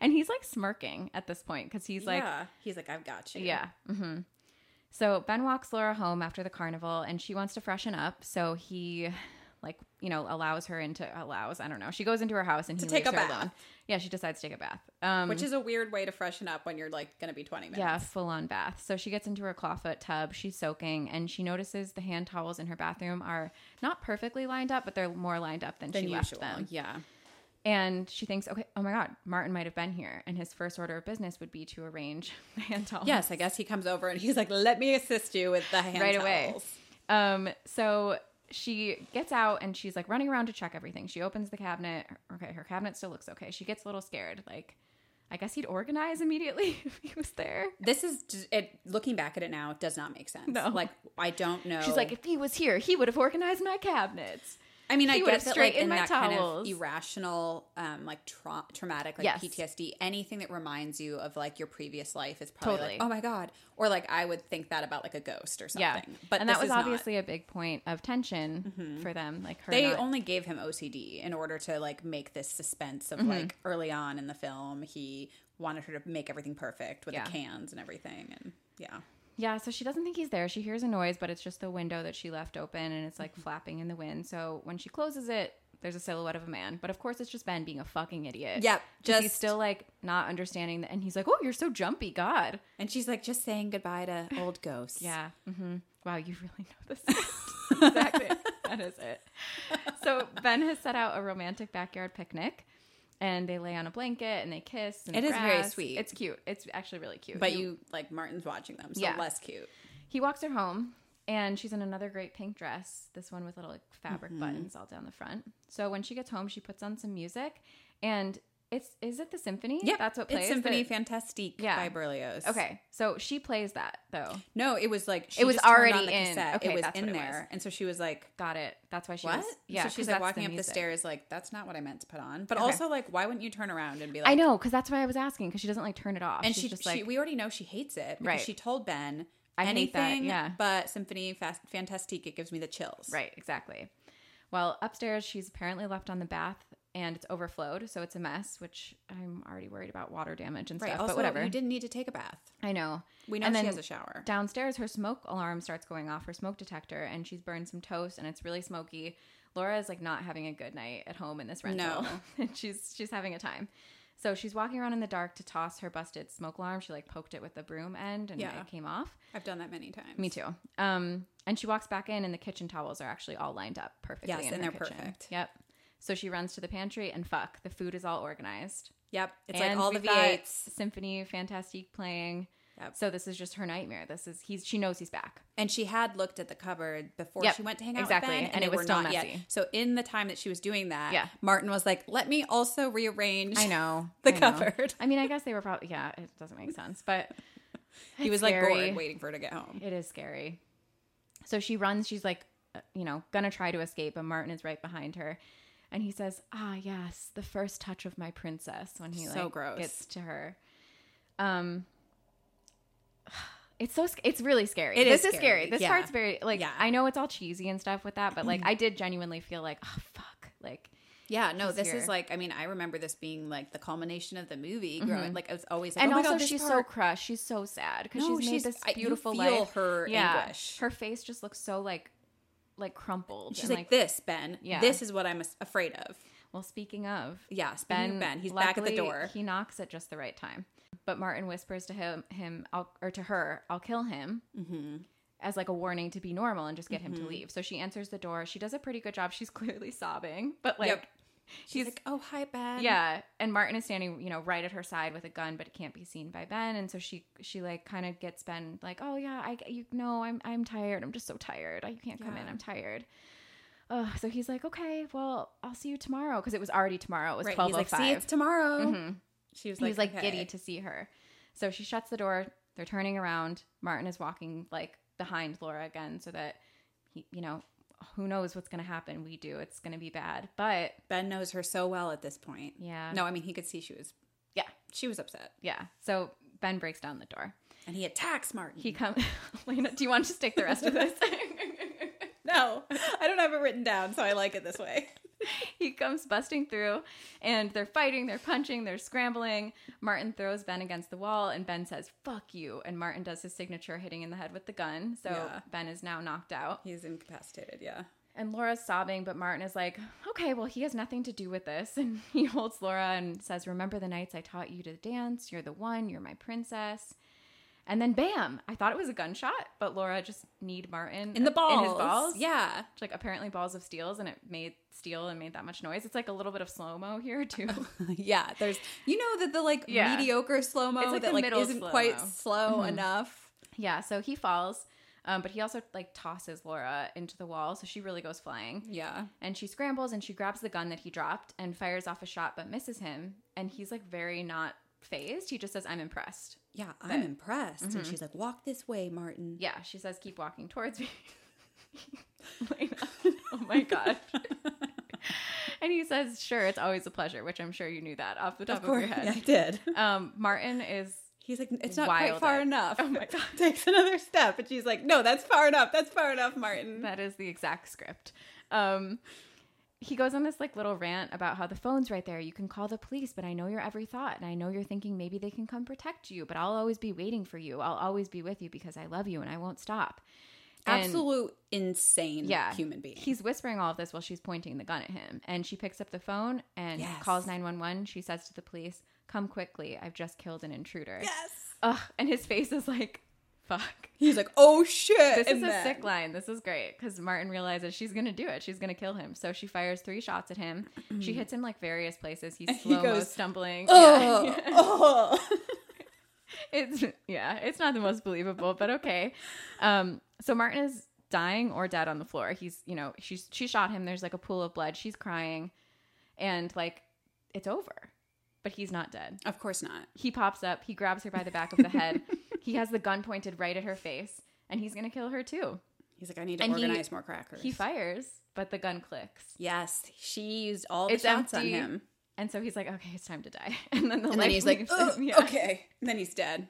Speaker 1: and he's like smirking at this point because he's like,
Speaker 3: yeah. he's like, I've got you.
Speaker 1: yeah. hmm So Ben walks Laura home after the carnival, and she wants to freshen up. So he, like, you know, allows her into allows. I don't know. She goes into her house, and he
Speaker 3: take
Speaker 1: leaves
Speaker 3: a
Speaker 1: her
Speaker 3: bath.
Speaker 1: alone. Yeah, she decides to take a bath. Um,
Speaker 3: Which is a weird way to freshen up when you're like gonna be twenty minutes.
Speaker 1: Yeah, full on bath. So she gets into her clawfoot tub. She's soaking, and she notices the hand towels in her bathroom are not perfectly lined up, but they're more lined up than,
Speaker 3: than
Speaker 1: she
Speaker 3: usual.
Speaker 1: left them.
Speaker 3: Yeah.
Speaker 1: And she thinks, okay, oh my god, Martin might have been here, and his first order of business would be to arrange the hand towels.
Speaker 3: Yes, I guess he comes over and he's like, "Let me assist you with the hand
Speaker 1: right away.
Speaker 3: towels."
Speaker 1: Um, so she gets out and she's like running around to check everything. She opens the cabinet. Okay, her cabinet still looks okay. She gets a little scared. Like, I guess he'd organize immediately if he was there.
Speaker 3: This is just- it. Looking back at it now, it does not make sense.
Speaker 1: No.
Speaker 3: Like I don't know.
Speaker 1: She's like, if he was here, he would have organized my cabinets.
Speaker 3: I mean, I
Speaker 1: He would
Speaker 3: get
Speaker 1: have
Speaker 3: that, like,
Speaker 1: straightened
Speaker 3: in
Speaker 1: my
Speaker 3: that kind
Speaker 1: towels.
Speaker 3: of irrational, um, like tra- traumatic, like
Speaker 1: Yes.
Speaker 3: PTSD. Anything that reminds you of like your previous life is probably
Speaker 1: Totally.
Speaker 3: like, oh my god, or like I would think that about like a ghost or something. but
Speaker 1: and
Speaker 3: this
Speaker 1: that was
Speaker 3: is not. Mm-hmm.
Speaker 1: obviously a big point of tension for them. Like her,
Speaker 3: They
Speaker 1: not-
Speaker 3: only gave him OCD in order to like make this suspense of
Speaker 1: Mm-hmm.
Speaker 3: like early on in the film, he wanted her to make everything perfect with
Speaker 1: Yeah.
Speaker 3: the cans and everything, and yeah,
Speaker 1: yeah. So she doesn't think he's there. She hears a noise, but it's just the window that she left open, and it's like
Speaker 3: Mm-hmm.
Speaker 1: flapping in the wind. So when she closes it, there's a silhouette of a man. But of course, it's just Ben being a fucking idiot.
Speaker 3: Yep,
Speaker 1: 'Cause he's
Speaker 3: just-
Speaker 1: still like not understanding, that, and he's like, "Oh, you're so jumpy, God."
Speaker 3: and she's like just saying goodbye to old ghosts.
Speaker 1: Yeah. hmm Wow, you really know this. exactly. That is it. So Ben has set out a romantic backyard picnic. And they lay on a blanket and they kiss. And
Speaker 3: It
Speaker 1: the
Speaker 3: is very
Speaker 1: grass.
Speaker 3: sweet.
Speaker 1: It's cute. It's actually really cute.
Speaker 3: but
Speaker 1: He-
Speaker 3: you like Martin's watching them, so
Speaker 1: Yeah.
Speaker 3: less cute.
Speaker 1: He walks her home, and she's in another great pink dress. This one with little like, fabric
Speaker 3: Mm-hmm.
Speaker 1: buttons all down the front. So when she gets home, she puts on some music, and it's is it the symphony?
Speaker 3: Yeah,
Speaker 1: that's what plays.
Speaker 3: It's Symphony
Speaker 1: that-
Speaker 3: Fantastique
Speaker 1: Yeah.
Speaker 3: by Berlioz.
Speaker 1: okay, so she plays that though.
Speaker 3: No, it was like she
Speaker 1: It was
Speaker 3: just turned
Speaker 1: already
Speaker 3: on the
Speaker 1: in.
Speaker 3: cassette.
Speaker 1: Okay,
Speaker 3: it was
Speaker 1: that's
Speaker 3: in
Speaker 1: what it
Speaker 3: there,
Speaker 1: was.
Speaker 3: and so she was like,
Speaker 1: Got it. That's why she
Speaker 3: "What?"
Speaker 1: was. Yeah,
Speaker 3: so
Speaker 1: 'cause
Speaker 3: she's like
Speaker 1: that's
Speaker 3: walking up the
Speaker 1: music.
Speaker 3: stairs, like, "That's not what I meant to put on." But
Speaker 1: Okay.
Speaker 3: also, like, why wouldn't you turn around and be like,
Speaker 1: I know, because that's why I was asking, because she doesn't like turn it off.
Speaker 3: And
Speaker 1: She's
Speaker 3: she,
Speaker 1: just
Speaker 3: she,
Speaker 1: like,
Speaker 3: we already know she hates it because
Speaker 1: Right.
Speaker 3: she told Ben
Speaker 1: I hate that,
Speaker 3: anything
Speaker 1: yeah.
Speaker 3: but Symphony Fast, Fantastique. It gives me the chills.
Speaker 1: Right, exactly. Well, upstairs, she's apparently left on the bath and it's overflowed, so it's a mess, which I'm already worried about water damage and
Speaker 3: Right.
Speaker 1: stuff.
Speaker 3: also,
Speaker 1: but whatever.
Speaker 3: you didn't need to take a bath.
Speaker 1: I know.
Speaker 3: We know
Speaker 1: And
Speaker 3: she
Speaker 1: then
Speaker 3: has a shower.
Speaker 1: Downstairs, her smoke alarm starts going off, her smoke detector, and she's burned some toast, and it's really smoky. Laura is like not having a good night at home in this rental.
Speaker 3: No.
Speaker 1: and she's she's having a time. So she's walking around in the dark to toss her busted smoke alarm. She like poked it with the broom end, and
Speaker 3: Yeah.
Speaker 1: it came off.
Speaker 3: I've done that many times.
Speaker 1: Me too. Um, and she walks back in, and the kitchen towels are actually all lined up perfectly.
Speaker 3: Yes,
Speaker 1: in
Speaker 3: and
Speaker 1: her
Speaker 3: they're
Speaker 1: kitchen.
Speaker 3: perfect.
Speaker 1: Yep. So she runs to the pantry, and fuck, the food is all organized.
Speaker 3: Yep. It's
Speaker 1: And
Speaker 3: like all the
Speaker 1: we've got
Speaker 3: V8s.
Speaker 1: symphony, fantastique playing.
Speaker 3: Yep.
Speaker 1: So this is just her nightmare. This is he's she knows he's back.
Speaker 3: And she had looked at the cupboard before
Speaker 1: Yep,
Speaker 3: she went to hang out
Speaker 1: exactly,
Speaker 3: with Ben,
Speaker 1: and it
Speaker 3: they
Speaker 1: was
Speaker 3: were
Speaker 1: still
Speaker 3: not yet.
Speaker 1: messy.
Speaker 3: So in the time that she was doing that,
Speaker 1: Yeah.
Speaker 3: Martin was like, "Let me also rearrange."
Speaker 1: I know
Speaker 3: The
Speaker 1: I know.
Speaker 3: cupboard.
Speaker 1: I mean, I guess they were probably yeah. It doesn't make sense, but
Speaker 3: he was like
Speaker 1: scary.
Speaker 3: bored, waiting for her to get home.
Speaker 1: it is scary. So she runs. She's like, uh, you know, gonna try to escape, but Martin is right behind her, and he says, "Ah, yes, the first touch of my princess." When he
Speaker 3: So
Speaker 1: like
Speaker 3: gross.
Speaker 1: gets to her, um. It's so sc- it's really scary.
Speaker 3: It
Speaker 1: this
Speaker 3: is
Speaker 1: is scary.
Speaker 3: scary,
Speaker 1: This
Speaker 3: yeah.
Speaker 1: part's very like
Speaker 3: Yeah. Mm-hmm.
Speaker 1: I know it's all cheesy and stuff with that, but like I did genuinely feel like oh fuck like
Speaker 3: Yeah, no, this
Speaker 1: here.
Speaker 3: is like. I mean, I remember this being like the culmination of the movie. Growing like it was always like,
Speaker 1: and
Speaker 3: oh my
Speaker 1: also
Speaker 3: God, this
Speaker 1: she's
Speaker 3: part-
Speaker 1: so crushed. She's so sad because
Speaker 3: No,
Speaker 1: she's made
Speaker 3: she's-
Speaker 1: this
Speaker 3: I- you
Speaker 1: beautiful
Speaker 3: feel
Speaker 1: life.
Speaker 3: her anguish.
Speaker 1: Her face just looks so like like crumpled.
Speaker 3: She's
Speaker 1: and,
Speaker 3: like, "This, Ben.
Speaker 1: Yeah.
Speaker 3: This is what I'm as- afraid of."
Speaker 1: well, speaking of
Speaker 3: Yeah, speaking
Speaker 1: Ben,
Speaker 3: of Ben, he's back at the
Speaker 1: luckily,
Speaker 3: door.
Speaker 1: He knocks at just the right time, but Martin whispers to him, him I'll, or to her, "I'll kill him."
Speaker 3: Mm-hmm.
Speaker 1: As like a warning to be normal and just get him to leave. So she answers the door. She does a pretty good job. She's clearly sobbing, but like
Speaker 3: Yep. she's like, "Oh, hi, Ben."
Speaker 1: yeah and martin is standing you know right at her side with a gun but it can't be seen by ben and so she she like kind of gets ben like oh yeah i you know i'm i'm tired i'm just so tired you can't come in
Speaker 3: Yeah.
Speaker 1: i'm tired oh so he's like okay well i'll see you tomorrow because it was already tomorrow it was
Speaker 3: Right.
Speaker 1: twelve oh Mm-hmm.
Speaker 3: He's like, "See, it's tomorrow." She was like,
Speaker 1: he's like
Speaker 3: "Okay."
Speaker 1: giddy to see her so she shuts the door they're turning around martin is walking like behind laura again so that he you know who knows what's going to happen we do it's going to be bad but
Speaker 3: Ben knows her so well at this point.
Speaker 1: yeah
Speaker 3: No, I mean he could see she was
Speaker 1: yeah
Speaker 3: she was upset.
Speaker 1: yeah so ben breaks down the door
Speaker 3: And he attacks Martin.
Speaker 1: He comes. Lena, do you want to just take the rest of this?
Speaker 3: No. I don't have it written down, so I like it this way.
Speaker 1: he comes busting through, and they're fighting, they're punching, they're scrambling. Martin throws Ben against the wall, and Ben says "fuck you," and Martin does his signature hitting in the head with the gun. So
Speaker 3: Yeah.
Speaker 1: Ben is now knocked out,
Speaker 3: He's incapacitated, yeah.
Speaker 1: and Laura's sobbing, but Martin is like, "Okay, well, he has nothing to do with this," and he holds Laura and says, "Remember the nights I taught you to dance? You're the one. You're my princess." And then, bam! I thought it was a gunshot, but Laura just kneed Martin
Speaker 3: In the balls.
Speaker 1: In his balls,
Speaker 3: Yeah.
Speaker 1: It's, like apparently balls of steels and it made steel and made that much noise. It's like a little bit of slow mo here too.
Speaker 3: yeah. There's you know that the like
Speaker 1: Yeah.
Speaker 3: mediocre slow
Speaker 1: It's
Speaker 3: mo
Speaker 1: like
Speaker 3: that
Speaker 1: the
Speaker 3: like
Speaker 1: middle
Speaker 3: isn't
Speaker 1: slow-mo. Mm-hmm.
Speaker 3: quite slow enough.
Speaker 1: yeah, so he falls, um, but he also like tosses Laura into the wall, so she really goes flying.
Speaker 3: Yeah.
Speaker 1: And she scrambles and she grabs the gun that he dropped and fires off a shot, but misses him. And he's like very not phased. He just says, "I'm impressed."
Speaker 3: Yeah. I'm impressed. And she's like, Walk this way, Martin.
Speaker 1: Mm-hmm. Yeah, she says, "Keep walking towards me." Lena. oh my god. and he says, "Sure, it's always a pleasure," which I'm sure you knew that off the top of, your head.
Speaker 3: Yeah, I did.
Speaker 1: Um, Martin is
Speaker 3: He's like, it's not
Speaker 1: Wild
Speaker 3: quite far
Speaker 1: eyed.
Speaker 3: enough.
Speaker 1: Oh my God.
Speaker 3: Takes another step. And she's like, No, that's far enough. That's far enough, Martin.
Speaker 1: That is the exact script. Um, he goes on this like little rant about how the phone's right there. You can call the police, but I know your every thought, and I know you're thinking maybe they can come protect you. But I'll always be waiting for you. I'll always be with you because I love you and I won't stop. And-
Speaker 3: Absolute insane
Speaker 1: yeah,
Speaker 3: human being.
Speaker 1: He's whispering all of this while she's pointing the gun at him, and she picks up the phone and
Speaker 3: Yes.
Speaker 1: calls nine one one. She says to the police, "Come quickly! I've just killed an intruder."
Speaker 3: Yes.
Speaker 1: Ugh, and his face is like, "Fuck."
Speaker 3: He's like, oh shit.
Speaker 1: this is
Speaker 3: and
Speaker 1: a
Speaker 3: then-
Speaker 1: sick line. This is great because Martin realizes she's gonna do it. She's gonna kill him. So she fires three shots at him. she hits him like various places. He's
Speaker 3: Mm. he
Speaker 1: slow mo
Speaker 3: goes,
Speaker 1: stumbling.
Speaker 3: Oh,
Speaker 1: Yeah.
Speaker 3: oh.
Speaker 1: it's yeah, it's not the most believable, but okay. Um, so Martin is dying or dead on the floor. He's you know she's she shot him. There's like a pool of blood. She's crying, and like it's over, but he's not dead.
Speaker 3: Of course not.
Speaker 1: He pops up. He grabs her by the back of the head. he has the gun pointed right at her face, and he's gonna kill her too.
Speaker 3: He's like, I need to
Speaker 1: And he-
Speaker 3: organize more crackers.
Speaker 1: He fires, but the gun clicks.
Speaker 3: Yes, she used all the
Speaker 1: It's
Speaker 3: shots
Speaker 1: empty.
Speaker 3: on him,
Speaker 1: And so he's like, okay, it's time to die. And then the
Speaker 3: and
Speaker 1: light
Speaker 3: then he's like,
Speaker 1: leaves
Speaker 3: "Ugh,
Speaker 1: him. Yeah.
Speaker 3: okay. And then he's dead.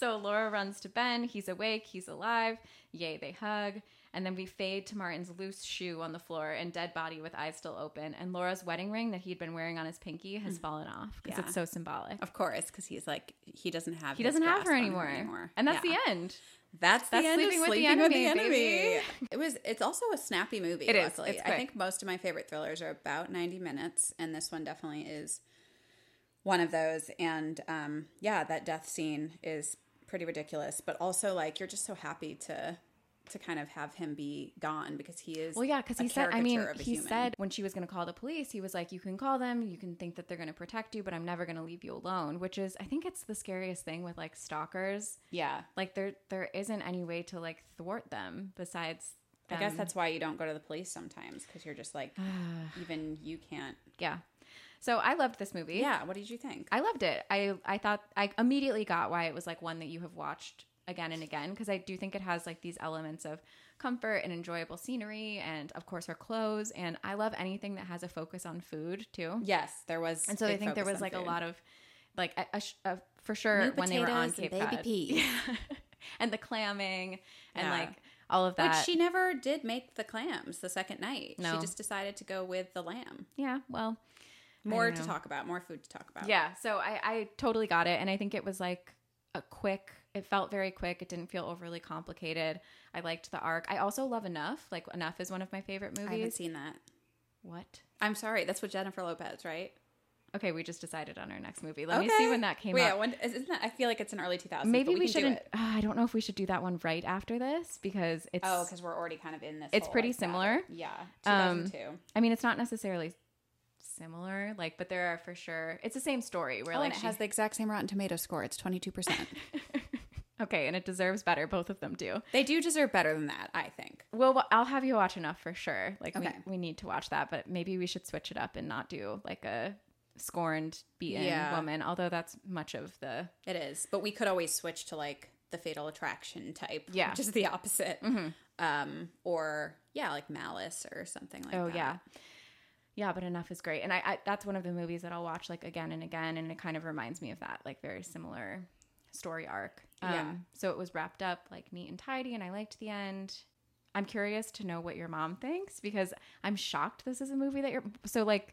Speaker 1: So Laura runs to Ben. He's awake. He's alive. Yay, they hug. And then we fade to Martin's loose shoe on the floor and dead body with eyes still open. And Laura's wedding ring that he'd been wearing on his pinky has fallen off because
Speaker 3: Hmm. Yeah.
Speaker 1: it's so symbolic.
Speaker 3: Of course, because he's like he doesn't have
Speaker 1: He
Speaker 3: his
Speaker 1: doesn't have
Speaker 3: grasp
Speaker 1: her
Speaker 3: on
Speaker 1: anymore. And that's the end.
Speaker 3: That's the
Speaker 1: That's
Speaker 3: end
Speaker 1: Sleeping
Speaker 3: of
Speaker 1: with the
Speaker 3: Sleeping with the
Speaker 1: Enemy,
Speaker 3: Enemy.
Speaker 1: baby.
Speaker 3: It was. It's also a snappy movie.
Speaker 1: It is.
Speaker 3: luckily.
Speaker 1: It's
Speaker 3: I
Speaker 1: quick.
Speaker 3: think most of my favorite thrillers are about ninety minutes, and this one definitely is one of those. And um, yeah, that death scene is pretty ridiculous, but also like you're just so happy to to kind of have him be gone because he is.
Speaker 1: Well, yeah, because
Speaker 3: a
Speaker 1: he said, I mean,
Speaker 3: caricature of a
Speaker 1: he
Speaker 3: human.
Speaker 1: said when she was going to call the police, he was like, you can call them, you can think that they're going to protect you, but I'm never going to leave you alone, which is, I think it's the scariest thing with like stalkers.
Speaker 3: yeah.
Speaker 1: Like there, there isn't any way to like thwart them besides.
Speaker 3: I guess
Speaker 1: them-
Speaker 3: that's why you don't go to the police sometimes because you're just like even you can't.
Speaker 1: yeah. So I loved this movie.
Speaker 3: Yeah. What did you think?
Speaker 1: I loved it. I I thought I immediately got why it was like one that you have watched again and again because I do think it has like these elements of comfort and enjoyable scenery and of course her clothes and I love anything that has a focus on food too.
Speaker 3: Yes, there was.
Speaker 1: And so I think there was like a lot of like a, a, sh- a, for sure
Speaker 3: New
Speaker 1: when they were on
Speaker 3: potatoes
Speaker 1: Cape
Speaker 3: and baby
Speaker 1: Cod.
Speaker 3: peas.
Speaker 1: Yeah. and the clamming and
Speaker 3: Yeah.
Speaker 1: like all of that.
Speaker 3: Which she never did make the clams the second night.
Speaker 1: No.
Speaker 3: She just decided to go with the lamb.
Speaker 1: yeah, well, I
Speaker 3: More
Speaker 1: don't
Speaker 3: to
Speaker 1: know.
Speaker 3: talk about, more food to talk about.
Speaker 1: Yeah, so I, I totally got it. And I think it was like a quick, it felt very quick. It didn't feel overly complicated. I liked the arc. I also love Enough. Like, Enough is one of my favorite
Speaker 3: I haven't
Speaker 1: movies.
Speaker 3: seen that.
Speaker 1: what?
Speaker 3: I'm sorry. That's with Jennifer Lopez, right?
Speaker 1: Okay, we just decided on our next movie. Let me see
Speaker 3: Okay.
Speaker 1: when that came
Speaker 3: Wait,
Speaker 1: out.
Speaker 3: When, isn't that, I feel like it's an early 2000s.
Speaker 1: Maybe
Speaker 3: but
Speaker 1: we,
Speaker 3: we, can do
Speaker 1: shouldn't.
Speaker 3: it.
Speaker 1: ah, I don't know if we should do that one right after this because it's.
Speaker 3: Oh, because we're already kind of in this.
Speaker 1: It's
Speaker 3: whole,
Speaker 1: pretty
Speaker 3: like,
Speaker 1: similar.
Speaker 3: battle. Yeah.
Speaker 1: Um,
Speaker 3: 2002.
Speaker 1: I mean, it's not necessarily similar, like, but there are for sure. It's the same story where,
Speaker 3: oh,
Speaker 1: like,
Speaker 3: and it
Speaker 1: she-
Speaker 3: has the exact same Rotten Tomato score. It's 22%.
Speaker 1: okay, and it deserves better. Both of them do.
Speaker 3: they do deserve better than that, I think.
Speaker 1: Well, wh- I'll have you watch enough for sure. Like
Speaker 3: Okay.
Speaker 1: we, we need to watch that, but maybe we should switch it up and not do like a scorned, beaten
Speaker 3: Yeah.
Speaker 1: woman. Although that's much of the
Speaker 3: It is, but we could always switch to like the Fatal Attraction type,
Speaker 1: Yeah. Mm-hmm.
Speaker 3: which is the opposite, um, or yeah, like Malice or something like
Speaker 1: oh
Speaker 3: that.
Speaker 1: yeah, yeah. But enough is great, and I, I that's one of the movies that I'll watch like again and again, and it kind of reminds me of that like very similar story arc. Um,
Speaker 3: Yeah.
Speaker 1: So it was wrapped up like neat and tidy, and I liked the end. I'm curious to know what your mom thinks because I'm shocked this is a movie that you're so like.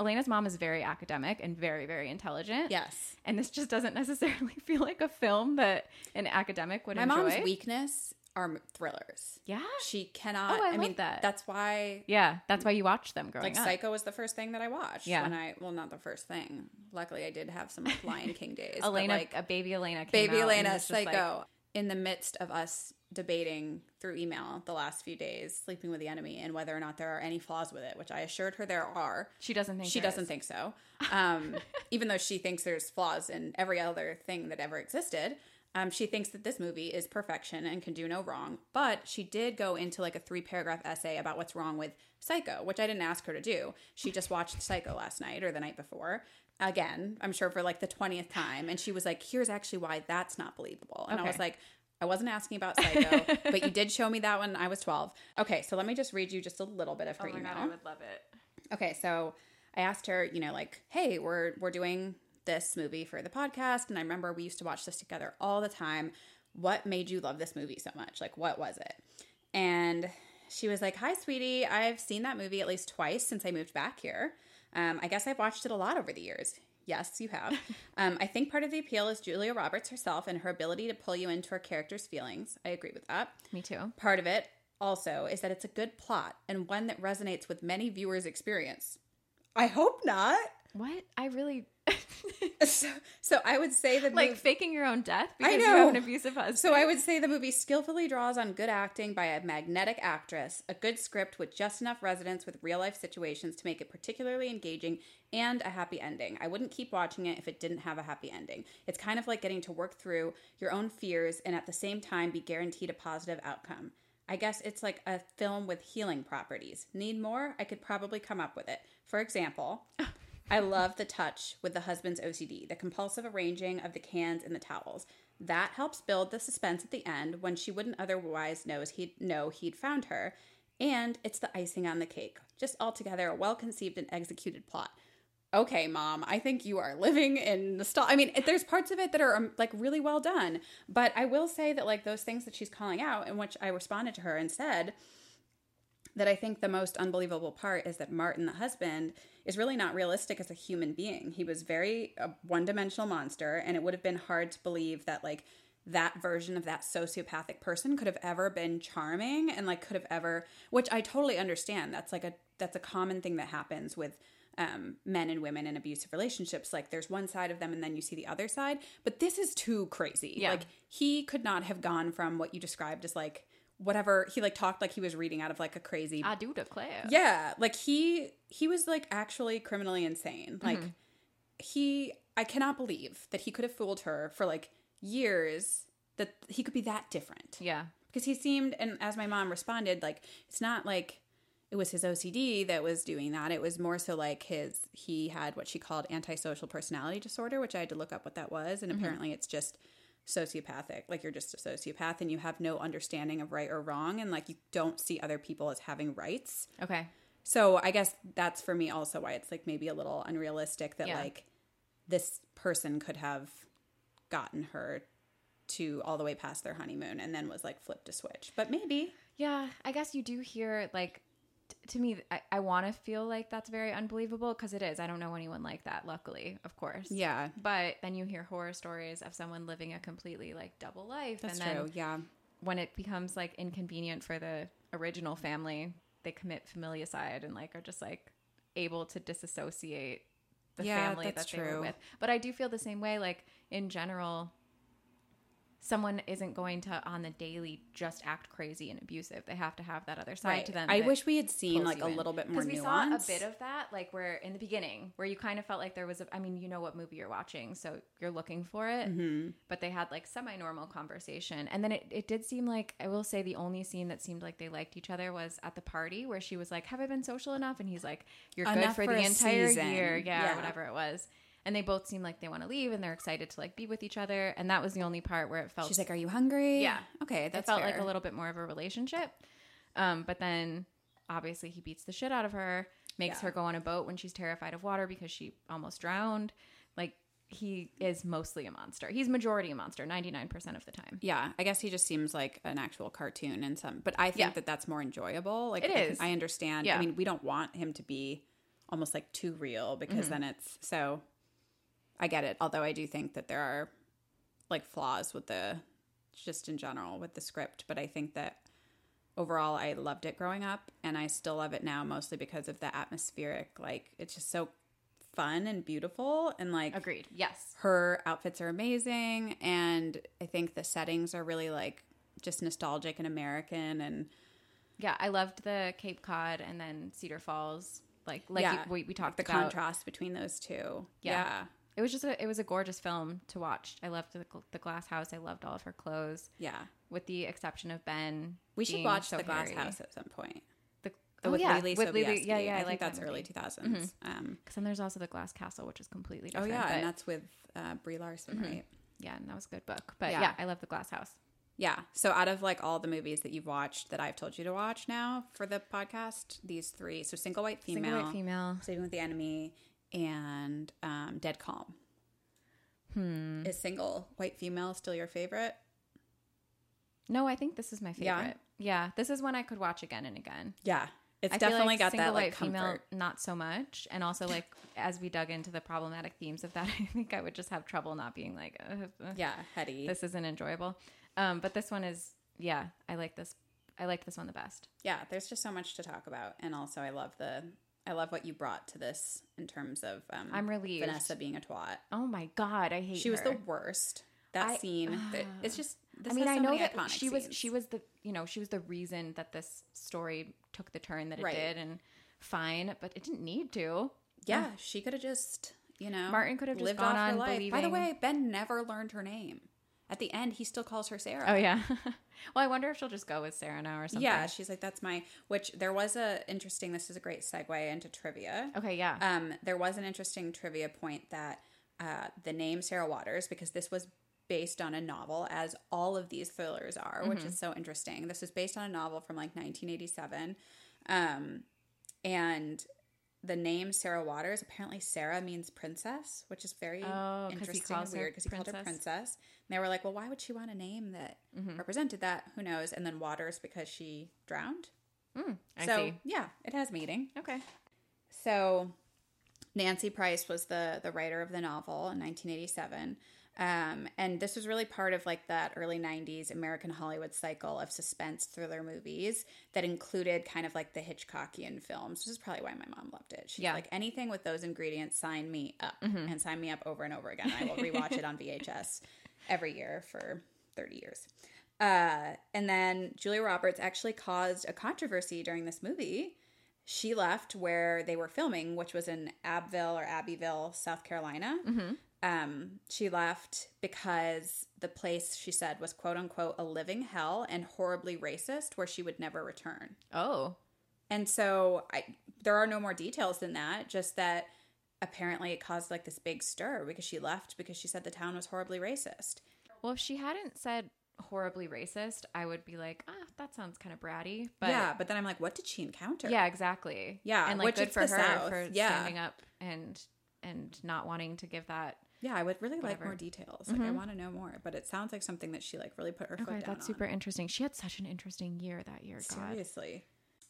Speaker 1: Elena's mom is very academic and very very intelligent.
Speaker 3: yes.
Speaker 1: and this just doesn't necessarily feel like a film that an academic would
Speaker 3: My
Speaker 1: enjoy.
Speaker 3: mom's weakness are m- thrillers.
Speaker 1: Yeah,
Speaker 3: She cannot.
Speaker 1: Oh, I
Speaker 3: I, mean,
Speaker 1: love that.
Speaker 3: that's why.
Speaker 1: yeah, that's why you watch them growing
Speaker 3: Like
Speaker 1: up.
Speaker 3: Psycho was the first thing that I watched.
Speaker 1: Yeah.
Speaker 3: When I well, not the first thing. Luckily, I did have some like Lion King days. but,
Speaker 1: Elena,
Speaker 3: like
Speaker 1: a baby Elena, came
Speaker 3: baby
Speaker 1: out and
Speaker 3: Elena,
Speaker 1: was just like-
Speaker 3: Psycho. in the midst of us debating through email the last few days, sleeping with the enemy, and whether or not there are any flaws with it, which I assured her there are.
Speaker 1: she doesn't think
Speaker 3: she
Speaker 1: there
Speaker 3: doesn't
Speaker 1: is.
Speaker 3: think so um, even though she thinks there's flaws in every other thing that ever existed um, she thinks that this movie is perfection and can do no wrong but she did go into like a three paragraph essay about what's wrong with psycho which i didn't ask her to do she just watched psycho last night or the night before again i'm sure for like the 20th time and she was like here's actually why that's not believable and i was
Speaker 1: Okay.
Speaker 3: like I wasn't asking about Psycho, but you did show me that when I was 12. Okay, so let me just read you just a little bit of her
Speaker 1: Oh my
Speaker 3: email.
Speaker 1: god, I would love it.
Speaker 3: Okay, so I asked her, you know, like, hey, we're we're doing this movie for the podcast, and I remember we used to watch this together all the time. What made you love this movie so much? Like, what was it? And she was like, "Hi, sweetie. I've seen that movie at least twice since I moved back here. Um, I guess I've watched it a lot over the years. Yes, you have. um, I think part of the appeal is Julia Roberts herself and her ability to pull you into her character's feelings. I agree with that."
Speaker 1: Me too.
Speaker 3: Part of it also is that it's a good plot and one that resonates with many viewers' experience. I hope not.
Speaker 1: What I really
Speaker 3: So, so I would say that
Speaker 1: like faking your own death because you
Speaker 3: know.
Speaker 1: have an abusive husband.
Speaker 3: So I would say the movie skillfully draws on good acting by a magnetic actress, a good script with just enough resonance with real life situations to make it particularly engaging, and a happy ending. I wouldn't keep watching it if it didn't have a happy ending. It's kind of like getting to work through your own fears and at the same time be guaranteed a positive outcome. I guess it's like a film with healing properties. Need more? I could probably come up with it. For example, I love the touch with the husband's OCD, the compulsive arranging of the cans and the towels. That helps build the suspense at the end when she wouldn't otherwise knows he'd know he'd found her. And it's the icing on the cake. Just altogether a well conceived and executed plot. okay, mom, I think you are living in nostalgia. I mean, it- there's parts of it that are um, like really well done, but I will say that like those things that she's calling out, in which I responded to her and said that I think the most unbelievable part is that Martin, the husband, is really not realistic as a human being. He was very a one-dimensional monster, and it would have been hard to believe that like that version of that sociopathic person could have ever been charming and like could have ever which I totally understand. That's like a that's a common thing that happens with um, men and women in abusive relationships. Like there's one side of them and then you see the other side. But this is too crazy.
Speaker 1: Yeah.
Speaker 3: Like he could not have gone from what you described as like whatever he like talked like he was reading out of like a crazy
Speaker 1: I do declare.
Speaker 3: yeah, like he he was like actually criminally insane. Like he I cannot believe that he could have fooled her for like years that he could be that different.
Speaker 1: Yeah.
Speaker 3: Because he seemed and as my mom responded like it's not like it was his OCD that was doing that. It was more so like his he had what she called antisocial personality disorder, which I had to look up what that was and apparently it's just sociopathic. Like you're just a sociopath and you have no understanding of right or wrong and like you don't see other people as having rights.
Speaker 1: Okay.
Speaker 3: So I guess that's for me also why it's like maybe a little unrealistic that
Speaker 1: Yeah.
Speaker 3: like this person could have gotten her to all the way past their honeymoon and then was like flipped a switch. But maybe.
Speaker 1: Yeah, I guess you do hear like t- to me. I, I want to feel like that's very unbelievable because it is. I don't know anyone like that. Luckily, of course.
Speaker 3: Yeah.
Speaker 1: But then you hear horror stories of someone living a completely like double life,
Speaker 3: That's
Speaker 1: and then
Speaker 3: true. Yeah.
Speaker 1: when it becomes like inconvenient for the original family, they commit familicide and like are just like able to disassociate the
Speaker 3: Yeah,
Speaker 1: family
Speaker 3: that's
Speaker 1: that they were
Speaker 3: true.
Speaker 1: with. But I do feel the same way. Like in general, someone isn't going to on the daily just act crazy and abusive. They have to have that other side
Speaker 3: Right.
Speaker 1: to them.
Speaker 3: I
Speaker 1: that
Speaker 3: wish we had seen
Speaker 1: pulls
Speaker 3: like
Speaker 1: you
Speaker 3: a
Speaker 1: in.
Speaker 3: little bit more
Speaker 1: because we
Speaker 3: nuance.
Speaker 1: saw a bit of that, like where in the beginning, where you kind of felt like there was a. I mean, you know what movie you're watching, so you're looking for it.
Speaker 3: Mm-hmm.
Speaker 1: But they had like semi-normal conversation, and then it, it did seem like I will say the only scene that seemed like they liked each other was at the party where she was like, "Have I been social enough?" And he's like, "You're good
Speaker 3: Enough
Speaker 1: for,
Speaker 3: for
Speaker 1: the
Speaker 3: a
Speaker 1: entire
Speaker 3: season.
Speaker 1: year, yeah,
Speaker 3: Yeah.
Speaker 1: or whatever it was." And they both seem like they want to leave, and they're excited to like be with each other. And that was the only part where it felt
Speaker 3: She's like, "Are you hungry?"
Speaker 1: Yeah.
Speaker 3: Okay,
Speaker 1: it
Speaker 3: that's
Speaker 1: felt like
Speaker 3: fair.
Speaker 1: a little bit more of a relationship. Um, but then obviously he beats the shit out of her, makes
Speaker 3: Yeah.
Speaker 1: her go on a boat when she's terrified of water because she almost drowned. Like he is mostly a monster. He's majority a monster, 99% of the time.
Speaker 3: Yeah, I guess he just seems like an actual cartoon in some, but I think
Speaker 1: Yeah.
Speaker 3: that that's more enjoyable. Like
Speaker 1: It
Speaker 3: I can-
Speaker 1: is.
Speaker 3: I understand. I
Speaker 1: Yeah.
Speaker 3: mean, we don't want him to be almost like too real because
Speaker 1: Mm-hmm.
Speaker 3: then it's so. I get it. Although I do think that there are like flaws with the just in general with the script, but I think that overall I loved it growing up and I still love it now mostly because of the atmospheric. Like it's just so fun and beautiful and like
Speaker 1: Agreed. Yes.
Speaker 3: her outfits are amazing and i think the settings are really like just nostalgic and american and
Speaker 1: Yeah. I loved the Cape Cod and then Cedar Falls. Like, like
Speaker 3: Yeah.
Speaker 1: you- we, we talked
Speaker 3: the
Speaker 1: about
Speaker 3: contrast between those two yeah
Speaker 1: Yeah. It was just a, it was a gorgeous film to watch. I loved the, gl- the glass house. I loved all of her clothes
Speaker 3: yeah,
Speaker 1: with the exception of Ben.
Speaker 3: we should
Speaker 1: being
Speaker 3: watch
Speaker 1: so
Speaker 3: the glass
Speaker 1: hairy.
Speaker 3: house at some point
Speaker 1: The,
Speaker 3: The-
Speaker 1: oh,
Speaker 3: with
Speaker 1: yeah.
Speaker 3: Lily
Speaker 1: with Lily.
Speaker 3: Sobieski.
Speaker 1: Yeah. Yeah.
Speaker 3: i, think
Speaker 1: like that
Speaker 3: that's early
Speaker 1: movie.
Speaker 3: 2000s um
Speaker 1: Because then there's also the Glass Castle, which is completely
Speaker 3: oh
Speaker 1: different.
Speaker 3: yeah
Speaker 1: but- Mm-hmm.
Speaker 3: and that's with uh, brie larson right
Speaker 1: yeah, and that was a good book. But
Speaker 3: Yeah.
Speaker 1: yeah. I love the Glass House.
Speaker 3: yeah so out of like all the movies that you've watched that i've told you to watch now for the podcast these three so single white female,
Speaker 1: Single white female.
Speaker 3: Sleeping with the Enemy, and um, Dead Calm. Hmm. Is single white female still your favorite?
Speaker 1: No, I think this is my favorite.
Speaker 3: Yeah?
Speaker 1: Yeah, this is one I could watch again and again.
Speaker 3: Yeah, it's
Speaker 1: I feel
Speaker 3: definitely
Speaker 1: like
Speaker 3: got
Speaker 1: single
Speaker 3: that like
Speaker 1: white female,
Speaker 3: comfort.
Speaker 1: not so much, and also like as we dug into the problematic themes of that, I think I would just have trouble not being like, "Ugh, ugh,
Speaker 3: Yeah, heady.
Speaker 1: this isn't enjoyable. Um, but this one is, yeah, I like this. I like this one the best.
Speaker 3: yeah, there's just so much to talk about, and also I love the I love what you brought to this in terms of um,
Speaker 1: I'm relieved.
Speaker 3: Vanessa being a twat.
Speaker 1: Oh my god, I hate.
Speaker 3: She was
Speaker 1: her.
Speaker 3: the worst. That
Speaker 1: I-
Speaker 3: scene, that- it's just. uh, This
Speaker 1: I mean,
Speaker 3: has
Speaker 1: I
Speaker 3: so
Speaker 1: know
Speaker 3: many
Speaker 1: that
Speaker 3: iconic
Speaker 1: she was
Speaker 3: scenes.
Speaker 1: she was the you know she was the reason that this story took the turn that it
Speaker 3: Right.
Speaker 1: did, and fine, but it didn't need to.
Speaker 3: Yeah, she could have just, you know,
Speaker 1: Martin could have just gone on
Speaker 3: By the
Speaker 1: believing-
Speaker 3: way, Ben never learned her name. At the end, he still calls her Sarah.
Speaker 1: Oh yeah. well, I wonder if she'll just go with Sarah now or something.
Speaker 3: Yeah, she's like, that's my. Which there was a interesting. This is a great segue into trivia.
Speaker 1: Okay. Yeah.
Speaker 3: Um, there was an interesting trivia point that uh, the name Sarah Waters, because this was based on a novel, as all of these thrillers are,
Speaker 1: Mm-hmm.
Speaker 3: which is so interesting. This was based on a novel from like 1987, um, and the name Sarah Waters. Apparently, Sarah means princess, which is very
Speaker 1: Oh, 'cause he
Speaker 3: interesting and
Speaker 1: calls her
Speaker 3: weird because he called her
Speaker 1: princess. Mm-hmm.
Speaker 3: princess. And they were like, well, why would she want a name that represented that? Who knows? And then Waters because she drowned.
Speaker 1: I
Speaker 3: so,
Speaker 1: see.
Speaker 3: yeah, it has meaning.
Speaker 1: Okay.
Speaker 3: So Nancy Price was the the writer of the novel in 1987. Um, and this was really part of like that early 90s American Hollywood cycle of suspense thriller movies that included kind of like the Hitchcockian films. This is probably why my mom loved it. She's
Speaker 1: Yeah.
Speaker 3: like anything with those ingredients, sign me up and sign me up over and over again. I will rewatch it on VHS every year for 30 years. Uh, and then Julia Roberts actually caused a controversy during this movie she left where they were filming, which was in Abbeville or Abbeville, South Carolina.
Speaker 1: Mm-hmm.
Speaker 3: Um, she left because the place she said was quote unquote a living hell and horribly racist, where she would never return.
Speaker 1: Oh.
Speaker 3: And so I, there are no more details than that, just that apparently it caused like this big stir because she left because she said the town was horribly racist.
Speaker 1: Well, if she hadn't said horribly racist, I would be like, ah, that sounds kind of bratty. But yeah,
Speaker 3: yeah, but then I'm like, what did she encounter?
Speaker 1: exactly.
Speaker 3: Yeah,
Speaker 1: and like
Speaker 3: which
Speaker 1: good
Speaker 3: it's
Speaker 1: for
Speaker 3: the
Speaker 1: her
Speaker 3: South.
Speaker 1: for
Speaker 3: Yeah.
Speaker 1: standing up and and not wanting to give that.
Speaker 3: Yeah, I would really like
Speaker 1: Whatever. Mm-hmm.
Speaker 3: more details. Like I want to know more, but it sounds like something that she like really put her foot
Speaker 1: Okay,
Speaker 3: down
Speaker 1: that's
Speaker 3: on.
Speaker 1: super interesting. She had such an interesting year that year. God.
Speaker 3: Seriously.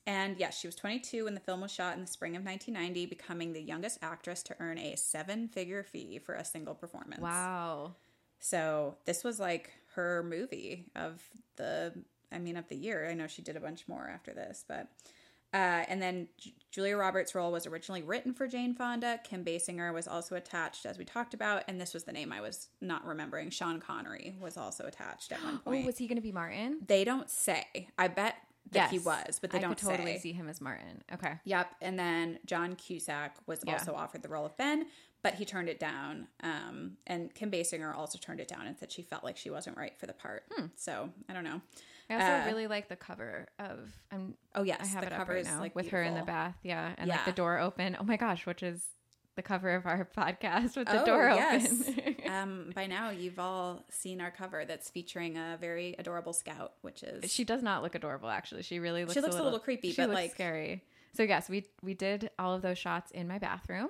Speaker 3: And yes, she was 22 when the film was shot in the spring of 1990, becoming the youngest actress to earn a seven figure fee for a single performance.
Speaker 1: Wow.
Speaker 3: So this was like her movie of the, I mean, of the year. I know she did a bunch more after this, but. Uh, and then J- Julia Roberts' role was originally written for Jane Fonda. Kim Basinger was also attached, as we talked about. And this was the name I was not remembering. Sean Connery was also attached at one
Speaker 1: Oh,
Speaker 3: point.
Speaker 1: was he going to be Martin?
Speaker 3: They don't say. I bet that he
Speaker 1: Yes.
Speaker 3: was, but they
Speaker 1: I
Speaker 3: don't
Speaker 1: could totally
Speaker 3: say.
Speaker 1: see him as Martin. Okay.
Speaker 3: Yep. And then John Cusack was
Speaker 1: Yeah.
Speaker 3: also offered the role of Ben, but he turned it down. Um, and Kim Basinger also turned it down and said she felt like she wasn't right for the part.
Speaker 1: Hmm.
Speaker 3: So I don't know.
Speaker 1: I also
Speaker 3: Uh,
Speaker 1: really like the cover of I'm
Speaker 3: Oh yes,
Speaker 1: I have
Speaker 3: the
Speaker 1: it up
Speaker 3: cover
Speaker 1: right
Speaker 3: is,
Speaker 1: now
Speaker 3: like,
Speaker 1: with her in the
Speaker 3: beautiful.
Speaker 1: bath, yeah, and like the
Speaker 3: Yeah.
Speaker 1: door open. Oh my gosh, which is the cover of our podcast with the door open.
Speaker 3: Oh, um, by now you've all seen our cover that's featuring a very adorable scout, which is
Speaker 1: she does not look adorable actually. She really looks
Speaker 3: She looks a little creepy,
Speaker 1: she
Speaker 3: but,
Speaker 1: looks
Speaker 3: like-
Speaker 1: scary. So yes, we we did all of those shots in my bathroom.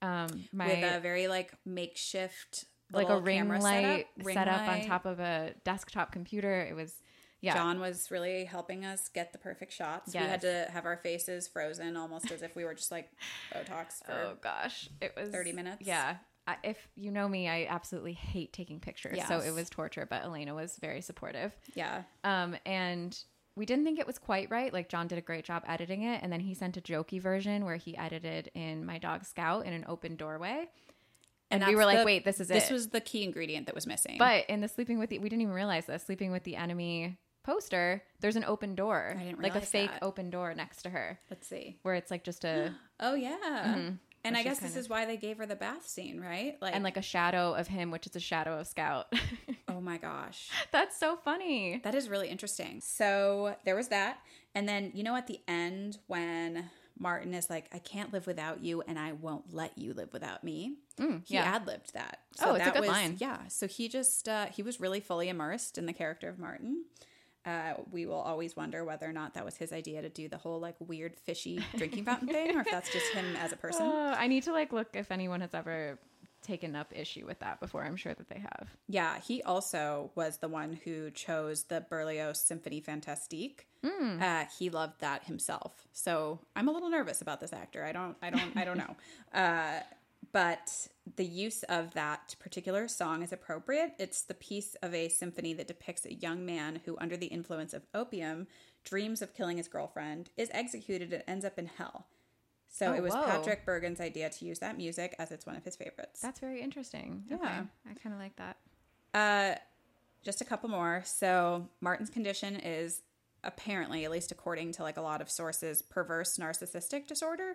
Speaker 1: Um my
Speaker 3: Mm-hmm. with a very like makeshift
Speaker 1: like a
Speaker 3: little
Speaker 1: ring
Speaker 3: camera
Speaker 1: light
Speaker 3: setup, ring
Speaker 1: set up on
Speaker 3: light.
Speaker 1: top of a desktop computer. It was yeah.
Speaker 3: John was really helping us get the perfect shots. We had to have our faces frozen almost as if we were just like Botox for
Speaker 1: Oh gosh, it was
Speaker 3: 30 minutes?
Speaker 1: Yeah. I, if you know me, I absolutely hate taking pictures, so
Speaker 3: Yes.
Speaker 1: it was torture. But Elena was very supportive.
Speaker 3: yeah.
Speaker 1: Um, and we didn't think it was quite right. Like John did a great job editing it, and then he sent a jokey version where he edited in my dog Scout in an open doorway. And, we
Speaker 3: that's
Speaker 1: were like,
Speaker 3: the-
Speaker 1: "Wait, this is
Speaker 3: This
Speaker 1: it."
Speaker 3: was the key ingredient that was missing.
Speaker 1: but in the sleeping with the, we didn't even realize this. Sleeping with the enemy poster, there's an open door,
Speaker 3: I didn't
Speaker 1: like a
Speaker 3: realize
Speaker 1: fake
Speaker 3: that.
Speaker 1: open door next to her,
Speaker 3: let's see.
Speaker 1: where it's like just a
Speaker 3: Oh yeah.
Speaker 1: Mm-hmm.
Speaker 3: And
Speaker 1: Which
Speaker 3: I
Speaker 1: is
Speaker 3: guess this
Speaker 1: kind
Speaker 3: is why they gave her the bath scene, right? Like,
Speaker 1: and like a shadow of him, which is a shadow of Scout.
Speaker 3: oh my gosh.
Speaker 1: That's so funny.
Speaker 3: That is really interesting. So there was that. And then, you know, at the end, when Martin is like, I can't live without you and I won't let you live without me, he
Speaker 1: Mm, yeah.
Speaker 3: ad libbed that.
Speaker 1: Oh, it's a
Speaker 3: that
Speaker 1: good
Speaker 3: was,
Speaker 1: line.
Speaker 3: Yeah. So he just, uh, he was really fully immersed in the character of Martin. Uh, we will always wonder whether or not that was his idea to do the whole like weird fishy drinking fountain thing or if that's just him as a person.
Speaker 1: Oh, I need to like look if anyone has ever taken up issue with that before. I'm sure that they have.
Speaker 3: Yeah, he also was the one who chose the Berlioz Symphony Fantastique.
Speaker 1: Hmm.
Speaker 3: Uh, he loved that himself. So I'm a little nervous about this actor. I don't, I don't, I don't know. Uh, but the use of that particular song is appropriate. It's the piece of a symphony that depicts a young man who, under the influence of opium, dreams of killing his girlfriend, is executed, and ends up in hell. So
Speaker 1: Oh,
Speaker 3: it was
Speaker 1: whoa.
Speaker 3: Patrick Bergen's idea to use that music as it's one of his favorites.
Speaker 1: That's very interesting. Okay.
Speaker 3: Yeah.
Speaker 1: I kind of like that.
Speaker 3: Uh, just a couple more. So Martin's condition is apparently, at least according to like a lot of sources, perverse narcissistic disorder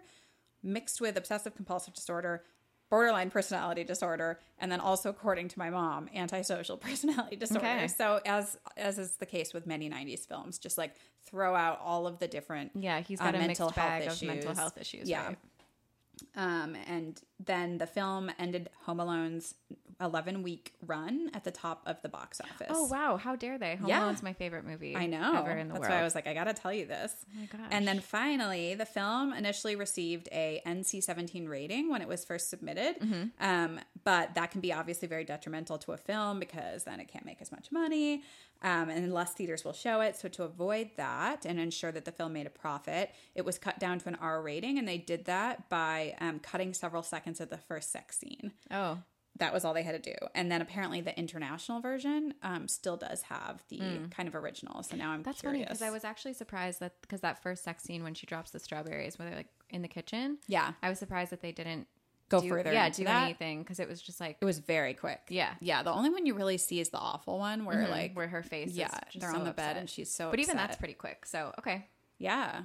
Speaker 3: mixed with obsessive compulsive disorder, borderline personality disorder, and then also according to my mom, antisocial personality disorder.
Speaker 1: Okay.
Speaker 3: So as as is the case with many 90s films, just like throw out all of the different
Speaker 1: Yeah, he's
Speaker 3: uh,
Speaker 1: got a
Speaker 3: mental
Speaker 1: mixed
Speaker 3: health
Speaker 1: bag of mental
Speaker 3: issues.
Speaker 1: health issues.
Speaker 3: Yeah.
Speaker 1: right?
Speaker 3: Um, and then the film ended Home Alone's 11 week run at the top of the box office.
Speaker 1: Oh wow! How dare they? Home
Speaker 3: Yeah.
Speaker 1: Alone's my favorite movie.
Speaker 3: I know.
Speaker 1: Ever in the
Speaker 3: That's
Speaker 1: world.
Speaker 3: why I was like, I gotta tell you this.
Speaker 1: oh my gosh.
Speaker 3: And then finally, the film initially received a NC-17 rating when it was first submitted,
Speaker 1: Mm-hmm.
Speaker 3: um, but that can be obviously very detrimental to a film because then it can't make as much money, um, and less theaters will show it. So to avoid that and ensure that the film made a profit, it was cut down to an R rating, and they did that by um, cutting several seconds of the first sex scene.
Speaker 1: oh
Speaker 3: That was all they had to do, and then apparently the international version um, still does have the kind of original. So now I'm
Speaker 1: Hmm. That's funny
Speaker 3: curious.
Speaker 1: because I was actually surprised that because that first sex scene when she drops the strawberries, where they're like in the kitchen,
Speaker 3: yeah
Speaker 1: I was surprised that they didn't
Speaker 3: go
Speaker 1: do,
Speaker 3: further.
Speaker 1: Yeah,
Speaker 3: into
Speaker 1: do
Speaker 3: that.
Speaker 1: anything because it was just like
Speaker 3: It was very quick.
Speaker 1: Yeah.
Speaker 3: Yeah. The only one you really see is the awful one where
Speaker 1: mhm,
Speaker 3: like
Speaker 1: where her face.
Speaker 3: yeah,
Speaker 1: is just
Speaker 3: they're
Speaker 1: so
Speaker 3: on the
Speaker 1: upset.
Speaker 3: bed and she's so
Speaker 1: but even that's
Speaker 3: upset.
Speaker 1: pretty quick. So okay,
Speaker 3: Yeah.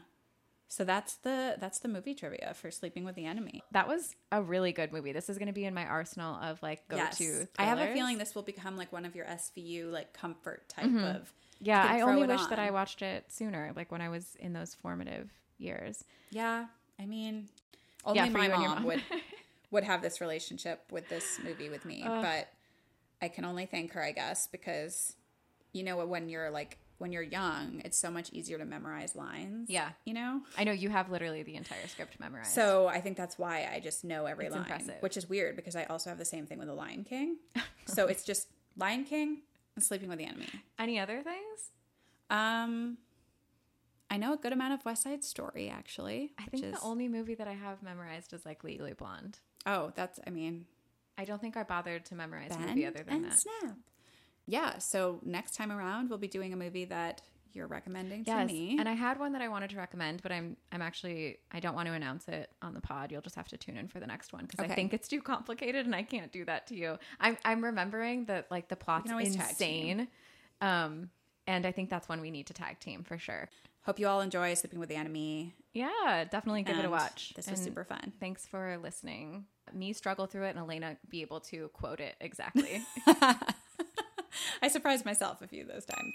Speaker 3: So that's the that's the movie trivia for sleeping with the enemy.
Speaker 1: that was a really good movie. This is going to be in my arsenal of like go to.
Speaker 3: I have a feeling this will become like one of your SVU like comfort type
Speaker 1: Mm-hmm.
Speaker 3: of
Speaker 1: Yeah,
Speaker 3: you can
Speaker 1: I
Speaker 3: throw
Speaker 1: only
Speaker 3: it
Speaker 1: wish that I
Speaker 3: on.
Speaker 1: watched it sooner, like when I was in those formative years.
Speaker 3: Yeah. I mean only
Speaker 1: for
Speaker 3: my
Speaker 1: you and your
Speaker 3: mom,
Speaker 1: mom.
Speaker 3: would would have this relationship with this movie with me. but I can only thank her, I guess, because you know when you're like when you're young, it's so much easier to memorize lines.
Speaker 1: Yeah.
Speaker 3: You know?
Speaker 1: I know you have literally the entire script memorized.
Speaker 3: So I think that's why I just know every
Speaker 1: It's
Speaker 3: line,
Speaker 1: impressive.
Speaker 3: which is weird because I also have the same thing with the Lion King. so it's just Lion King and Sleeping with the Enemy.
Speaker 1: any other things?
Speaker 3: Um, I know a good amount of West Side Story actually.
Speaker 1: I
Speaker 3: which
Speaker 1: think
Speaker 3: is,
Speaker 1: the only movie that I have memorized is like Legally Blonde.
Speaker 3: oh, that's I mean
Speaker 1: I don't think I bothered to memorize a
Speaker 3: bend
Speaker 1: movie other than
Speaker 3: and
Speaker 1: that.
Speaker 3: snap. Yeah. So next time around, we'll be doing a movie that you're recommending
Speaker 1: Yes,
Speaker 3: to me.
Speaker 1: and I had one that I wanted to recommend, but I'm I'm actually I don't want to announce it on the pod. You'll just have to tune in for the next one because
Speaker 3: Okay.
Speaker 1: I think it's too complicated and I can't do that to you. I'm I'm remembering that like the plot's
Speaker 3: always tag
Speaker 1: insane, um, and I think that's one we need to tag team for sure.
Speaker 3: Hope you all enjoy Sleeping with the Enemy.
Speaker 1: Yeah, definitely give it a
Speaker 3: and
Speaker 1: watch.
Speaker 3: This was
Speaker 1: And
Speaker 3: super fun.
Speaker 1: Thanks for listening. Me struggle through it and Elena be able to quote it exactly.
Speaker 3: I surprised myself a few of those times.